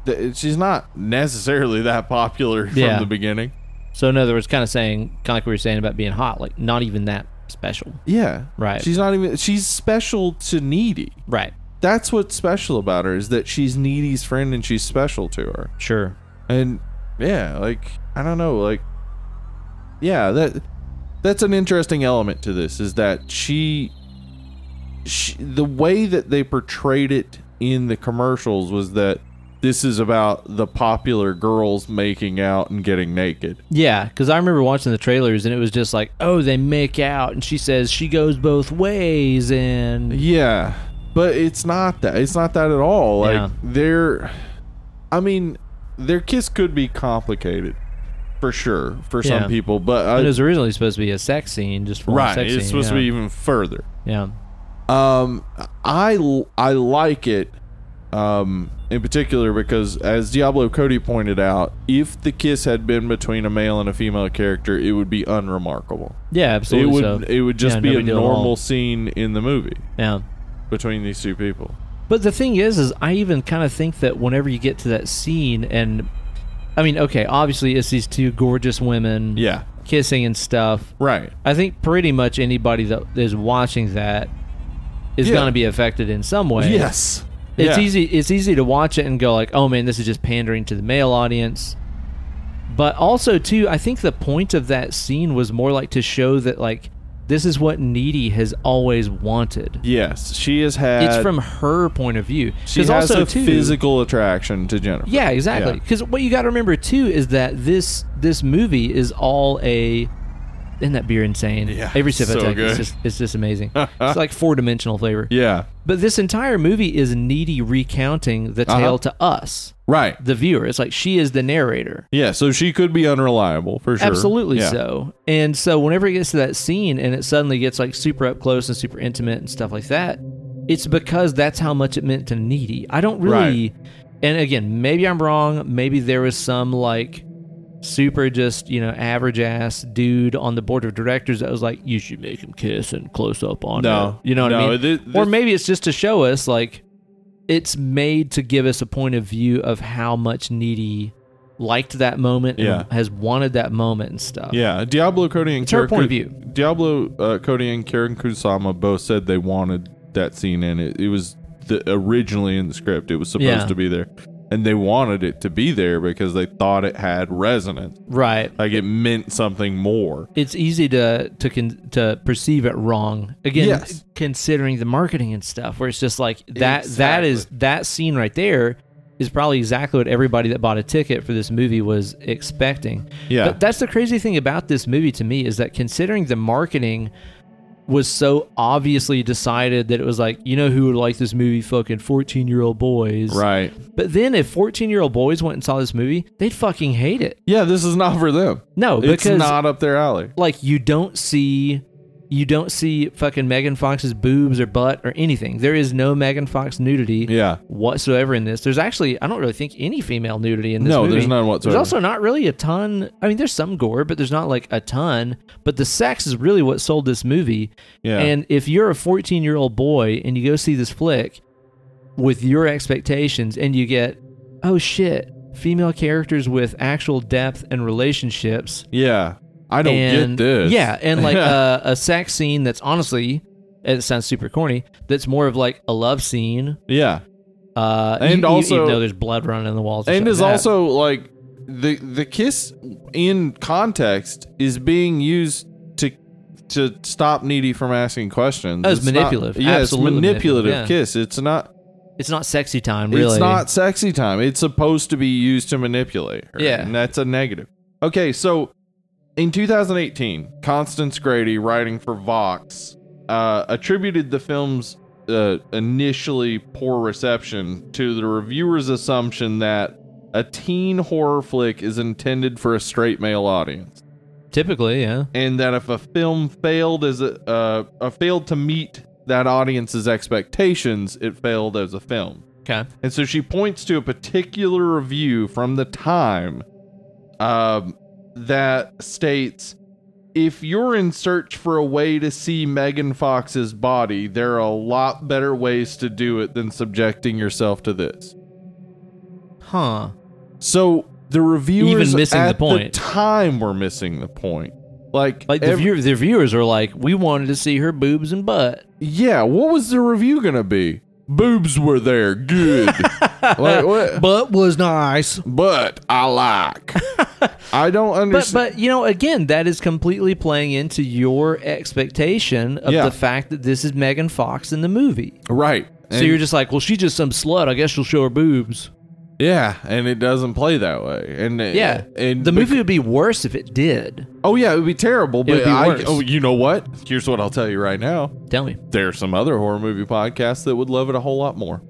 S2: th- she's not necessarily that popular
S1: Yeah.
S2: from the beginning.
S1: So in other words, kind of saying, kind of like we were saying about being hot, like not even that special,
S2: Yeah,
S1: Right.
S2: She's not even. She's special to needy.
S1: right?
S2: That's what's special about her is that she's needy's friend and she's special to her.
S1: Sure.
S2: and yeah like i don't know like yeah that that's an interesting element to this is that she, she the way that they portrayed it in the commercials was that this is about the popular girls making out and getting naked
S1: Yeah, because I remember watching the trailers and it was just like, oh, they make out, and she says she goes both ways, and
S2: yeah but it's not that it's not that at all like
S1: Yeah.
S2: they're i mean their kiss could be complicated for sure for
S1: Yeah.
S2: some people but I,
S1: it was originally supposed to be a sex scene, just for
S2: right
S1: Sex
S2: it's
S1: scene,
S2: supposed to be
S1: yeah.
S2: even further
S1: yeah,
S2: Um, I I like it. Um, in particular because as Diablo Cody pointed out, if the kiss had been between a male and a female character, it would be unremarkable.
S1: yeah,
S2: it
S1: absolutely.
S2: would
S1: so.
S2: it would just
S1: Yeah,
S2: be
S1: no
S2: a
S1: big deal at all.
S2: normal scene in the movie
S1: yeah.
S2: between these two people.
S1: But the thing is, is I even kind of think that whenever you get to that scene, and I mean, okay, obviously it's these two gorgeous women,
S2: Yeah.
S1: kissing and stuff.
S2: Right.
S1: I think pretty much anybody that is watching that is
S2: Yeah.
S1: going to be affected in some way.
S2: Yes.
S1: It's
S2: Yeah.
S1: easy it's easy to watch it and go like, "Oh man, this is just pandering to the male audience." But also too, I think the point of that scene was more like to show that like this is what Needy has always wanted.
S2: Yes. She has had
S1: It's from her point of view.
S2: she
S1: 'Cause
S2: has
S1: also
S2: a
S1: too,
S2: physical attraction to Jennifer.
S1: yeah, exactly.
S2: Yeah.
S1: Because what you got to remember too is that this this movie is all a isn't that beer insane?
S2: Yeah,
S1: Every sip
S2: so
S1: I take,
S2: good.
S1: it's just it's just amazing. it's like four dimensional flavor.
S2: Yeah.
S1: But this entire movie is Needy recounting the
S2: Uh-huh.
S1: tale to us,
S2: Right.
S1: the viewer. It's like she is the narrator.
S2: Yeah. So she could be unreliable for sure.
S1: Absolutely
S2: Yeah.
S1: so. And so whenever it gets to that scene and it suddenly gets like super up close and super intimate and stuff like that, it's because that's how much it meant to Needy. I don't really and again, maybe I'm wrong, maybe there was some like super just, you know, average ass dude on the board of directors that was like, You should make him kiss and close up on
S2: No.
S1: her." You know what
S2: No,
S1: I mean?
S2: thi-
S1: or
S2: this-
S1: maybe it's just to show us like it's made to give us a point of view of how much Needy liked that moment and
S2: Yeah.
S1: has wanted that moment and stuff.
S2: Yeah, Diablo Cody and
S1: It's her
S2: Kira
S1: point of
S2: Ku-
S1: view.
S2: Diablo uh, Cody and Karen Kusama both said they wanted that scene in it. It was the, originally in the script. It was supposed
S1: Yeah.
S2: to be there, and they wanted it to be there because they thought it had resonance.
S1: Right.
S2: Like it meant something more.
S1: It's easy to to con- to perceive it wrong. Again,
S2: Yes.
S1: considering the marketing and stuff where it's just like that that is that scene right there is probably exactly what everybody that bought a ticket for this movie was expecting.
S2: Yeah.
S1: But that's the crazy thing about this movie to me is that considering the marketing was so obviously decided that it was like, you know who would like this movie? Fucking 14 year old boys.
S2: Right.
S1: But then if 14 year old boys went and saw this movie, they'd fucking hate it.
S2: Yeah, this is not for them.
S1: No,
S2: It's
S1: because
S2: not up their alley.
S1: like you don't see you don't see fucking Megan Fox's boobs or butt or anything. There is no Megan Fox nudity
S2: Yeah.
S1: whatsoever in this. There's actually I don't really think any female nudity in this
S2: No,
S1: movie.
S2: there's none whatsoever.
S1: There's also not really a ton. I mean, there's some gore, but there's not like a ton. But the sex is really what sold this movie.
S2: Yeah.
S1: And if you're a 14 year old boy and you go see this flick with your expectations and you get, oh shit, female characters with actual depth and relationships
S2: yeah. I don't
S1: and
S2: get this.
S1: yeah, and like uh, a sex scene that's honestly, it sounds super corny. That's more of like a love scene,
S2: yeah.
S1: uh,
S2: And
S1: e- e-
S2: also-
S1: even though there's blood running in the walls,
S2: and
S1: stuff
S2: is
S1: like that.
S2: also like the the kiss in context is being used to to stop needy from asking questions.
S1: Oh, it's
S2: not-
S1: manipulative.
S2: yeah,
S1: Absolutely
S2: it's manipulative
S1: manipulative, yeah.
S2: kiss. It's not.
S1: it's not sexy time. Really,
S2: It's not sexy time. It's supposed to be used to manipulate. Her,
S1: Yeah.
S2: and that's a negative. Okay, so in 2018, Constance Grady, writing for Vox, uh, attributed the film's uh, initially poor reception to the reviewers' assumption that a teen horror flick is intended for a straight male audience,
S1: typically. Yeah,
S2: and that if a film failed as a, uh, uh, failed to meet that audience's expectations, it failed as a film.
S1: okay,
S2: And so she points to a particular review from the time um, that states if you're in search for a way to see Megan Fox's body, there are a lot better ways to do it than subjecting yourself to this.
S1: huh?
S2: So the reviewers
S1: missing the
S2: at
S1: point.
S2: time were missing the point. Like,
S1: Like the
S2: ev-
S1: view- the viewers are like, we wanted to see her boobs and butt.
S2: yeah, what was the review gonna be? Boobs were there, good. like what?
S1: Butt was nice,
S2: But I like. I don't
S1: but
S2: understand.
S1: but you know, again, that is completely playing into your expectation of
S2: Yeah.
S1: the fact that this is Megan Fox in the movie.
S2: Right.
S1: so
S2: And-
S1: you're just like, well, she's just some slut. I guess she'll show her boobs.
S2: yeah, and it doesn't play that way. And it-
S1: Yeah,
S2: and
S1: the
S2: bec-
S1: movie would be worse if it did.
S2: Oh yeah, it would be terrible. But
S1: would be
S2: I,
S1: worse.
S2: oh, you know what? Here's what I'll tell you right now.
S1: Tell me.
S2: There are some other horror movie podcasts that would love it a whole lot more.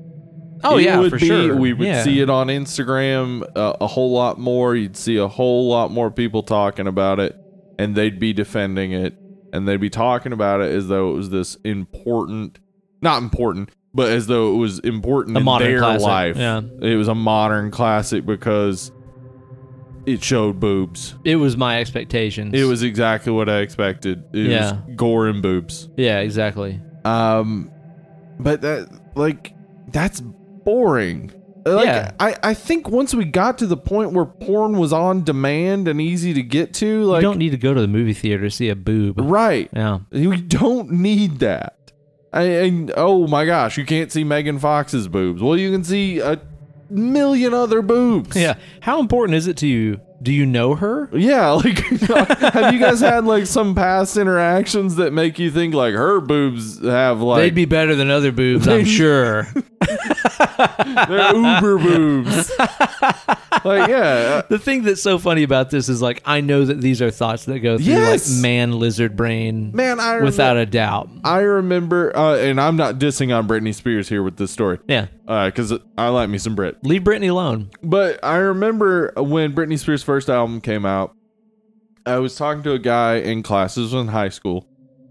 S1: Oh
S2: It
S1: yeah,
S2: would
S1: for
S2: be-
S1: sure.
S2: We would
S1: yeah.
S2: see it on Instagram uh, a whole lot more. You'd see a whole lot more people talking about it, and they'd be defending it, and they'd be talking about it as though it was this important, not important, but as though it was important
S1: A
S2: in
S1: modern
S2: their
S1: classic,
S2: life.
S1: yeah.
S2: It was a modern classic because it showed boobs.
S1: It was my expectations.
S2: It was exactly what I expected. It
S1: Yeah.
S2: was gore and boobs.
S1: Yeah, exactly.
S2: Um, but that like that's boring. Like
S1: Yeah.
S2: I, I think once we got to the point where porn was on demand and easy to get to, like
S1: you don't need to go to the movie theater to see a boob.
S2: right,
S1: Yeah.
S2: we don't need that. I, and oh my gosh, you can't see Megan Fox's boobs. Well, you can see a million other boobs.
S1: Yeah. How important is it to you? Do you know her?
S2: Yeah, like have you guys had like some past interactions that make you think like her boobs have like
S1: They'd be better than other boobs, I'm sure.
S2: They're Uber boobs. like, yeah. uh,
S1: The thing that's so funny about this is like I know that these are thoughts that go through
S2: Yes.
S1: like man lizard brain
S2: Man, I remember-
S1: without a doubt.
S2: I remember, uh, and I'm not dissing on Britney Spears here with this story,
S1: Yeah.
S2: because I like me some Brit.
S1: Leave Britney alone.
S2: But I remember when Britney Spears' first album came out, I was talking to a guy in class. This was in high school.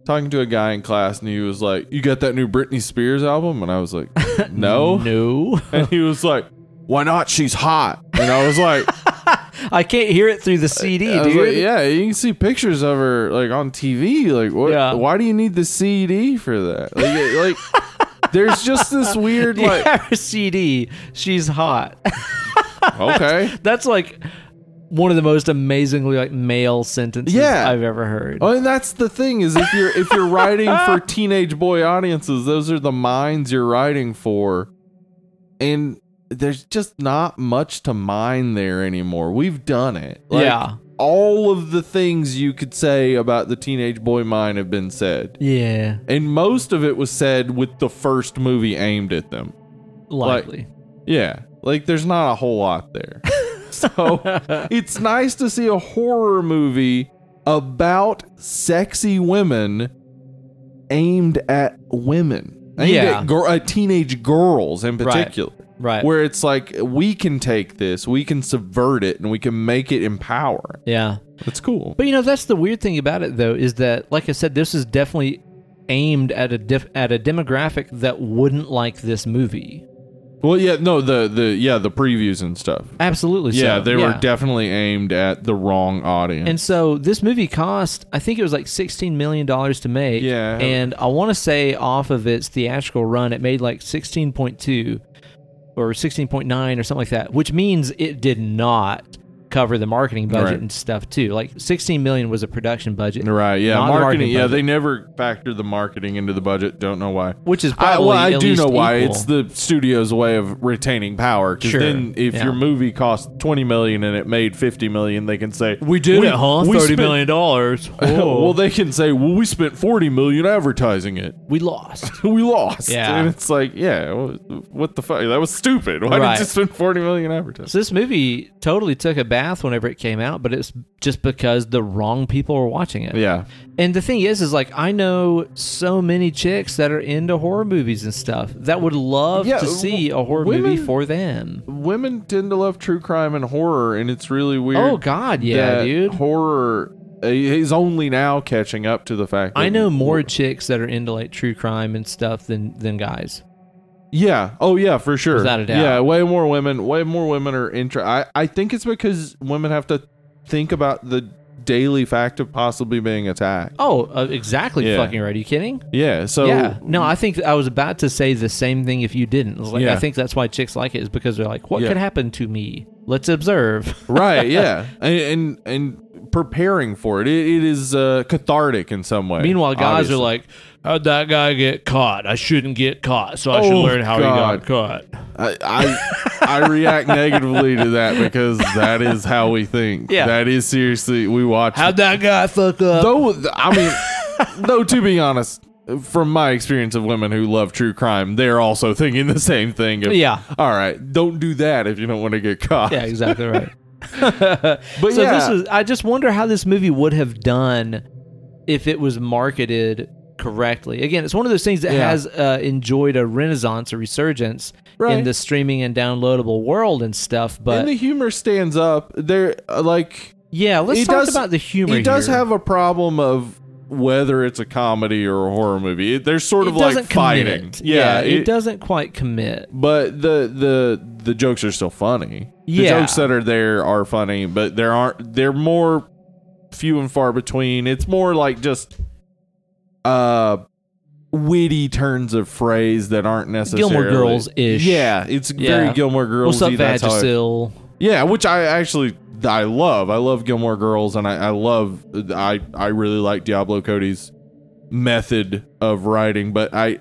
S2: Talking to a guy in class, and he was like, "You got that new Britney Spears album?" And I was like,
S1: Oh.
S2: "No."
S1: No.
S2: And he was like, "Why not? She's hot." And I was like,
S1: I can't hear it through the CD,
S2: I was
S1: dude.
S2: like, "Yeah, you can see pictures of her like on TV. Like, what?
S1: Yeah.
S2: Why do you need the CD for that? Like, it- like, there's just this weird
S1: You
S2: like,
S1: have her CD. She's hot.
S2: okay."
S1: That's like one of the most amazingly like male sentences
S2: Yeah.
S1: I've ever heard.
S2: Oh, and that's the thing is if you're if you're writing for teenage boy audiences, those are the minds you're writing for, and there's just not much to mine there anymore. We've done it. Like,
S1: Yeah.
S2: all of the things you could say about the teenage boy mind have been said,
S1: Yeah,
S2: and most of it was said with the first movie aimed at them.
S1: likely.
S2: Yeah. Like there's not a whole lot there. so it's nice to see a horror movie about sexy women aimed at women. Aimed
S1: Yeah.
S2: At, gir- at teenage girls in particular.
S1: right.
S2: Where it's like we can take this, we can subvert it, and we can make it empowering.
S1: yeah.
S2: That's cool.
S1: But you know, that's the weird thing about it though is that like I said this is definitely aimed at a dif- at a demographic that wouldn't like this movie.
S2: Well, yeah, no, the the yeah, the previews and stuff.
S1: Absolutely.
S2: yeah,
S1: so.
S2: they were definitely aimed at the wrong audience.
S1: And so this movie cost, I think it was like $16 million to make.
S2: Yeah.
S1: And I want to say off of its theatrical run, it made like 16.2 or 16.9 or something like that, which means it did not cover the marketing budget
S2: Right.
S1: and stuff too. Like 16 million was a production budget.
S2: Right. Yeah.
S1: Not the
S2: marketing.
S1: marketing
S2: yeah.
S1: budget.
S2: They never factor the marketing into the budget. Don't know why.
S1: Which is
S2: I,
S1: probably
S2: well, I
S1: at
S2: do
S1: least
S2: know why.
S1: equal.
S2: It's the studio's way of retaining power. Because
S1: Sure,
S2: then, if
S1: yeah.
S2: your movie cost twenty million and it made fifty million, they can say we
S1: Thirty
S2: spent-
S1: million dollars.
S2: well, they can say, well, we spent forty million advertising it.
S1: we lost.
S2: We lost.
S1: Yeah.
S2: And it's like, yeah, wh- what the fuck? That was stupid. Why
S1: Right.
S2: did you spend forty million advertising?
S1: So this movie totally took a bath whenever it came out, but it's just because the wrong people were watching it.
S2: Yeah.
S1: And the thing is, is like I know so many chicks that are into horror movies and stuff that would love
S2: Yeah,
S1: to see a horror
S2: women-
S1: movie for them.
S2: Women tend to love true crime and horror, and it's really weird.
S1: Oh God, yeah,
S2: that
S1: dude.
S2: Horror eh, is only now catching up to the fact. That
S1: I know more chicks that are into like true crime and stuff than than guys.
S2: Yeah. Oh yeah, for sure.
S1: Without a doubt.
S2: Yeah, way more women. Way more women are inter. I I think it's because women have to think about the daily fact of possibly being attacked.
S1: Oh, uh, exactly.
S2: Yeah.
S1: Fucking right. Are you kidding?
S2: Yeah. So
S1: yeah. No, I think I was about to say the same thing if you didn't. I, was like,
S2: Yeah.
S1: I think that's why chicks like it is because they're like, what
S2: Yeah.
S1: could happen to me? Let's observe.
S2: right. Yeah. And and. and preparing for it. it it is uh cathartic in some way
S1: Meanwhile, guys
S2: obviously.
S1: are like, how'd that guy get caught? I shouldn't get caught, so I
S2: Oh,
S1: should learn how
S2: God.
S1: he got caught.
S2: I, I I react negatively to that because that is how we think
S1: Yeah.
S2: that is seriously we watch
S1: How'd that guy fuck up?
S2: though th- I mean, though to be honest, from my experience of women who love true crime, they're also thinking the same thing. Of,
S1: Yeah.
S2: All right, don't do that if you don't want to get caught.
S1: Yeah, exactly right.
S2: But
S1: so
S2: yeah,
S1: this is I just wonder how this movie would have done if it was marketed correctly. Again, it's one of those things that
S2: Yeah.
S1: has uh, enjoyed a renaissance, a resurgence
S2: Right.
S1: in the streaming and downloadable world and stuff. But
S2: and the humor stands up. There, uh, like
S1: yeah, let's
S2: it
S1: talk
S2: does-
S1: about the humor.
S2: it does
S1: here.
S2: have a problem of whether it's a comedy or a horror movie. It, there's sort
S1: it
S2: of like
S1: doesn't
S2: fighting.
S1: commit. Yeah, it, doesn't quite commit.
S2: But the the the jokes are still funny.
S1: Yeah.
S2: The jokes that are there are funny, but there aren't they're more few and far between. It's more like just uh witty turns of phrase that aren't necessarily
S1: Gilmore Girls ish.
S2: Yeah, it's
S1: Yeah.
S2: very Gilmore Girls.
S1: What's up, Vagisil?
S2: Yeah, which I actually I love. I love Gilmore Girls, and I, I love I I really like Diablo Cody's method of writing. But I,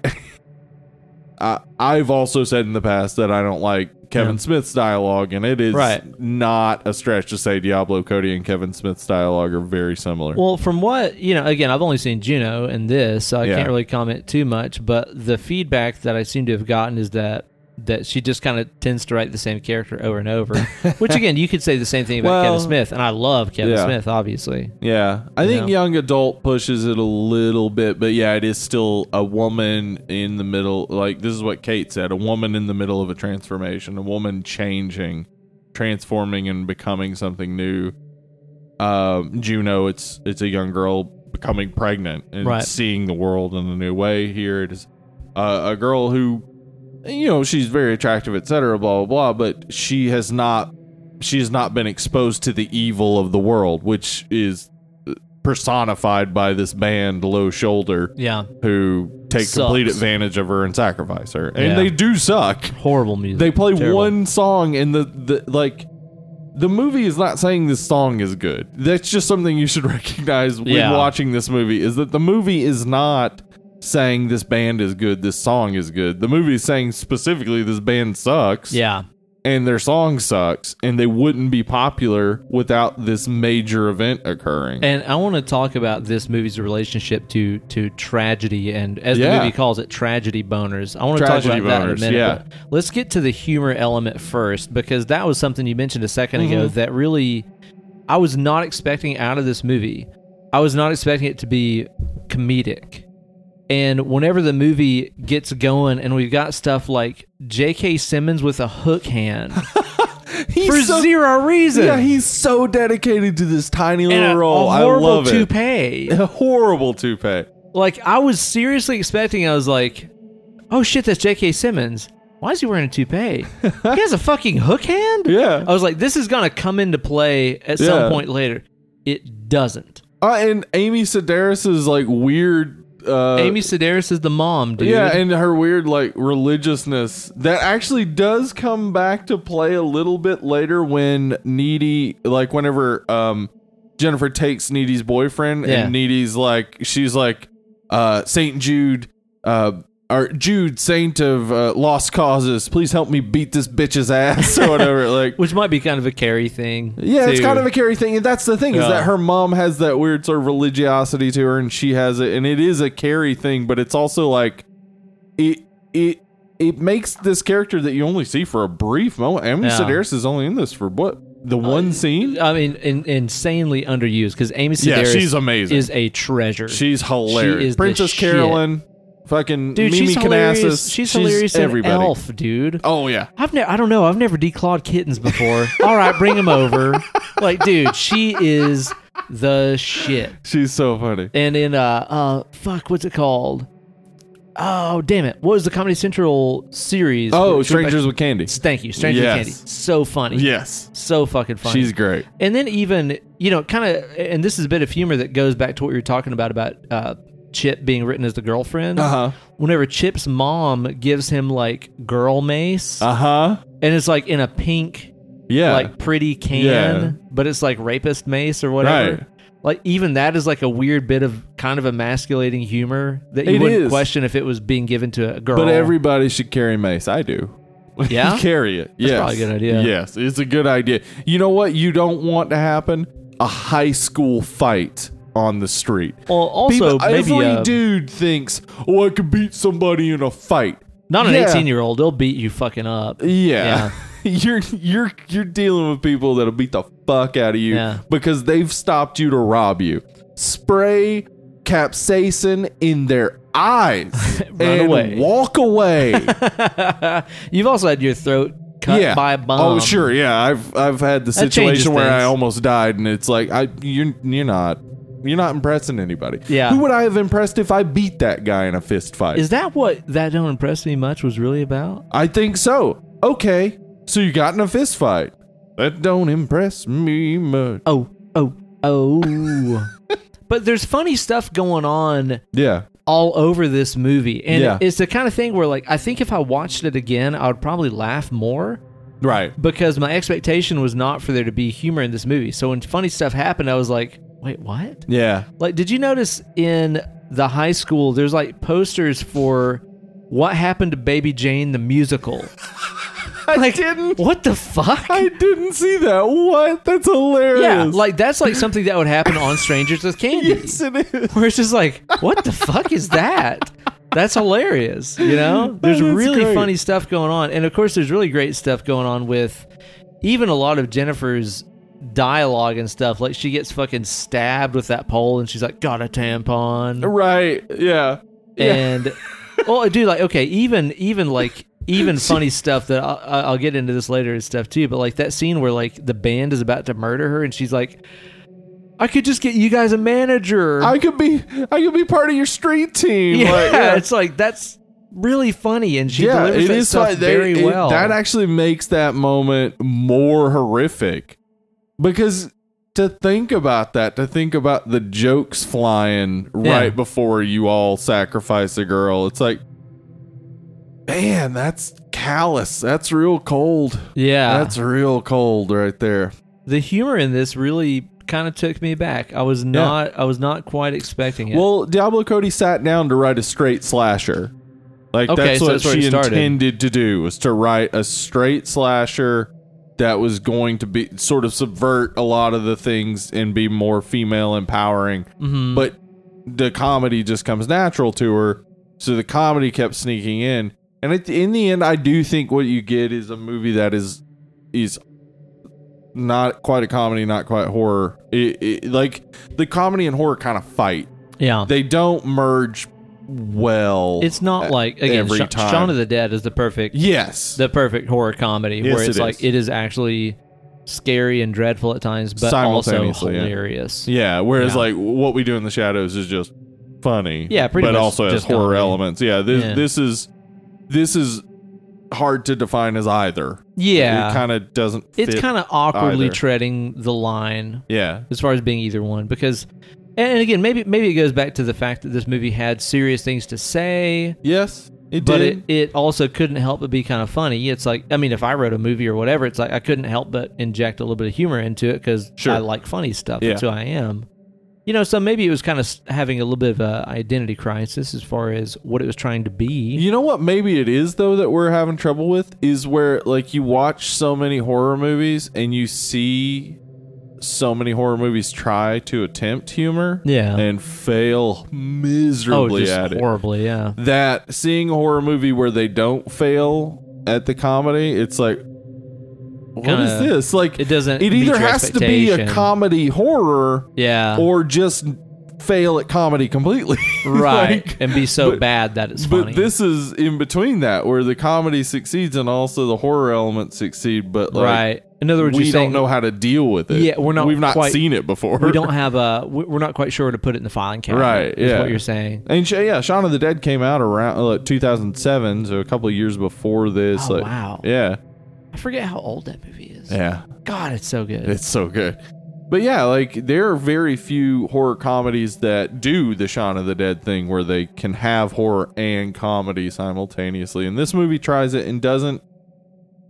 S2: I I've also said in the past that I don't like Kevin
S1: Yeah.
S2: Smith's dialogue, and it is
S1: Right.
S2: not a stretch to say Diablo Cody and Kevin Smith's dialogue are very similar.
S1: Well, from what you know, again, I've only seen Juno and this, so I
S2: Yeah.
S1: can't really comment too much. But the feedback that I seem to have gotten is that that she just kind of tends to write the same character over and over. Which again, you could say the same thing about
S2: Well-
S1: Kevin Smith, and I love Kevin
S2: Yeah.
S1: Smith, obviously.
S2: Yeah, I think
S1: Yeah.
S2: young adult pushes it a little bit, but yeah, it is still a woman in the middle. Like this is what Kate said: a woman in the middle of a transformation, a woman changing, transforming, and becoming something new. Um, Juno, it's it's a young girl becoming pregnant and
S1: Right.
S2: seeing the world in a new way. Here it is, uh, a girl who, you know, she's very attractive, etc. Blah blah blah, but she has not she has not been exposed to the evil of the world, which is personified by this band Low Shoulder,
S1: Yeah,
S2: who take complete
S1: Sucks.
S2: advantage of her and sacrifice her, and
S1: Yeah.
S2: they do suck.
S1: horrible music.
S2: They play
S1: Terrible.
S2: one song, and the, the like. The movie is not saying this song is good. That's just something you should recognize when
S1: Yeah.
S2: watching this movie is that the movie is not saying this band is good, this song is good. The movie is saying specifically this band sucks
S1: Yeah,
S2: and their song sucks and they wouldn't be popular without this major event occurring.
S1: and I want to talk about this movie's relationship to to tragedy, and as
S2: Yeah.
S1: the movie calls it, tragedy boners. I want to talk
S2: Tragedy
S1: about that in a
S2: boners,
S1: minute.
S2: yeah.
S1: but let's get to the humor element first, because that was something you mentioned a 2nd
S2: Mm-hmm.
S1: ago that really I was not expecting out of this movie. I was not expecting it to be comedic. And whenever the movie gets going, and we've got stuff like J.K. Simmons with a hook hand for zero reason,
S2: Yeah, he's so dedicated to this tiny
S1: and
S2: little
S1: a,
S2: role.
S1: a
S2: I
S1: horrible
S2: love it.
S1: toupee.
S2: A horrible toupee.
S1: like I was seriously expecting. I was like, "Oh shit, that's J.K. Simmons. Why is he wearing a toupee? he has a fucking hook hand."
S2: Yeah.
S1: I was like, "This is gonna come into play at
S2: Yeah.
S1: some point later." It doesn't.
S2: Uh, and Amy Sedaris is like weird. Uh,
S1: Amy Sedaris is the mom, dude.
S2: Yeah, and her weird like religiousness that actually does come back to play a little bit later when Needy like whenever um Jennifer takes Needy's boyfriend
S1: Yeah.
S2: and Needy's like she's like uh Saint Jude uh or Jude Saint of uh, Lost Causes, please help me beat this bitch's ass or whatever like
S1: which might be kind of a carry thing.
S2: yeah, it's
S1: too.
S2: kind of a carry thing, and that's the thing is
S1: Yeah.
S2: that her mom has that weird sort of religiosity to her, and she has it, and it is a carry thing, but it's also like it it it makes this character that you only see for a brief moment. Amy
S1: Yeah. Uh,
S2: Sedaris is only in this for what the one scene.
S1: I mean, in, insanely underused because Amy
S2: Yeah,
S1: Sedaris
S2: she's amazing.
S1: is a treasure.
S2: she's hilarious.
S1: is the
S2: Princess
S1: shit.
S2: Carolyn, fucking
S1: dude,
S2: Mimi
S1: she's hilarious.
S2: Canassis.
S1: She's, hilarious. in
S2: everybody.
S1: Elf, dude.
S2: Oh yeah,
S1: I've never, I don't know. I've never declawed kittens before. All right, bring them over. Like, dude, she is the shit.
S2: she's so funny.
S1: And in uh, uh, fuck, what's it called? Oh, damn it! What was the Comedy Central series?
S2: Oh,
S1: Where-
S2: Strangers with Candy.
S1: Thank you, Strangers
S2: Yes.
S1: with Candy. So funny.
S2: Yes,
S1: So fucking funny.
S2: she's great.
S1: and then even you know, kind of, and this is a bit of humor that goes back to what you were talking about about uh, Chip being written as the girlfriend.
S2: Uh huh.
S1: Whenever Chip's mom gives him like girl mace,
S2: Uh huh.
S1: and it's like in a pink
S2: Yeah.
S1: like pretty can,
S2: Yeah.
S1: but it's like rapist mace or whatever.
S2: Right.
S1: Like even that is like a weird bit of kind of emasculating humor that you
S2: It
S1: wouldn't
S2: is.
S1: question if it was being given to a girl.
S2: But everybody should carry mace. I do.
S1: Yeah?
S2: carry it. Yes.
S1: probably a good idea.
S2: Yes, it's a good idea. You know what you don't want to happen? A high school fight on the street.
S1: well, also
S2: People-
S1: maybe
S2: every
S1: uh,
S2: dude thinks, "Oh, I could beat somebody in a fight."
S1: not an
S2: Yeah.
S1: eighteen-year-old. They'll beat you fucking up.
S2: Yeah. you're you're you're dealing with people that'll beat the fuck out of you
S1: Yeah.
S2: because they've stopped you to rob you. Spray capsaicin in their eyes
S1: Run
S2: and
S1: away.
S2: walk away.
S1: You've also had your throat cut by a bomb.
S2: Oh, sure, yeah. I've I've had the
S1: That
S2: situation
S1: changes
S2: where I
S1: things.
S2: almost died, and it's like I you're you're not you're not impressing anybody.
S1: Yeah.
S2: Who would I have impressed if I beat that guy in a fist fight?
S1: Is that what that don't impress me much was really about?
S2: I think so. Okay, so you got in a fist fight. That don't impress me much.
S1: Oh, oh, oh. but there's funny stuff going on
S2: Yeah.
S1: all over this movie. And
S2: Yeah.
S1: it's the kind of thing where like I think if I watched it again, I would probably laugh more
S2: Right.
S1: because my expectation was not for there to be humor in this movie. So when funny stuff happened, I was like, "Wait, what?"
S2: Yeah.
S1: Like did you notice in the high school there's like posters for what happened to Baby Jane the musical?
S2: I didn't.
S1: what the fuck?
S2: I didn't see that. What? That's hilarious.
S1: yeah, like that's like something that would happen on Strangers with Candy.
S2: yes, it is.
S1: where it's just like, what the fuck is that? That's hilarious. You know, there's
S2: That's
S1: really
S2: great.
S1: funny stuff going on, and of course, there's really great stuff going on with even a lot of Jennifer's dialogue and stuff. Like she gets fucking stabbed with that pole, and she's like, "Got a tampon,"
S2: Right. Yeah. Uh, Yeah.
S1: and well, dude, like, okay, even even like. Even funny stuff that I'll, I'll get into this later and stuff too, but like that scene where like the band is about to murder her and she's like, "I could just get you guys a manager."
S2: I could be I could be part of your street team.
S1: yeah,
S2: Like,
S1: it's like that's really funny, and she delivers
S2: it
S1: that
S2: is
S1: stuff
S2: fine. They-
S1: very
S2: it-
S1: well.
S2: that actually makes that moment more horrific because to think about that, to think about the jokes flying
S1: Yeah.
S2: right before you all sacrifice the girl, it's like, man, that's callous. That's real cold.
S1: yeah,
S2: That's real cold right there.
S1: the humor in this really kind of took me back. I was not, I was not quite expecting it.
S2: Well, Diablo Cody sat down to write a straight slasher. Like
S1: Okay,
S2: that's
S1: so
S2: what
S1: that's where it
S2: she
S1: started.
S2: intended to do was to write a straight slasher that was going to be sort of subvert a lot of the things and be more female empowering.
S1: Mhm.
S2: But the comedy just comes natural to her, so the comedy kept sneaking in. And at the, in the end, I do think what you get is a movie that is is not quite a comedy, not quite horror. It, it, like the comedy and horror kind of fight
S1: yeah,
S2: they don't merge well. e-,
S1: it's not like again,
S2: every
S1: Sha-
S2: time.
S1: Shaun of the Dead is the perfect,
S2: yes,
S1: the perfect horror comedy
S2: Yes,
S1: where
S2: it
S1: it's like
S2: is.
S1: it is actually scary and dreadful at times, but also
S2: Simultaneously, yeah.
S1: hilarious.
S2: yeah. Whereas
S1: Yeah.
S2: like what we do in the shadows is just funny.
S1: Yeah, pretty
S2: but
S1: much
S2: also has
S1: just
S2: horror
S1: comedy.
S2: elements. Yeah, this
S1: Yeah.
S2: this is this is hard to define as either.
S1: Yeah.
S2: it kind of doesn't.
S1: it's
S2: fit
S1: kind of awkwardly
S2: either.
S1: treading the line
S2: yeah.
S1: as far as being either one because and again maybe maybe it goes back to the fact that this movie had serious things to say
S2: Yes, it
S1: but
S2: did.
S1: it, it also couldn't help but be kind of funny it's like i mean if i wrote a movie or whatever it's like i couldn't help but inject a little bit of humor into it because
S2: Sure.
S1: i like funny stuff
S2: Yeah.
S1: that's who i am you know so maybe it was kind of having a little bit of a identity crisis as far as what it was trying to be
S2: You know what? Maybe it is though that we're having trouble with is where like you watch so many horror movies and you see so many horror movies try to attempt humor,
S1: Yeah.
S2: and fail
S1: oh
S2: miserably
S1: just
S2: at it.
S1: horribly yeah
S2: That seeing a horror movie where they don't fail at the comedy, it's like, what is
S1: Kinda-
S2: this? Like
S1: it doesn't
S2: It
S1: meet
S2: either
S1: your
S2: has to be a
S1: expectation.
S2: comedy horror
S1: yeah
S2: or just fail at comedy completely,
S1: right
S2: Like-
S1: and be so
S2: but-
S1: bad that it's
S2: but
S1: funny
S2: this is in between that where the comedy succeeds and also the horror elements succeed, but like
S1: right in other words
S2: we
S1: you're
S2: don't
S1: saying-
S2: know how to deal with it.
S1: Yeah, we're not
S2: We've not
S1: quite-
S2: seen it before.
S1: we don't have a we- we're not quite sure where to put it in the filing cabinet
S2: Right,
S1: is
S2: yeah.
S1: what you're saying
S2: And sh- yeah, Shaun of the Dead came out around uh, 2007, so a couple of years before this.
S1: Oh,
S2: like,
S1: wow.
S2: Yeah,
S1: i forget how old that movie is
S2: yeah,
S1: god it's so good
S2: it's so good. But yeah, like there are very few horror comedies that do the Shaun of the Dead thing where they can have horror and comedy simultaneously. And this movie tries it and doesn't.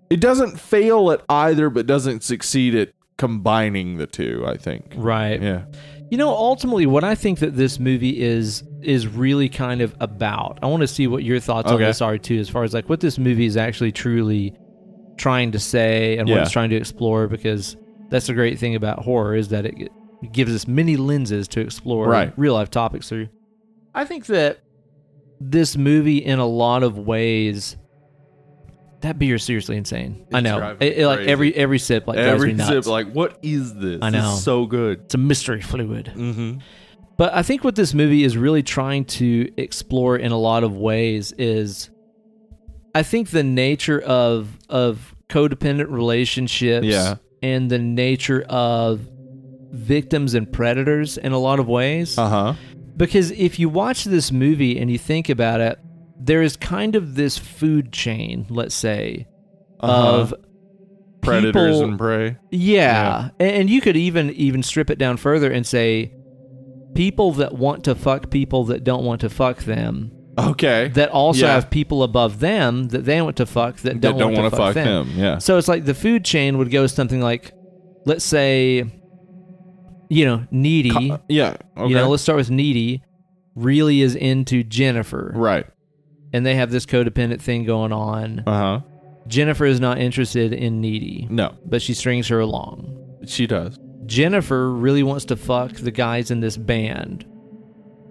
S2: It doesn't fail at either, but doesn't succeed at combining the two. I think.
S1: right
S2: Yeah.
S1: you know ultimately what i think that this movie is is really kind of about i want to see what your thoughts on
S2: Okay.
S1: this are too as far as like what this movie is actually truly trying to say and what
S2: Yeah.
S1: it's trying to explore because that's the great thing about horror is that it g- gives us many lenses to explore
S2: Right.
S1: real life topics through i think that this movie in a lot of ways that beer is seriously insane i
S2: It's
S1: know
S2: driving
S1: it,
S2: me
S1: it, like
S2: crazy.
S1: every every sip like
S2: Every
S1: drives
S2: sip,
S1: me nuts.
S2: like, what is this?
S1: I
S2: This
S1: know.
S2: is so good.
S1: it's a mystery fluid
S2: Mm-hmm.
S1: but I think what this movie is really trying to explore in a lot of ways is I think the nature of of codependent relationships
S2: Yeah.
S1: and the nature of victims and predators in a lot of ways
S2: Uh huh.
S1: because if you watch this movie and you think about it there is kind of this food chain let's say
S2: Uh-huh.
S1: of
S2: predators
S1: people-
S2: and prey.
S1: yeah. A- And you could even even strip it down further and say people that want to fuck people that don't want to fuck them
S2: Okay.
S1: that also
S2: Yeah.
S1: have people above them that they want to fuck that don't,
S2: That don't
S1: want
S2: wanna
S1: to fuck,
S2: fuck
S1: them.
S2: them, yeah.
S1: So it's like the food chain would go something like let's say you know, needy,
S2: Co- yeah. Okay.
S1: you know, let's start with needy really is into Jennifer
S2: right.
S1: and they have this codependent thing going on.
S2: Uh huh.
S1: Jennifer is not interested in needy,
S2: No,
S1: but she strings her along.
S2: she does.
S1: Jennifer really wants to fuck the guys in this band.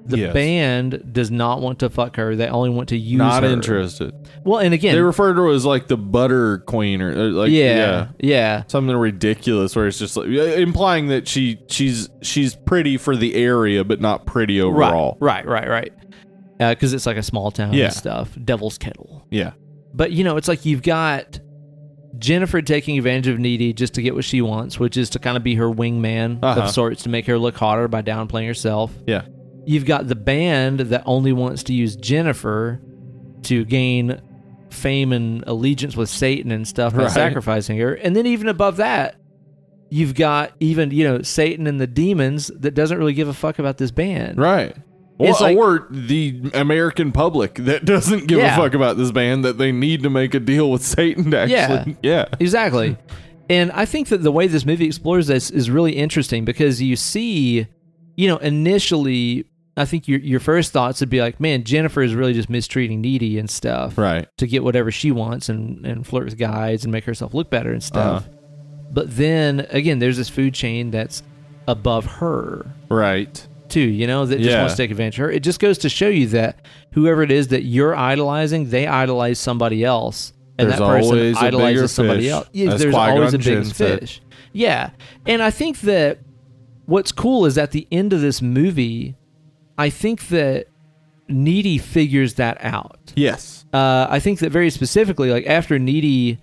S1: the
S2: Yes.
S1: band does not want to fuck her. They only want to use
S2: Not
S1: her.
S2: interested.
S1: Well, and again,
S2: They refer to her as like the butter queen or uh, like
S1: yeah,
S2: yeah.
S1: yeah,
S2: something ridiculous where it's just like implying that she she's she's pretty for the area but not pretty
S1: right,
S2: overall.
S1: right, right, right. Because it's like a small town
S2: Yeah.
S1: and stuff. Devil's Kettle.
S2: Yeah.
S1: But you know, it's like you've got Jennifer taking advantage of Needy just to get what she wants, which is to kind of be her wingman
S2: Uh-huh.
S1: of sorts to make her look hotter by downplaying herself.
S2: Yeah.
S1: You've got the band that only wants to use Jennifer to gain fame and allegiance with Satan and stuff by
S2: Right.
S1: sacrificing her. And then even above that, you've got even, you know, Satan and the demons that doesn't really give a fuck about this band.
S2: Right. Or,
S1: It's like-
S2: or the American public that doesn't give
S1: Yeah.
S2: a fuck about this band that they need to make a deal with Satan to actually yeah.
S1: Exactly. and I think that the way this movie explores this is really interesting because you see, you know, initially, I think your, your first thoughts would be like, man, Jennifer is really just mistreating Needy and stuff
S2: Right.
S1: to get whatever she wants and, and flirt with guys and make herself look better and stuff. But then again, there's this food chain that's above her
S2: Right.
S1: too, you know, that just
S2: Yeah.
S1: wants to take advantage of her. It just goes to show you that whoever it is that you're idolizing, they idolize somebody else. And
S2: There's
S1: that person
S2: always a bigger
S1: idolizes somebody
S2: fish.
S1: else. Yeah,
S2: As
S1: there's
S2: Qui-Gon
S1: always a
S2: Jinn
S1: big
S2: said.
S1: fish. Yeah. And I think that what's cool is at the end of this movie, I think that Needy figures that out
S2: Yes.
S1: uh, I think that very specifically, like after Needy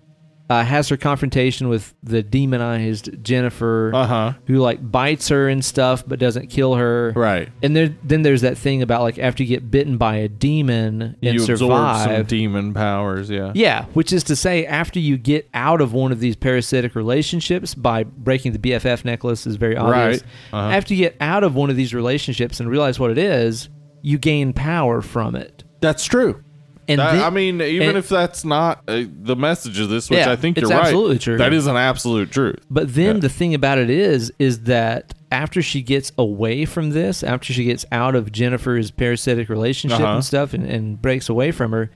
S1: uh, has her confrontation with the demonized Jennifer,
S2: Uh-huh.
S1: who like bites her and stuff, but doesn't kill her.
S2: Right.
S1: And there, then there's that thing about like after you get bitten by a demon and
S2: you absorb some
S1: survive.
S2: demon powers, yeah.
S1: yeah, which is to say, after you get out of one of these parasitic relationships by breaking the BFF necklace is very obvious.
S2: Right. Uh-huh.
S1: After you get out of one of these relationships and realize what it is, you gain power from it.
S2: That's true.
S1: And
S2: That-
S1: then-
S2: I mean, even
S1: and-
S2: if that's not uh, the message of this, which
S1: Yeah,
S2: I think
S1: it's
S2: you're right,
S1: absolutely true.
S2: that is an absolute truth.
S1: But then
S2: Yeah.
S1: the thing about it is, is that after she gets away from this, after she gets out of Jennifer's parasitic relationship
S2: Uh-huh.
S1: and stuff and, and breaks away from her,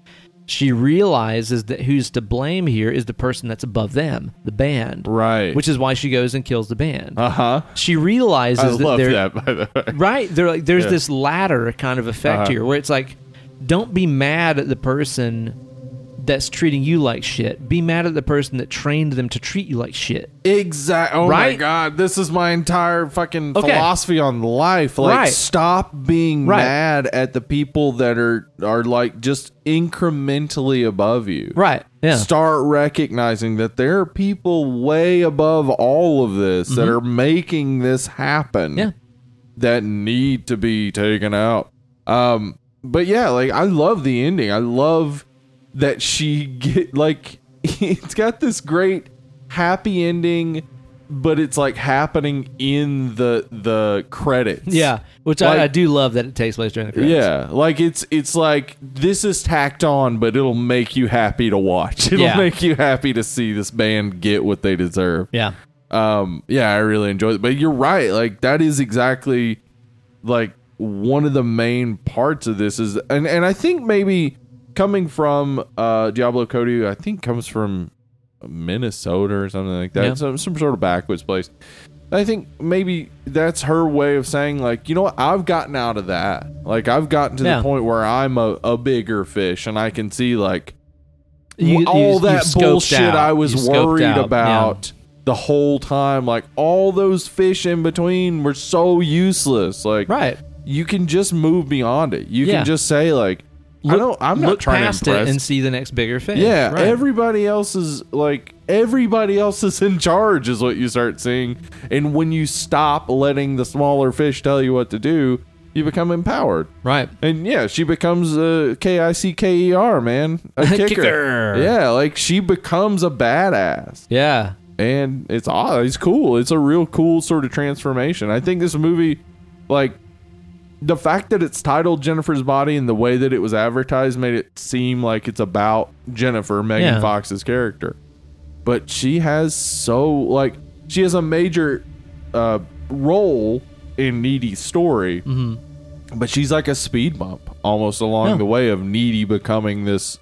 S1: she realizes that who's to blame here is the person that's above them, the band.
S2: Right.
S1: Which is why she goes and kills the band.
S2: Uh huh.
S1: she realizes
S2: I
S1: that
S2: love
S1: they're
S2: that, by the way.
S1: right. They're like there's
S2: Yeah.
S1: this ladder kind of effect
S2: Uh-huh.
S1: here where it's like, don't be mad at the person that's treating you like shit. Be mad at the person that trained them to treat you like shit.
S2: Exactly. Oh my
S1: Right?
S2: god, this is my entire fucking
S1: Okay.
S2: philosophy on life. Like,
S1: Right.
S2: stop being
S1: Right.
S2: mad at the people that are are like just incrementally above you.
S1: Right. Yeah.
S2: Start recognizing that there are people way above all of this that are making this happen.
S1: Mm-hmm. Yeah.
S2: That need to be taken out. Um, but yeah, like I love the ending. I love that she get like it's got this great happy ending, but it's like happening in the the credits.
S1: Yeah, which
S2: Like-
S1: I, I do love that it takes place during the credits.
S2: Yeah, like it's it's like this is tacked on, but it'll make you happy to watch. It'll
S1: Yeah.
S2: make you happy to see this band get what they deserve.
S1: yeah,
S2: Um, yeah, I really enjoyed it. But you're right, like that is exactly like one of the main parts of this is and and I think maybe coming from uh Diablo Cody, I think comes from Minnesota or something like that.
S1: Yeah.
S2: Some some sort of backwoods place. I think maybe that's her way of saying like, you know what, I've gotten out of that. Like I've gotten to
S1: Yeah.
S2: the point where I'm a, a bigger fish and I can see like
S1: You- you-
S2: all
S1: you
S2: that
S1: scoped
S2: bullshit
S1: out.
S2: I was
S1: You scoped
S2: worried
S1: out. Yeah.
S2: about the whole time. Like all those fish in between were so useless. Like
S1: Right.
S2: you can just move beyond it. You
S1: Yeah.
S2: can just say like, I don't. I'm
S1: look
S2: not trying
S1: past
S2: to impress.
S1: it and see the next bigger fish.
S2: yeah,
S1: Right.
S2: everybody else is like everybody else is in charge is what you start seeing. And when you stop letting the smaller fish tell you what to do, you become empowered.
S1: right.
S2: And yeah, she becomes a K I C K E R man, a kicker.
S1: Kicker.
S2: Yeah, like she becomes a badass,
S1: Yeah,
S2: and it's aw- it's cool. It's a real cool sort of transformation. I think this movie, like the fact that it's titled Jennifer's Body and the way that it was advertised, made it seem like it's about Jennifer, Megan
S1: Yeah.
S2: Fox's character. But she has so like she has a major uh, role in Needy's story but she's like a speed bump almost along
S1: Mm-hmm. Yeah.
S2: the way of needy becoming this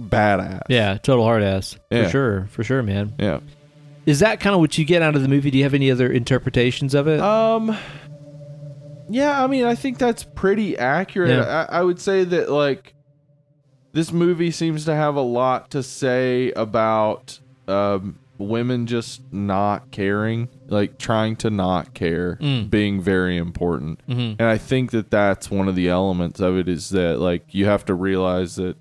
S2: badass
S1: yeah, total hard ass
S2: Yeah.
S1: for sure, for sure, man.
S2: yeah Uh,
S1: Is that kind of what you get out of the movie? Do you have any other interpretations of it?
S2: um Yeah, I mean, I think that's pretty accurate.
S1: Yeah.
S2: I, I would say that like this movie seems to have a lot to say about um, women just not caring, like trying to not care,
S1: Mm.
S2: being very important.
S1: Mm-hmm.
S2: And I think that that's one of the elements of it is that like you have to realize that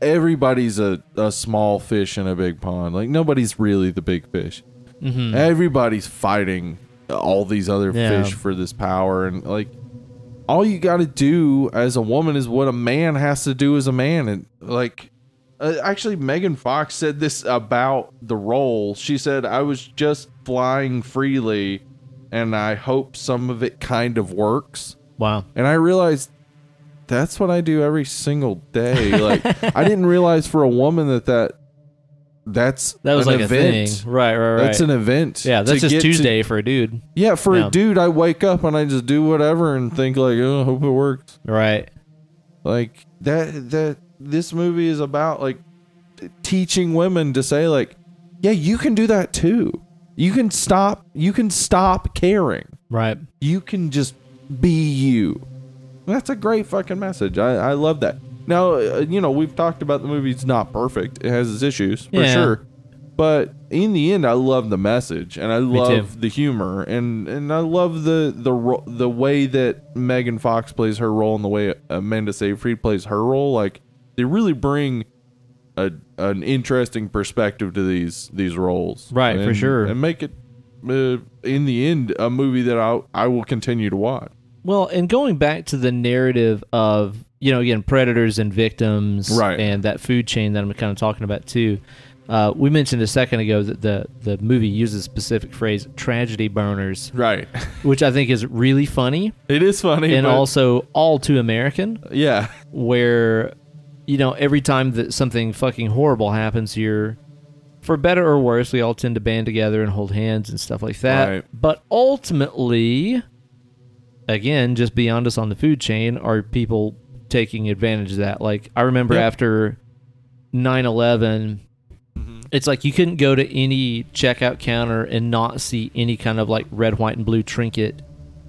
S2: everybody's a, a small fish in a big pond. Like nobody's really the big fish.
S1: Mm-hmm.
S2: Everybody's fighting all these other
S1: Yeah.
S2: fish for this power and like all you got to do as a woman is what a man has to do as a man and like uh, actually Megan Fox said this about the role. She said I was just flying freely and I hope some of it kind of works.
S1: Wow.
S2: And I realized that's what I do every single day. Like I didn't realize for a woman that that that's
S1: That was
S2: an
S1: like
S2: event.
S1: a thing. Right, right, right.
S2: That's an event.
S1: yeah, that's
S2: To
S1: just
S2: get to-
S1: Tuesday for a dude.
S2: yeah, for
S1: Yeah.
S2: a dude, I wake up and I just do whatever and think like, oh, I hope it works.
S1: Right.
S2: Like that. That this movie is about like t- teaching women to say like, yeah, you can do that too. You can stop. You can stop caring
S1: Right.
S2: you can just be you. That's a great fucking message. I, I love that. Now, uh, you know, we've talked about the movie's not perfect. It has its issues, for
S1: Yeah.
S2: sure. But in the end, I love the message and I
S1: too.
S2: love the humor and, and I love the the ro- the way that Megan Fox plays her role and the way Amanda Seyfried plays her role. Like they really bring a, an interesting perspective to these these roles,
S1: Right, for
S2: And-
S1: sure.
S2: and make it uh, in the end a movie that I I will continue to watch.
S1: Well, and going back to the narrative of, you know, again, predators and victims
S2: Right.
S1: and that food chain that I'm kind of talking about too. Uh, we mentioned a second ago that the, the movie uses a specific phrase, tragedy burners,
S2: Right,
S1: which I think is really funny
S2: it is funny,
S1: and
S2: but-
S1: also all too American,
S2: yeah,
S1: where, you know, every time that something fucking horrible happens here, for better or worse, we all tend to band together and hold hands and stuff like that.
S2: Right.
S1: But ultimately, again, just beyond us on the food chain are people taking advantage of that. Like I remember
S2: Yeah.
S1: after 9/11,
S2: Mm-hmm.
S1: it's like you couldn't go to any checkout counter and not see any kind of like red, white, and blue trinket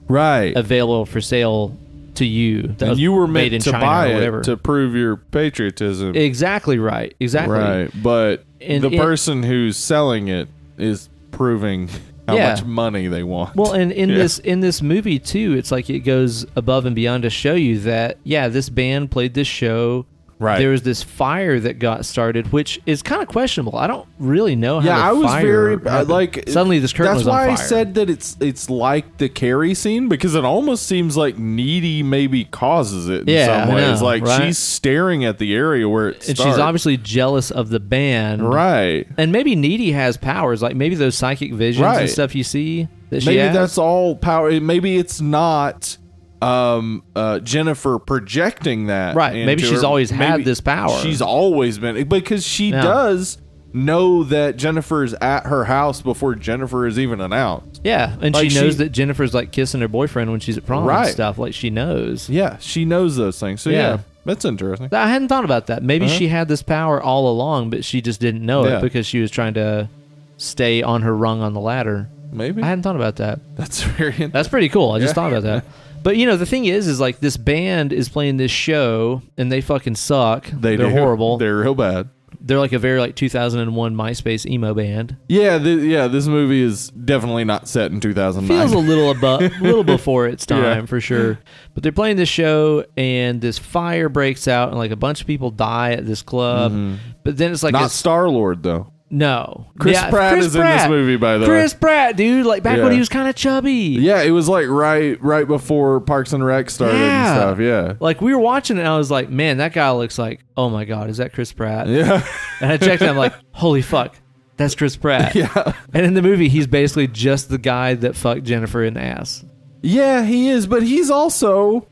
S2: right.
S1: available for sale to you. That
S2: and
S1: was
S2: you were
S1: made in
S2: meant to
S1: China
S2: buy
S1: or whatever.
S2: it to prove your patriotism,
S1: exactly right. Exactly.
S2: right? But
S1: And
S2: the
S1: it-
S2: person who's selling it is proving how
S1: Yeah.
S2: much money they want.
S1: Well, and in
S2: Yeah.
S1: this in this movie too, it's like it goes above and beyond to show you that yeah, this band played this show.
S2: Right.
S1: There was this fire that got started, which is kind of questionable. I don't really know how.
S2: yeah,
S1: the
S2: I was
S1: fire
S2: very I-
S1: happened.
S2: like
S1: suddenly this curtain
S2: That's
S1: was on
S2: why I
S1: fire.
S2: said that it's it's like the Carrie scene because it almost seems like needy maybe causes it in
S1: Yeah,
S2: some
S1: I
S2: ways.
S1: know,
S2: like
S1: right?
S2: she's staring at the area where it's
S1: and she's obviously jealous of the band,
S2: right.
S1: And maybe Needy has powers, like maybe those psychic visions
S2: Right.
S1: and stuff you see that she
S2: Maybe
S1: has.
S2: that's all power. Maybe it's not um uh Jennifer projecting that
S1: Right, maybe
S2: into
S1: she's always had
S2: Maybe
S1: this power.
S2: she's always been because she
S1: Yeah.
S2: does know that Jennifer's at her house before Jennifer is even announced
S1: yeah, and
S2: like
S1: she knows
S2: she-
S1: that Jennifer's like kissing her boyfriend when she's at prom
S2: Right.
S1: and stuff. Like she knows.
S2: Yeah, she knows those things. So yeah,
S1: Yeah.
S2: that's interesting.
S1: I hadn't thought about that. Maybe
S2: Uh-huh.
S1: she had this power all along, but she just didn't know
S2: Yeah.
S1: it because she was trying to stay on her rung on the ladder.
S2: Maybe
S1: I hadn't thought about that.
S2: that's very. in-
S1: That's pretty cool. I just
S2: Yeah.
S1: thought about that. But you know, the thing is, is like this band is playing this show and they fucking suck.
S2: they
S1: are
S2: do.
S1: horrible. They're,
S2: They're real bad.
S1: like a very like 2001 MySpace emo band.
S2: Yeah, th- yeah. This movie is definitely not set in 2009.
S1: Feels a little above, a little before its
S2: Yeah.
S1: time for sure. But they're playing this show and this fire breaks out and like a bunch of people die at this club. But then it's like
S2: Mm-hmm. not
S1: a
S2: Star Lord though.
S1: No.
S2: Chris
S1: Yeah,
S2: Pratt
S1: Chris
S2: is in this
S1: Pratt.
S2: movie, by the
S1: Chris
S2: way.
S1: Pratt, dude, like back
S2: Yeah.
S1: when he was kind of chubby.
S2: Yeah, it was like right, right before Parks and Rec started
S1: Yeah.
S2: and stuff. Yeah,
S1: Like we were watching it, and I was like, man, that guy looks like, oh my god, is that Chris Pratt?
S2: yeah,
S1: And I checked, and I'm like, holy fuck, that's Chris Pratt.
S2: yeah,
S1: And in the movie, he's basically just the guy that fucked Jennifer in the ass.
S2: yeah. He is, but he's also.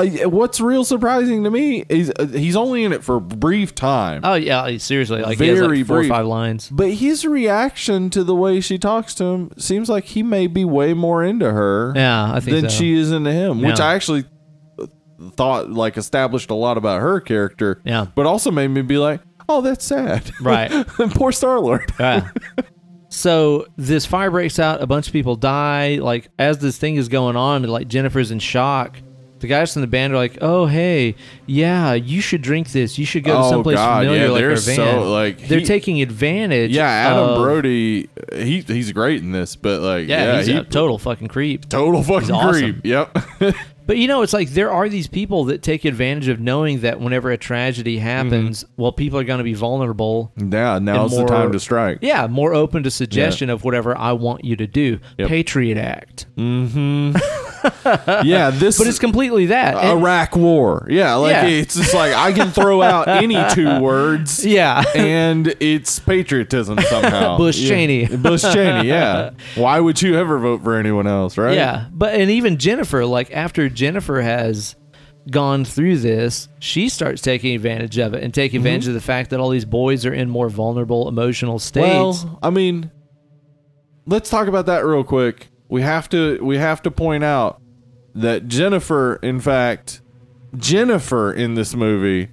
S2: Uh, what's real surprising to me is uh, he's only in it for a brief time.
S1: Oh yeah, like, seriously, like he has
S2: Very
S1: like four
S2: brief.
S1: or five lines.
S2: But his reaction to the way she talks to him seems like he may be way more into her
S1: Yeah, I think
S2: than
S1: so.
S2: she is into him, which
S1: Yeah.
S2: I actually thought like established a lot about her character.
S1: Yeah.
S2: But also made me be like, oh, that's sad.
S1: Right.
S2: Poor Star Lord.
S1: Yeah. So this fire breaks out, a bunch of people die. Like as this thing is going on, and like Jennifer's in shock. The guys from the band are like, "Oh hey, yeah, you should drink this. You should go to
S2: Oh,
S1: someplace
S2: God,
S1: familiar
S2: yeah,
S1: like
S2: they're
S1: our
S2: so,
S1: van."
S2: like,
S1: they're
S2: he-
S1: taking advantage.
S2: Yeah, Adam
S1: of-
S2: Brody, he he's great in this, but like,
S1: Yeah,
S2: yeah,
S1: he's
S2: he,
S1: a total fucking creep.
S2: total fucking
S1: awesome.
S2: creep. Yep.
S1: But you know, it's like there are these people that take advantage of knowing that whenever a
S2: Mm-hmm.
S1: tragedy happens, well, people are going to be vulnerable.
S2: now, now's
S1: more-
S2: the time to strike.
S1: Yeah, more open to suggestion of whatever I want you to do.
S2: Yep.
S1: Patriot Act.
S2: yeah, this
S1: But it's completely that. And-
S2: Iraq War. Yeah, like
S1: Yeah.
S2: it's just like I can throw out any two words.
S1: yeah.
S2: and it's patriotism somehow.
S1: Bush
S2: Yeah.
S1: Cheney.
S2: Bush Cheney, yeah. Why would you ever vote for anyone else, right?
S1: Yeah. But and even Jennifer, like after Jennifer has gone through this, she starts taking advantage of it and
S2: Mm-hmm.
S1: taking advantage of the fact that all these boys are in more vulnerable emotional states.
S2: Well, I mean, let's talk about that real quick. We have to we have to point out that Jennifer, in fact, Jennifer in this movie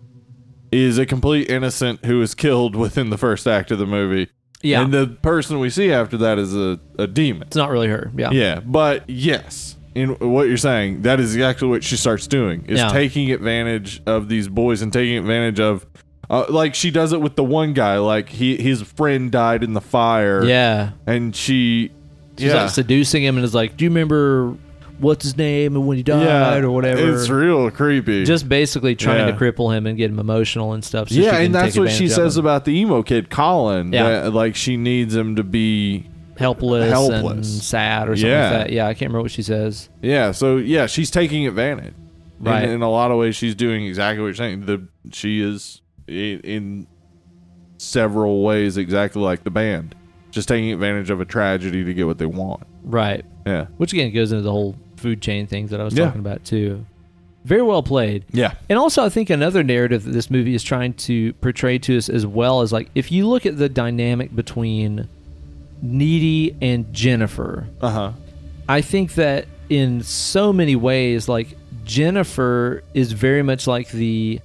S2: is a complete innocent who is killed within the first act of the movie.
S1: yeah.
S2: And the person we see after that is a, a demon.
S1: it's not really her. Yeah.
S2: Yeah, but yes, in what you're saying, that is exactly what she starts doing is
S1: Yeah.
S2: taking advantage of these boys and taking advantage of, uh, like she does it with the one guy, like he his friend died in the fire,
S1: Yeah.
S2: and she,
S1: She's
S2: yeah,
S1: like seducing him and is like, "Do you remember what's his name and when he died
S2: yeah,
S1: or whatever?"
S2: It's real creepy.
S1: Just basically trying
S2: Yeah.
S1: to cripple him and get him emotional and stuff. So she
S2: yeah,
S1: can
S2: and that's
S1: take
S2: what she
S1: advantage of
S2: says
S1: him.
S2: about the emo kid Colin.
S1: Yeah.
S2: that, like she needs him to be
S1: helpless, and
S2: Helpless.
S1: sad or something
S2: Yeah.
S1: like that. Yeah, I can't remember what she says.
S2: Yeah, so yeah, she's taking advantage. In-
S1: Right.
S2: In, a lot of ways, she's doing exactly what you're saying. The she is in, in several ways exactly like the band, just taking advantage of a tragedy to get what they want.
S1: Right.
S2: Yeah.
S1: Which again goes into the whole food chain things that I was
S2: Yeah.
S1: talking about too. Very well played.
S2: Yeah.
S1: And also, I think another narrative that this movie is trying to portray to us as well is like if you look at the dynamic between Needy and Jennifer,
S2: Uh huh.
S1: I think that in so many ways, like Jennifer is very much like the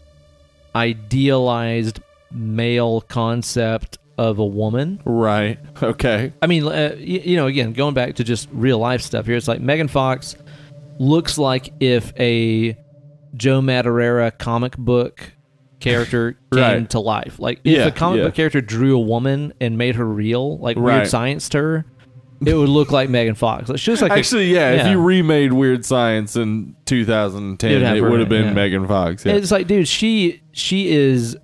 S1: idealized male concept of a woman.
S2: Right. Okay.
S1: I mean, uh, y- you know, again, going back to just real life stuff here, it's like Megan Fox looks like if a Joe Madureira comic book character came
S2: Right.
S1: to life. Like, if
S2: Yeah,
S1: a comic
S2: yeah.
S1: book character drew a woman and made her real, like
S2: Right.
S1: weird science to her, it would look like Megan Fox. Like, she looks like a-
S2: Actually, yeah, If
S1: yeah.
S2: you remade Weird Science in 2010,
S1: It'd have
S2: it
S1: her
S2: would
S1: in
S2: have
S1: it,
S2: been
S1: yeah.
S2: Megan Fox. Yeah.
S1: And it's like, dude, she she is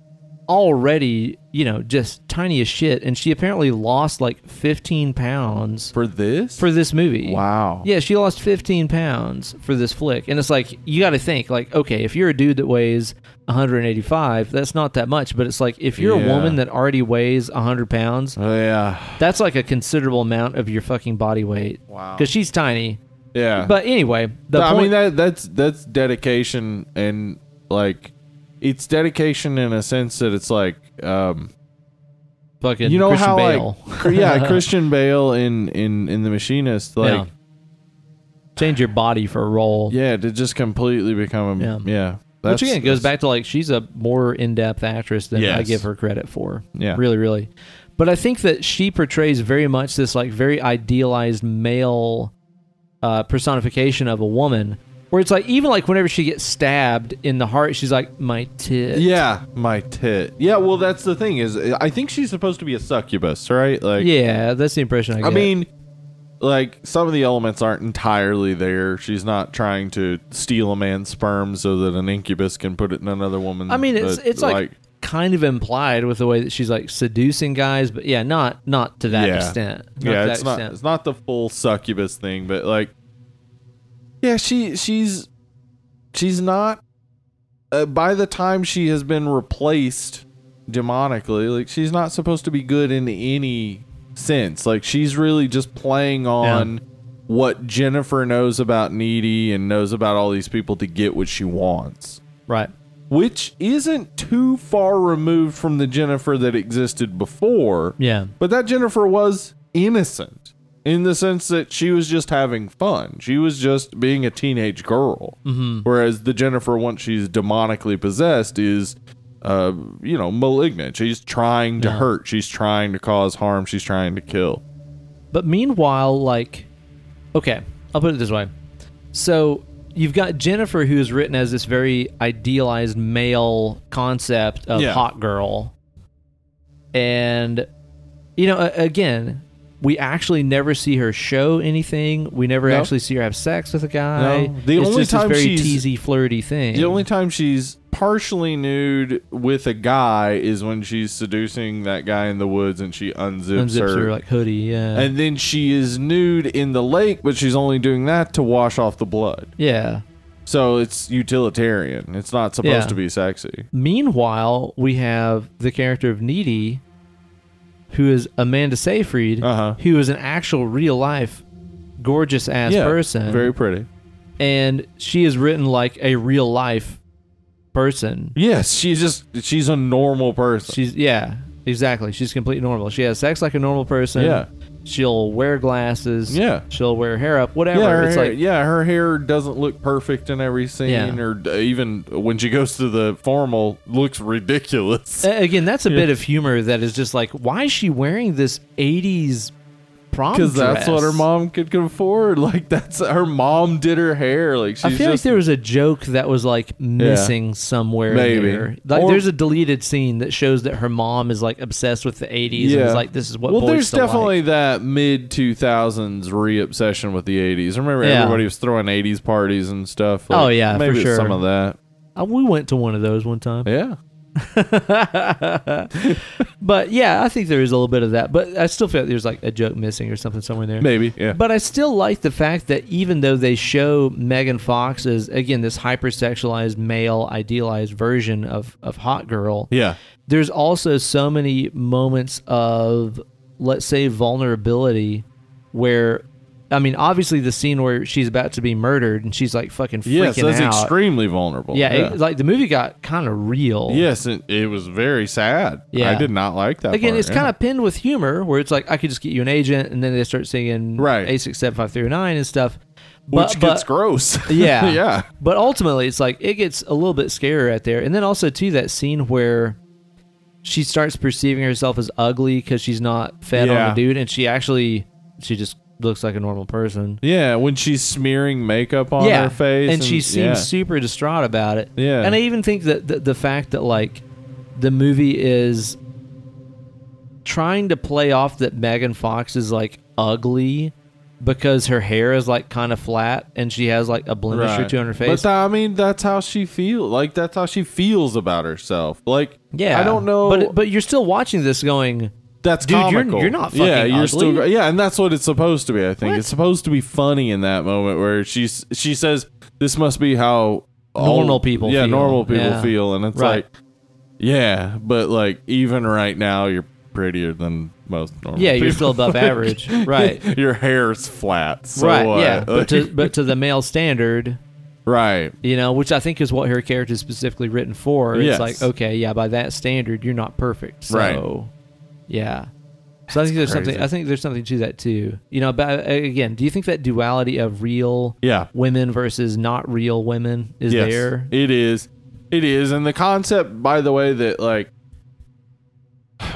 S1: already you know just tiny as shit, and she apparently lost like 15 pounds
S2: For this?
S1: for this movie.
S2: wow.
S1: Yeah, she lost 15 pounds for this flick, and it's like you got to think like, okay, if you're a dude that weighs 185, that's not that much, but it's like if you're
S2: Yeah.
S1: a woman that already weighs 100 pounds,
S2: Oh, yeah.
S1: that's like a considerable amount of your fucking body weight.
S2: Wow.
S1: Because she's tiny.
S2: Yeah.
S1: But anyway, the
S2: I
S1: point.
S2: mean that that's that's dedication and like it's dedication in a sense that it's like um
S1: fucking
S2: you know
S1: Christian
S2: how
S1: Bale.
S2: like cr- yeah Christian Bale in in in The Machinist like
S1: yeah. change your body for a role.
S2: yeah, to just completely become a yeah,
S1: Yeah.
S2: that's,
S1: Which again goes
S2: that's-
S1: back to like she's a more in-depth actress than I
S2: Yes.
S1: give her credit for.
S2: Yeah.
S1: really, really. But I think that she portrays very much this like very idealized male uh, personification of a woman, where it's like even like whenever she gets stabbed in the heart, she's like my tit.
S2: yeah my tit yeah well that's the thing is I think she's supposed to be a succubus right like
S1: yeah, that's the impression I get.
S2: I mean, like some of the elements aren't entirely there. She's not trying to steal a man's sperm so that an incubus can put it in another woman.
S1: I mean, it's
S2: but,
S1: it's like, kind of implied with the way that she's like seducing guys, but yeah, not not to that
S2: yeah,
S1: extent. Not to
S2: yeah.
S1: that
S2: It's not
S1: extent.
S2: it's not the full succubus thing, but like, yeah, she she's she's not. Uh, by the time she has been replaced demonically, like she's not supposed to be good in any sense. Like she's really just playing on. what Jennifer knows about Needy and knows about all these people to get what she wants,
S1: right.
S2: which isn't too far removed from the Jennifer that existed before.
S1: Yeah.
S2: But that Jennifer was innocent in the sense that she was just having fun. She was just being a teenage girl. Mm-hmm. Whereas the Jennifer, once she's demonically possessed, is. Uh, you know, malignant. She's trying to hurt. She's trying to cause harm. She's trying to kill.
S1: But meanwhile, like, okay, I'll put it this way. So you've got Jennifer, who is written as this very idealized male concept of
S2: Yeah.
S1: hot girl. And, you know, a- again, we actually never see her show anything. We never
S2: No.
S1: actually see her have sex with a guy.
S2: No. The
S1: it's
S2: only
S1: just
S2: time
S1: this very
S2: she's-
S1: teasy, flirty thing.
S2: The only time she's partially nude with a guy is when she's seducing that guy in the woods and she unzips,
S1: unzips her like hoodie. Yeah,
S2: and then she is nude in the lake, but she's only doing that to wash off the blood.
S1: yeah.
S2: So it's utilitarian. It's not supposed
S1: Yeah.
S2: to be sexy.
S1: Meanwhile, we have the character of Needy, who is Amanda Seyfried,
S2: Uh-huh.
S1: who is an actual real life gorgeous ass person,
S2: Very pretty.
S1: and she is written like a real life person.
S2: Yes, she's just she's a normal person.
S1: She's yeah, exactly. She's completely normal. She has sex like a normal person.
S2: Yeah.
S1: She'll wear glasses.
S2: Yeah.
S1: She'll wear hair up. Whatever.
S2: yeah, her
S1: it's
S2: hair,
S1: like
S2: yeah, her hair doesn't look perfect in every scene,
S1: Yeah.
S2: or d- even when she goes to the formal, looks ridiculous.
S1: A- Again, that's a bit of humor that is just like, why is she wearing this '80s prom?
S2: Because that's what her
S1: dress?
S2: mom could could afford. Like that's her mom did her hair. Like she's
S1: I
S2: just,
S1: feel like there was a joke that was like missing somewhere.
S2: Maybe.
S1: there. like
S2: Or-
S1: there's a deleted scene that shows that her mom is like obsessed with the '80s and is like, "This is what."
S2: Well,
S1: boys
S2: there's
S1: still like.
S2: definitely that mid two thousands re obsession with the eighties. Remember,
S1: Yeah.
S2: everybody was throwing eighties parties and stuff.
S1: Oh, yeah, for
S2: maybe it's
S1: sure.
S2: some of that.
S1: Uh, we went to one of those one time.
S2: Yeah,
S1: But yeah, I think there is a little bit of that. But I still feel like there's like a joke missing or something somewhere there.
S2: maybe. Yeah,
S1: But I still like the fact that even though they show Megan Fox as again this hypersexualized male idealized version of of hot girl,
S2: yeah,
S1: there's also so many moments of let's say vulnerability where I mean obviously the scene where she's about to be murdered and she's like fucking
S2: yes.
S1: freaking
S2: That's
S1: out.
S2: extremely vulnerable.
S1: Yeah, It, like the movie got kind of real.
S2: yes, it, it was very sad.
S1: Yeah.
S2: I did not like that.
S1: Again,
S2: part,
S1: it's
S2: yeah.
S1: kind of pinned with humor, where it's like I could just get you an agent, and then they start singing
S2: Right.
S1: A six seven five three oh nine and stuff. But,
S2: which
S1: but-
S2: gets gross.
S1: Yeah.
S2: yeah,
S1: But ultimately, it's like it gets a little bit scarier out there. And then also, too, that scene where she starts perceiving herself as ugly because she's not fed on
S2: Yeah.
S1: a dude, and she actually she just looks like a normal person.
S2: yeah. When she's smearing makeup on her face,
S1: and, she seems
S2: yeah.
S1: super distraught about it.
S2: Yeah.
S1: and I even think that the, the fact that like the movie is trying to play off that Megan Fox is like ugly because her hair is like kind of flat and she has like a blemish or
S2: Right.
S1: two on her face.
S2: But tha- I mean, that's how she feels. Like that's how she feels about herself. Like
S1: Yeah,
S2: I don't know.
S1: but but you're still watching this going.
S2: that's
S1: dude, you're-
S2: comical.
S1: you're not
S2: yeah.
S1: fucking
S2: You're still
S1: ugly.
S2: yeah, and that's what it's supposed to be. I think
S1: What?
S2: it's supposed to be funny in that moment where she's she says this must be how all-
S1: Normal people
S2: yeah
S1: feel.
S2: normal people
S1: Yeah.
S2: feel, and it's
S1: Right.
S2: like yeah, but like even right now you're prettier than most normal.
S1: Yeah, you're
S2: people.
S1: still above average, right?
S2: Your hair's flat. So
S1: right.
S2: what?
S1: Yeah, but to
S2: Like-
S1: but to the male standard,
S2: right.
S1: you know, which I think is what her character is specifically written for. It's
S2: Yes.
S1: like okay, yeah, by that standard, you're not perfect. So,
S2: Right.
S1: Yeah. So I think there's something.
S2: crazy.
S1: I think there's something to that too. You know, but uh, again, do you think that duality of real
S2: Yeah.
S1: women versus not real women is
S2: Yes,
S1: there?
S2: It is. It is. And the concept, by the way, that like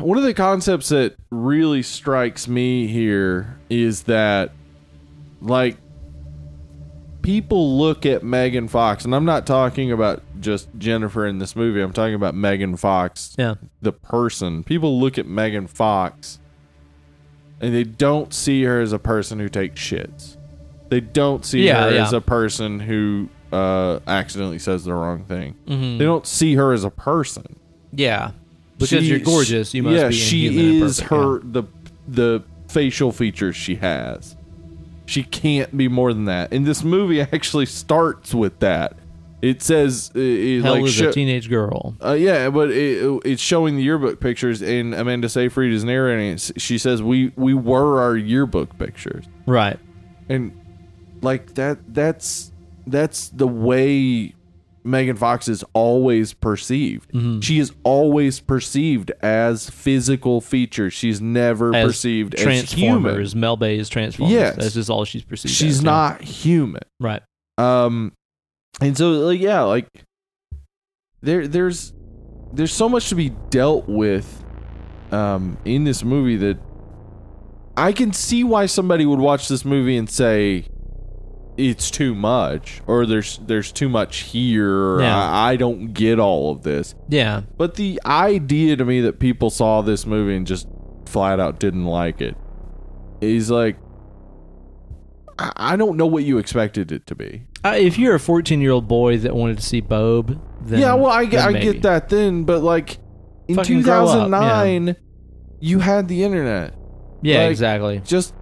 S2: one of the concepts that really strikes me here is that like people look at Megan Fox, and I'm not talking about just Jennifer in this movie. I'm talking about Megan Fox
S1: Yeah.
S2: the person. People look at Megan Fox and they don't see her as a person who takes shits. They don't see
S1: Yeah,
S2: her
S1: yeah.
S2: as a person who uh, accidentally says the wrong thing.
S1: Mm-hmm.
S2: They don't see her as a person.
S1: Yeah. Because
S2: She-
S1: you're gorgeous, you must
S2: yeah,
S1: be inhuman
S2: she
S1: and
S2: is
S1: perfect, yeah.
S2: her the the facial features she has. She can't be more than that. And this movie actually starts with that. It says uh, it,
S1: Hell
S2: like
S1: is a
S2: sho-
S1: teenage girl.
S2: Uh, yeah, but it, it's showing the yearbook pictures, and Amanda Seyfried is narrating. It. She says, "We we were our yearbook pictures,"
S1: Right.
S2: and like that, that's that's the way Megan Fox is always perceived.
S1: Mm-hmm.
S2: She is always perceived as physical features. She's never
S1: As
S2: perceived as human.
S1: Transformers, Mel Bay's Transformers.
S2: Yes.
S1: That's just all she's perceived.
S2: She's
S1: as, yeah.
S2: not human.
S1: Right.
S2: Um, and so like, yeah, like there there's there's so much to be dealt with um in this movie that I can see why somebody would watch this movie and say it's too much or there's there's too much here or,
S1: Yeah.
S2: I, I don't get all of this.
S1: Yeah.
S2: But the idea to me that people saw this movie and just flat out didn't like it is like I, I don't know what you expected it to be.
S1: Uh, if you're a 14 year old boy that wanted to see Bob, then
S2: yeah, well, I,
S1: then
S2: I
S1: maybe.
S2: get that then, but like in
S1: Fucking grow up,
S2: 2009, you had the internet.
S1: Yeah,
S2: like-
S1: exactly.
S2: Just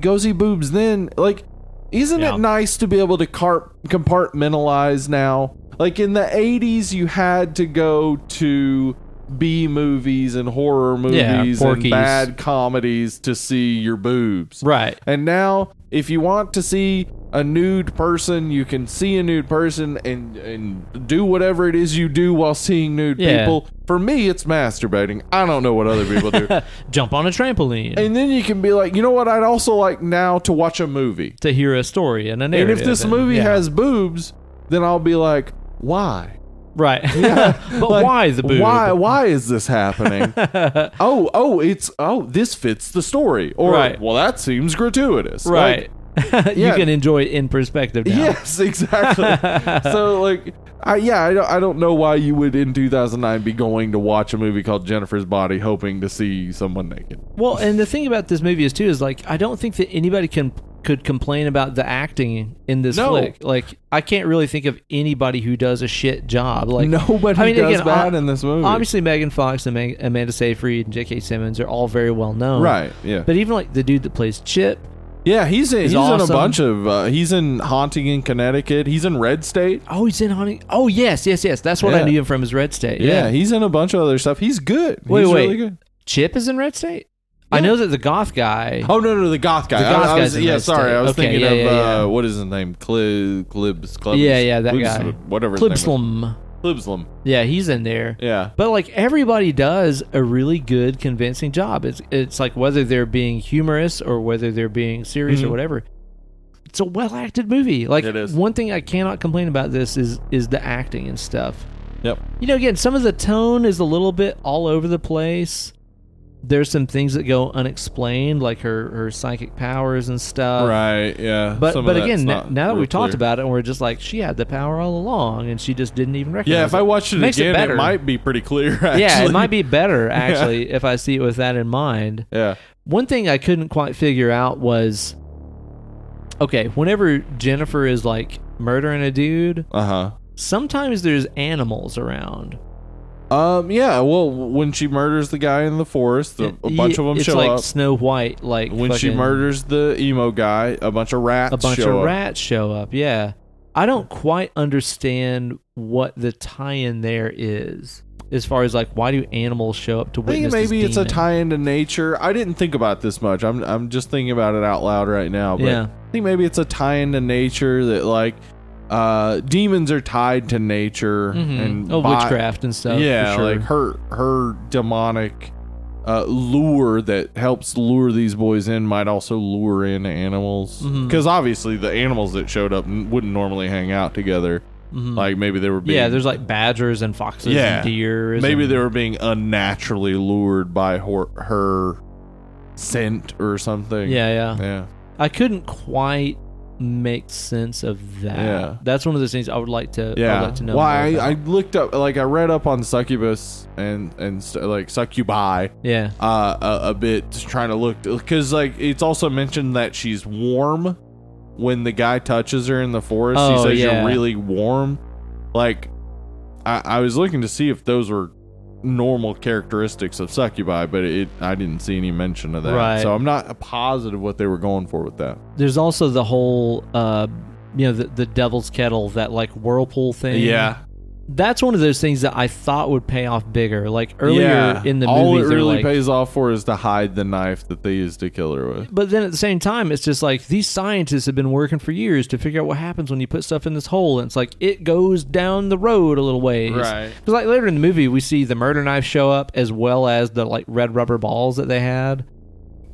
S2: go see boobs then. Like, isn't
S1: Yeah.
S2: it nice to be able to carp- compartmentalize now? Like in the 80s, you had to go to B movies and horror
S1: Yeah,
S2: movies
S1: Porky's.
S2: and bad comedies to see your boobs.
S1: Right.
S2: And now, if you want to see a nude person, you can see a nude person and and do whatever it is you do while seeing nude
S1: Yeah.
S2: people. For me, it's masturbating. I don't know what other people do.
S1: Uh, Jump on a trampoline
S2: and then you can be like, you know what? I'd also like now to watch a movie.
S1: to hear a story and a
S2: And
S1: narrative.
S2: if this movie
S1: yeah.
S2: has boobs, then I'll be like, why?
S1: right, but
S2: Like,
S1: why the boob?
S2: Why? Why is this happening? oh, oh, it's oh, this fits the story. Or
S1: Right.
S2: well, that seems gratuitous. Like,
S1: Right. you
S2: yeah.
S1: can enjoy it in perspective now.
S2: Yes, exactly. so like, I, yeah, I don't, I don't know why you would in 2009 be going to watch a movie called Jennifer's Body, hoping to see someone naked.
S1: Well, and the thing about this movie is too is like I don't think that anybody can could complain about the acting in this
S2: No.
S1: flick. Like I can't really think of anybody who does a shit job. Like
S2: Nobody
S1: I mean,
S2: does
S1: again,
S2: bad
S1: ob-
S2: in this movie.
S1: Obviously, Megan Fox and Meg- Amanda Seyfried and J.K. Simmons are all very well known.
S2: Right. Yeah.
S1: But even like the dude that plays Chip,
S2: yeah. He's in. He's, in a
S1: awesome.
S2: bunch of. Uh, he's in Haunting in Connecticut. He's in Red State.
S1: oh, he's in Honey. Oh, yes, yes, yes. That's what I
S2: Yeah.
S1: knew him from. Is Red State?
S2: Yeah. He's in a bunch of other stuff. He's good.
S1: Wait,
S2: he's
S1: wait.
S2: Really good.
S1: Chip is in Red State. I know that the goth guy.
S2: Oh no, no, the goth guy.
S1: The goth
S2: I, I
S1: guy's
S2: was,
S1: in
S2: yeah,
S1: Red
S2: sorry.
S1: State.
S2: I was
S1: Okay,
S2: thinking
S1: yeah,
S2: of
S1: yeah, yeah.
S2: Uh, what is his name? Cli- Clibs, Clubs.
S1: Yeah, yeah, that
S2: Clibs-
S1: guy.
S2: Whatever. his name
S1: Clibslum.
S2: was. Clibslum.
S1: Yeah, he's in there.
S2: Yeah.
S1: But like everybody does a really good, convincing job. It's it's like whether they're being humorous or whether they're being serious or
S2: Mhm.
S1: whatever. It's a well acted movie. Like
S2: It is.
S1: one thing I cannot complain about this is is the acting and stuff.
S2: Yep.
S1: You know, again, some of the tone is a little bit all over the place. There's some things that go unexplained, like her her psychic powers and stuff.
S2: right. Yeah.
S1: Uh, But
S2: some of
S1: but
S2: that's
S1: again, now,
S2: not
S1: now that
S2: real
S1: we've talked
S2: clear.
S1: about it, and we're just like she had the power all along, and she just didn't even recognize.
S2: Yeah, if I watched it
S1: Makes it
S2: again, it,
S1: better.
S2: might be pretty clear. Actually.
S1: Yeah, it might be better actually if I see it with that in mind.
S2: Yeah.
S1: One thing I couldn't quite figure out was okay, whenever Jennifer is like murdering a dude,
S2: Uh
S1: sometimes there's animals around.
S2: huh. Um. Yeah. Well, when she murders the guy in the forest, a, a
S1: It-
S2: bunch of them
S1: it's
S2: show
S1: like
S2: up.
S1: Snow White like
S2: When she
S1: fucking-
S2: murders the emo guy, a bunch of rats.
S1: a bunch
S2: show
S1: of
S2: up.
S1: rats show up. Yeah. I don't quite understand what the tie-in there is as far as like why do animals show up to
S2: I think
S1: witness this
S2: maybe it's a
S1: demon?
S2: tie into nature. I didn't think about this much. I'm I'm just thinking about it out loud right now. But
S1: Yeah.
S2: I think maybe it's a tie into nature that like uh demons are tied to nature
S1: Mhm.
S2: and
S1: oh,
S2: bi-
S1: witchcraft and stuff. for
S2: yeah,
S1: sure.
S2: like her her demonic uh, lure that helps lure these boys in might also lure in animals
S1: Mhm.
S2: because obviously the animals that showed up n- wouldn't normally hang out together.
S1: Mhm.
S2: Like maybe they were being
S1: yeah, there's like badgers and foxes
S2: Yeah.
S1: and deer.
S2: maybe
S1: and,
S2: they were being unnaturally lured by her, her scent or something.
S1: Yeah, yeah.
S2: yeah.
S1: I couldn't quite make sense of that.
S2: Yeah.
S1: That's one of those things I would like to. I
S2: Yeah.
S1: would like to know.
S2: well,
S1: more
S2: I,
S1: about.
S2: I looked up, like, I read up on succubus and and st- like succubi
S1: yeah.
S2: uh, a, a bit, just trying to look because like it's also mentioned that she's warm when the guy touches her in the forest.
S1: Oh,
S2: he says
S1: yeah.
S2: you're really warm. Like, I, I was looking to see if those were normal characteristics of succubi, but it I didn't see any mention of that.
S1: Right.
S2: So I'm not positive what they were going for with that.
S1: There's also the whole, uh, you know, the, the devil's kettle, that like whirlpool thing. That's one of those things that I thought would pay off bigger. Like earlier
S2: Yeah.
S1: in the
S2: all
S1: movie,
S2: it
S1: they're
S2: really
S1: like,
S2: pays off for is to hide the knife that they used to kill her with.
S1: But then at the same time, it's just like these scientists have been working for years to figure out what happens when you put stuff in this hole. And it's like it goes down the road a little ways.
S2: Right.
S1: Because like later in the movie, we see the murder knife show up as well as the like red rubber balls that they had.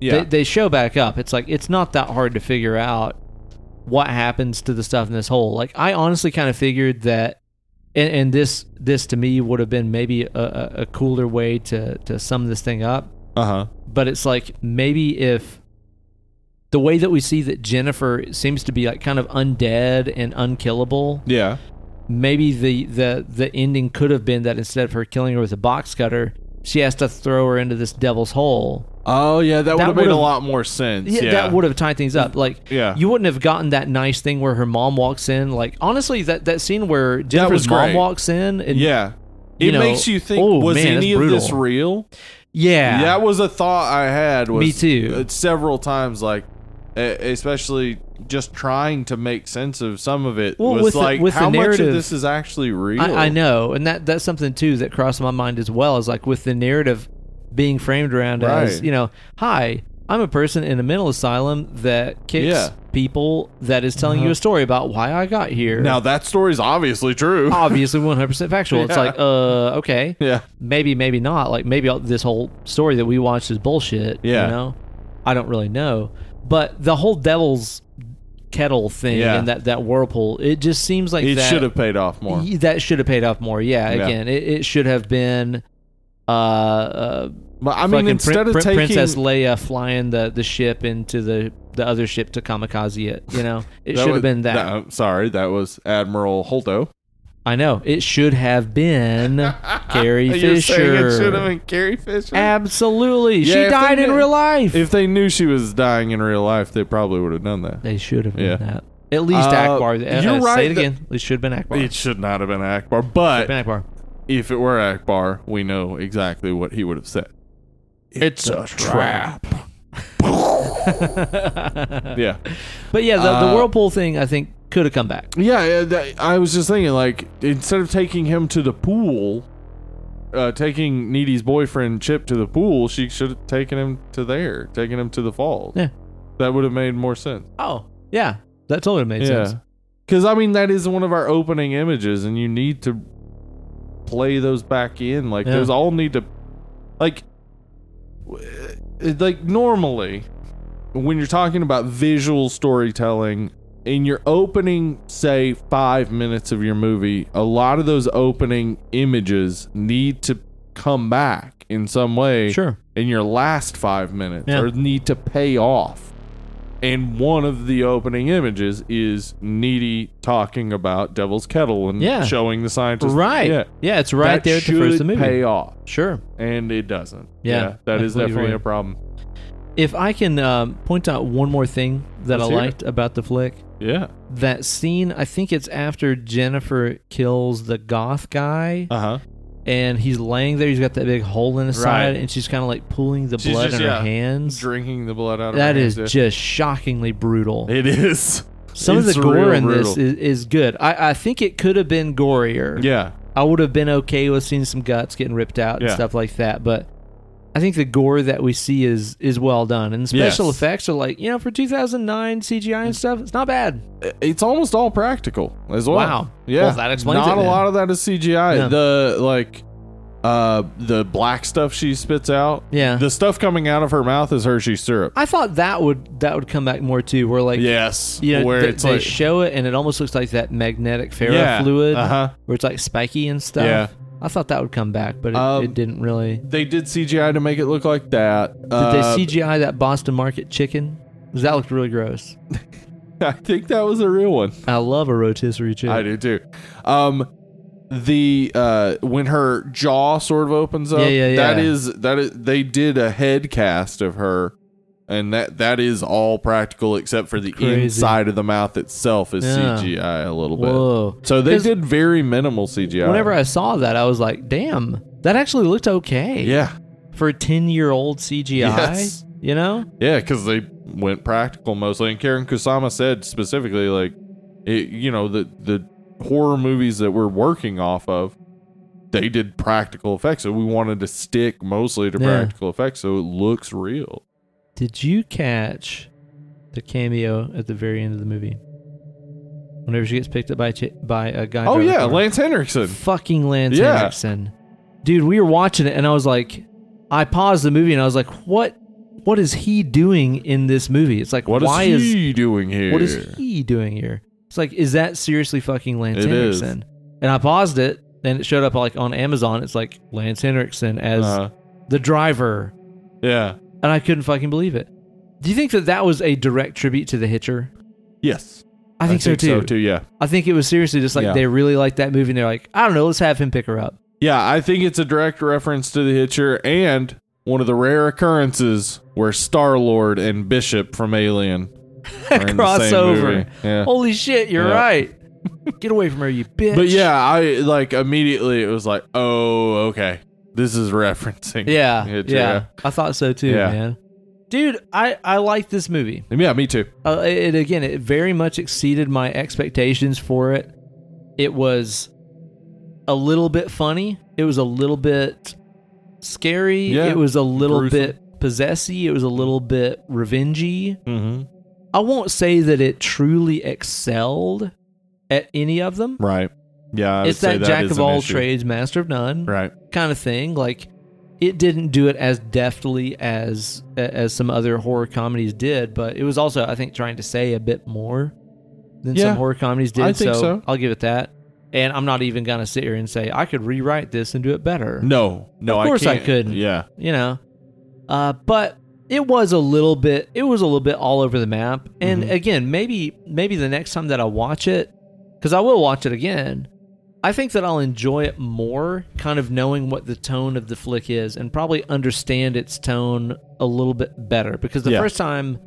S1: They, they show back up. It's like it's not that hard to figure out what happens to the stuff in this hole. Like I honestly kind of figured that, and, and this this to me would have been maybe a, a, a cooler way to to sum this thing up
S2: uh huh.
S1: but it's like maybe if the way that we see that Jennifer seems to be like kind of undead and unkillable,
S2: Yeah.
S1: maybe the the the ending could have been that instead of her killing her with a box cutter, she has to throw her into this devil's hole.
S2: Oh yeah, that would have made a
S1: would've-
S2: lot more sense.
S1: Yeah,
S2: Yeah,
S1: that would have tied things up. Like,
S2: Yeah.
S1: you wouldn't have gotten that nice thing where her mom walks in. Like, honestly, that that scene where Jennifer's
S2: was
S1: mom
S2: great.
S1: walks in and
S2: Yeah. It
S1: You know,
S2: makes you think
S1: oh,
S2: was
S1: man, that's
S2: any of this
S1: brutal.
S2: real?
S1: yeah,
S2: That was a thought I had. Was,
S1: Me too.
S2: uh, Several times, like e- especially just trying to make sense of some of it
S1: Well,
S2: was
S1: with the-
S2: like
S1: with the
S2: how much of
S1: narrative-
S2: this is actually real.
S1: I, I know, and that that's something too that crossed my mind as well. Is like with the narrative being framed around as
S2: Right.
S1: you know, hi, I'm a person in a mental asylum that kicks
S2: Yeah. Uh-huh.
S1: people that is telling you a story about why I got here.
S2: Now that story's obviously true.
S1: obviously, 100 percent factual. It's
S2: Yeah.
S1: like, uh, okay,
S2: yeah.
S1: maybe, maybe not. Like maybe all, this whole story that we watched is bullshit.
S2: Yeah.
S1: you know, I don't really know, but the whole devil's kettle thing
S2: Yeah.
S1: and that that whirlpool, it just seems like
S2: It
S1: that-
S2: should have paid off more.
S1: Y- That should have paid off more. Yeah,
S2: Yeah.
S1: again, it, it should have been. Uh, uh,
S2: But I mean,
S1: fucking
S2: instead
S1: Prin-
S2: of
S1: Prin-
S2: taking
S1: Princess Leia flying the, the ship into the, the other ship to kamikaze it, you know, it should
S2: was-
S1: have been that.
S2: no, sorry, that was Admiral Holdo.
S1: I know it should have been Carrie
S2: You're saying it should have
S1: Fisher.
S2: been Carrie Fisher.
S1: Absolutely,
S2: Yeah, if
S1: she
S2: they
S1: died in
S2: knew-
S1: real life.
S2: if they knew she was dying in real life, they probably would have done that.
S1: they should have
S2: Yeah.
S1: been that. At least
S2: Uh,
S1: Akbar.
S2: you're
S1: uh,
S2: right
S1: Say it
S2: that-
S1: again. it should have been Akbar.
S2: It should not have been Akbar, but
S1: been Akbar.
S2: if it were Akbar, we know exactly what he would have said. It's, a, trap. yeah.
S1: But yeah, the, the
S2: Uh,
S1: whirlpool thing I think could have come back.
S2: Yeah, yeah, that- I was just thinking, like, instead of taking him to the pool, uh, taking Needy's boyfriend Chip to the pool, she should have taken him to there, taken him to the falls.
S1: Yeah.
S2: That would have made more sense.
S1: Oh, yeah. That totally made sense.
S2: yeah. Because, I mean, that is one of our opening images, and you need to play those back in. Like,
S1: Yeah.
S2: those all need to. Like, w- it- like, normally, when you're talking about visual storytelling, in your opening, say, five minutes of your movie, a lot of those opening images need to come back in some way
S1: Sure.
S2: in your last five minutes
S1: Yeah.
S2: or need to pay off. And one of the opening images is Needy talking about Devil's Kettle and
S1: Yeah.
S2: showing the scientist.
S1: right. Yeah.
S2: Yeah.
S1: it's right
S2: that
S1: there at the first of the
S2: should
S1: movie.
S2: pay off.
S1: Sure.
S2: And it doesn't.
S1: Yeah,
S2: that is
S1: I completely
S2: definitely
S1: agree.
S2: a problem.
S1: If I can um, point out one more thing that
S2: Let's
S1: I
S2: hear it.
S1: liked about the flick,
S2: Yeah.
S1: that scene, I think it's after Jennifer kills the goth guy
S2: Uh huh.
S1: and he's laying there. He's got that big hole in his
S2: Right.
S1: side and she's kind of like pulling the
S2: She's
S1: blood
S2: just-
S1: in her
S2: yeah,
S1: hands.
S2: Drinking the blood out of
S1: That
S2: her
S1: is
S2: hands, yeah.
S1: just shockingly brutal.
S2: It is.
S1: Some of
S2: it's
S1: the gore
S2: real
S1: in this
S2: brutal.
S1: is, is good. I, I think it could have been gorier.
S2: Yeah.
S1: I would have been okay with seeing some guts getting ripped out and
S2: Yeah.
S1: stuff like that, but I think the gore that we see is is well done, and the special
S2: Yes.
S1: effects are like you know for 2009 CGI and stuff, it's not bad.
S2: it's almost all practical as well.
S1: Wow.
S2: Yeah.
S1: Well, that explains
S2: Not
S1: it
S2: a
S1: then.
S2: lot of that is CGI.
S1: Yeah.
S2: The like uh the black stuff she spits out.
S1: Yeah.
S2: The stuff coming out of her mouth is Hershey syrup.
S1: I thought that would that would come back more too, where like
S2: yes.
S1: you know
S2: where
S1: they,
S2: it's
S1: they
S2: like
S1: show it and it almost looks like that magnetic ferrofluid
S2: Yeah, uh-huh.
S1: where it's like spiky and stuff.
S2: Yeah.
S1: I thought that would come back, but it,
S2: Um,
S1: it didn't really. Did
S2: they did CGI to make it look like that. Uh, Did
S1: they CGI that Boston Market chicken? 'Cause That looked really gross.
S2: I think that was a real one.
S1: I love a rotisserie chicken.
S2: I do too. Um the uh when her jaw sort of opens up,
S1: Yeah, yeah,
S2: that
S1: yeah.
S2: is that is they did a head cast of her and that that is all practical except for the
S1: Crazy.
S2: inside of the mouth itself is
S1: Yeah.
S2: CGI a little
S1: Whoa.
S2: bit. So they
S1: 'Cause
S2: did very minimal CGI.
S1: Whenever I saw that, I was like, damn, that actually looked okay.
S2: Yeah.
S1: For a 10 year old CGI,
S2: Yes.
S1: you know?
S2: Yeah, because they went practical mostly. And Karen Kusama said specifically, like, it, you know, the the horror movies that we're working off of, they did practical effects. So we wanted to stick mostly to
S1: Yeah.
S2: practical effects, so it looks real.
S1: Did you catch the cameo at the very end of the movie? Whenever she gets picked up by a, chi- by a guy.
S2: oh
S1: driving a
S2: yeah,
S1: car.
S2: Lance Henriksen.
S1: Fucking Lance
S2: Yeah.
S1: Henriksen. Dude, we were watching it and I was like, I paused the movie and I was like, what? What is he doing in this movie? It's like,
S2: What is
S1: why
S2: he doing here?
S1: What is he doing here? It's like, is that seriously fucking Lance
S2: It is.
S1: Henriksen? And I paused it, and it showed up like on Amazon. It's like Lance Henriksen as
S2: Uh,
S1: the driver,
S2: yeah,
S1: and I couldn't fucking believe it. Do you think that that was a direct tribute to The Hitcher?
S2: Yes.
S1: I think, so, too.
S2: So too. Yeah.
S1: I think it was seriously just like
S2: Yeah.
S1: they really liked that movie and they're like, I don't know, let's have him pick her up.
S2: Yeah, I think it's a direct reference to the Hitcher and one of the rare occurrences where Star Lord and Bishop from Alien are in the same
S1: Crossover.
S2: movie. Yeah.
S1: Holy shit, you're
S2: Yeah.
S1: right. Get away from her, you bitch.
S2: But yeah, I like immediately it was like, oh, okay, this is referencing.
S1: Yeah.
S2: Hitcher,
S1: yeah. I thought so too,
S2: Yeah.
S1: man. Dude, I, I like this movie.
S2: yeah, Yeah, me too.
S1: Uh, it again, it very much exceeded my expectations for it. It was a little bit funny. It was a little bit scary.
S2: Yeah.
S1: It was a little
S2: Gruesome.
S1: bit possessy. It was a little bit revengey.
S2: Mm-hmm.
S1: I won't say that it truly excelled at any of them.
S2: Right. Yeah, I would
S1: it's
S2: say
S1: that, jack
S2: is
S1: of
S2: an
S1: all
S2: issue.
S1: trades, master of none
S2: Right.
S1: kind of thing. Like it didn't do it as deftly as as some other horror comedies did, but it was also I think trying to say a bit more than
S2: Yeah,
S1: some horror comedies did.
S2: I think so.
S1: I'll give it that. And I'm not even gonna sit here and say I could rewrite this and do it better.
S2: No, no,
S1: Of course I
S2: I, can't.
S1: couldn't.
S2: Yeah,
S1: You know. Uh, but it was a little bit it was a little bit all over the map. And
S2: Mm-hmm.
S1: again, maybe maybe the next time that I watch it, because I will watch it again, I think that I'll enjoy it more, kind of knowing what the tone of the flick is, and probably understand its tone a little bit better. Because the
S2: Yeah.
S1: first time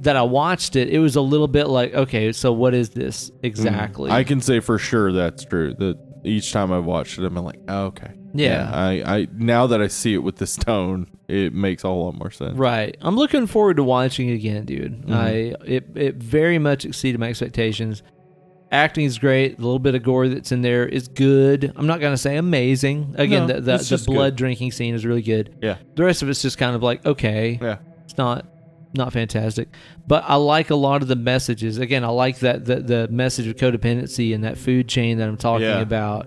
S1: that I watched it, it was a little bit like, okay, so what is this exactly?
S2: Mm-hmm. I can say for sure that's true. That each time I've watched it, I've been like, oh, okay.
S1: Yeah.
S2: I, I now that I see it with this tone, it makes a whole lot more sense.
S1: Right. I'm looking forward to watching it again, dude.
S2: Mm-hmm.
S1: I it it very much exceeded my expectations. Acting is great. The little bit of gore that's in there is good. I'm not gonna say amazing. Again,
S2: No,
S1: the the,
S2: it's
S1: the
S2: just good.
S1: blood drinking scene is really good.
S2: Yeah.
S1: The rest of it's just kind of like okay,
S2: Yeah.
S1: it's not not fantastic. But I like a lot of the messages. Again, I like that the the message of codependency and that food chain that I'm talking
S2: Yeah.
S1: about.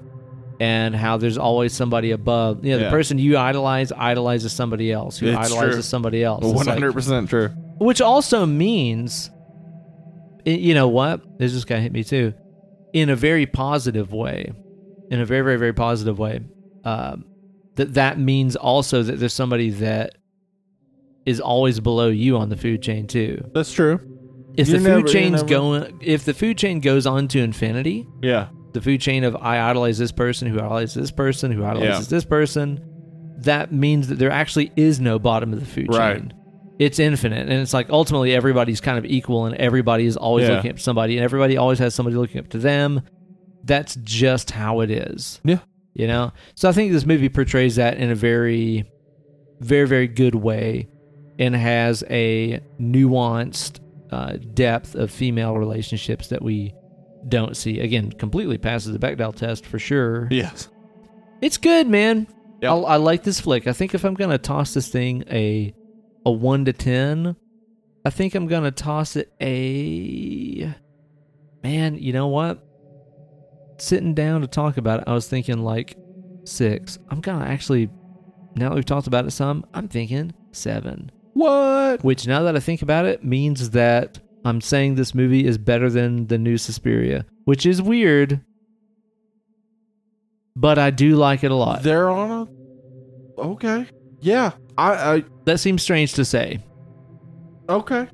S1: And how there's always somebody above. You know, the
S2: Yeah.
S1: person you idolize idolizes somebody else who
S2: It's
S1: idolizes
S2: true.
S1: somebody else. It's
S2: One
S1: like-
S2: hundred percent true.
S1: which also means, i- you know what? This just kind of hit me too, in a very positive way, in a very very very positive way. Um, that that means also that there's somebody that is always below you on the food chain too.
S2: That's true.
S1: If
S2: You're
S1: the
S2: never-
S1: food
S2: you're
S1: chain's
S2: never-
S1: going, if the food chain goes on to infinity,
S2: Yeah.
S1: the food chain of I idolize this person, who idolizes this person, who idolizes this person, that means that there actually is no bottom of the food
S2: Right.
S1: chain. It's infinite. And it's like ultimately everybody's kind of equal and everybody is always
S2: Yeah.
S1: looking up to somebody and everybody always has somebody looking up to them. That's just how it is.
S2: Yeah.
S1: You know? So I think this movie portrays that in a very, very, very good way and has a nuanced uh, depth of female relationships that we don't see. Again, completely passes the Bechdel test for sure.
S2: Yes.
S1: It's good, man.
S2: Yeah.
S1: I, I like this flick. I think if I'm gonna toss this thing a a one to ten, I think I'm gonna toss it a man. You know what? Sitting down to talk about it, I was thinking like six. I'm gonna actually now that we've talked about it some, I'm thinking seven.
S2: What?
S1: Which now that I think about it means that I'm saying this movie is better than the new Suspiria, which is weird. But I do like it a lot.
S2: They're on a. Okay. Yeah. I. I
S1: That seems strange to say.
S2: Okay.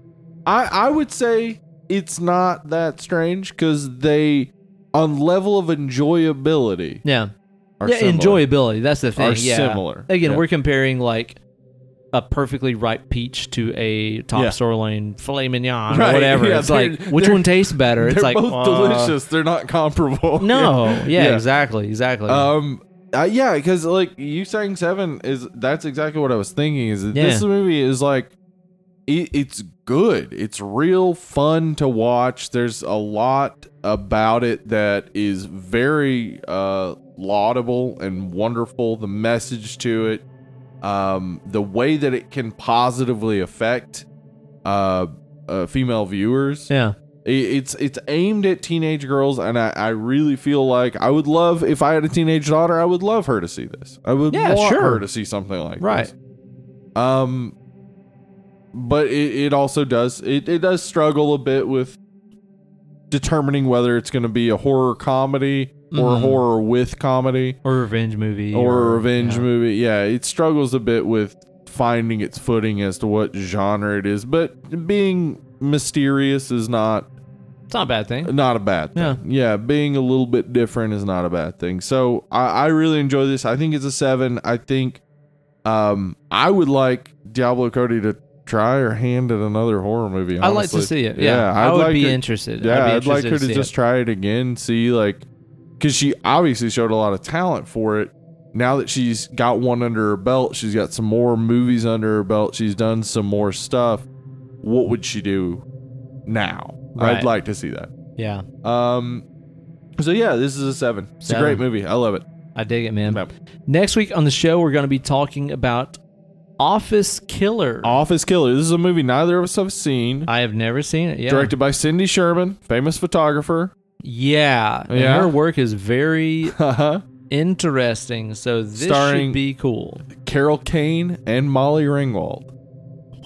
S2: I I would say it's not that strange because they, on level of enjoyability,
S1: Yeah.
S2: are
S1: yeah,
S2: similar.
S1: enjoyability. That's the thing.
S2: Are
S1: yeah.
S2: similar.
S1: Again,
S2: Yeah.
S1: we're comparing like a perfectly ripe peach to a top
S2: Yeah.
S1: sirloin filet mignon or
S2: Right,
S1: whatever.
S2: yeah,
S1: it's like
S2: they're-
S1: which
S2: they're-
S1: one tastes better? It's
S2: They're
S1: like
S2: both
S1: uh,
S2: delicious. They're not comparable.
S1: No. Yeah,
S2: Yeah.
S1: exactly. Exactly.
S2: Um. Uh, yeah, because like you saying seven is that's exactly what I was thinking. Is that this
S1: Yeah.
S2: movie is like, it, it's good. It's real fun to watch. There's a lot about it that is very uh laudable and wonderful. The message to it, um, the way that it can positively affect uh, uh female viewers.
S1: yeah.
S2: I- It's it's aimed at teenage girls, and I, I really feel like I would love if I had a teenage daughter, I would love her to see this. I would
S1: Yeah,
S2: want
S1: sure.
S2: her to see something like
S1: Right.
S2: this. Um, but it, it also does it, it does struggle a bit with determining whether it's going to be a horror comedy or
S1: Mhm.
S2: horror with comedy
S1: Or a revenge movie.
S2: or a revenge
S1: yeah.
S2: movie. Yeah, it struggles a bit with finding its footing as to what genre it is, but being mysterious is not
S1: It's not a bad thing.
S2: not a bad thing.
S1: Yeah.
S2: yeah, being a little bit different is not a bad thing. So I, I really enjoy this. I think it's a seven. I think um I would like Diablo Cody to try her hand at another horror movie.
S1: I'd like to
S2: honestly.
S1: see it. Yeah, I
S2: I'd
S1: would
S2: like
S1: be
S2: her-
S1: interested.
S2: Yeah,
S1: I'd, be
S2: I'd,
S1: interested
S2: like her to
S1: see
S2: just
S1: it.
S2: try it again, see like because she obviously showed a lot of talent for it. Now that she's got one under her belt, she's got some more movies under her belt. She's done some more stuff. What would she do now?
S1: Right.
S2: I'd like to see that.
S1: Yeah,
S2: Um, so yeah, this is a seven. It's
S1: Seven.
S2: a great movie. I love it.
S1: I dig it, man.
S2: Yep.
S1: Next week on the show, we're going to be talking about Office Killer.
S2: Office Killer. This is a movie neither of us have seen.
S1: I have never seen it. Yeah,
S2: Directed by Cindy Sherman, famous photographer.
S1: yeah. And
S2: Yeah.
S1: her work is very
S2: Carol
S1: interesting. So this
S2: Starring-
S1: should be cool.
S2: Kane and Molly Ringwald.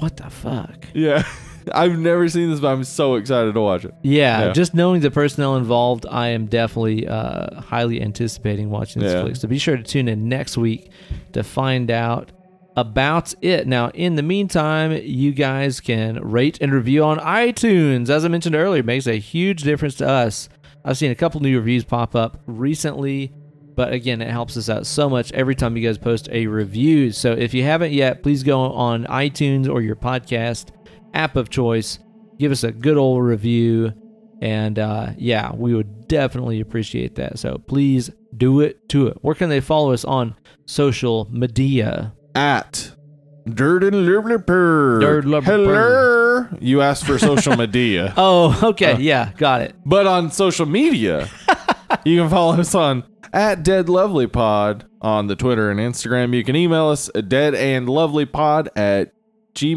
S1: What the fuck?
S2: Yeah. I've never seen this, but I'm so excited to watch it.
S1: Yeah,
S2: Yeah.
S1: just knowing the personnel involved, I am definitely uh, highly anticipating watching this
S2: Yeah.
S1: flick. So be sure to tune in next week to find out about it. Now, in the meantime, you guys can rate and review on iTunes. As I mentioned earlier, it makes a huge difference to us. I've seen a couple new reviews pop up recently, but again, it helps us out so much every time you guys post a review. So if you haven't yet, please go on iTunes or your podcast app of choice. Give us a good old review. And uh, yeah, we would definitely appreciate that. So please do it to it. Where can they follow us on social media?
S2: At Dirt and Liverpool.
S1: Dirt Liverpool.
S2: Hello. You asked for social media.
S1: Oh, okay. yeah, got it.
S2: But on social media, you can follow us on at Dead Lovely Pod on the Twitter and Instagram. You can email us at deadandlovelypod at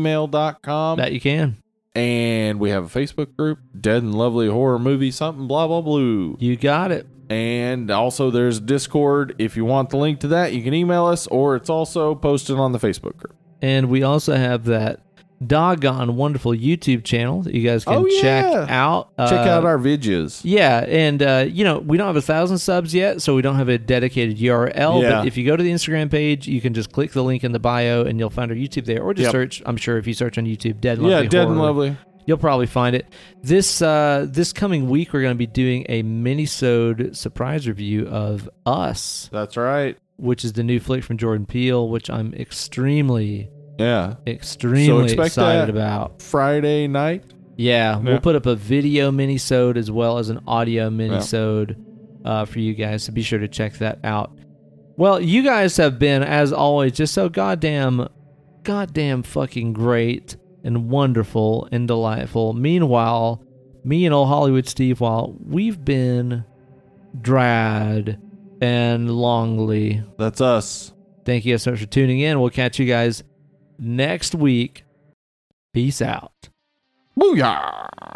S2: gmail.com.
S1: That you can.
S2: And we have a Facebook group, Dead and Lovely Horror Movie Something, blah, blah, blue.
S1: You got it.
S2: And also there's Discord. If you want the link to that, you can email us or it's also posted on the Facebook group.
S1: And we also have that doggone wonderful YouTube channel that you guys can
S2: Oh,
S1: check
S2: yeah.
S1: out.
S2: Check
S1: Uh,
S2: out our videos.
S1: Yeah, and uh, you know we don't have a thousand subs yet, so we don't have a dedicated URL.
S2: Yeah.
S1: But if you go to the Instagram page, you can just click the link in the bio, and you'll find our YouTube there, or just
S2: Yep.
S1: search. I'm sure if you search on YouTube, Dead and
S2: Yeah,
S1: Lovely
S2: Dead and
S1: Horror,
S2: Lovely.
S1: you'll probably find it. This uh, this coming week, we're going to be doing a mini-sode surprise review of Us,
S2: That's right.
S1: which is the new flick from Jordan Peele, which I'm extremely,
S2: Yeah.
S1: extremely
S2: expect
S1: excited
S2: that.
S1: about.
S2: Friday night.
S1: Yeah,
S2: Yeah.
S1: we'll put up a video mini-sode as well as an audio mini-sode uh, for you guys, so be sure to check that out. Well, you guys have been, as always, just so goddamn, goddamn fucking great and wonderful and delightful. Meanwhile, me and old Hollywood Steve, while we've been drad and longly,
S2: That's us.
S1: thank you guys so much for tuning in. We'll catch you guys next week. Peace out.
S2: Booyah!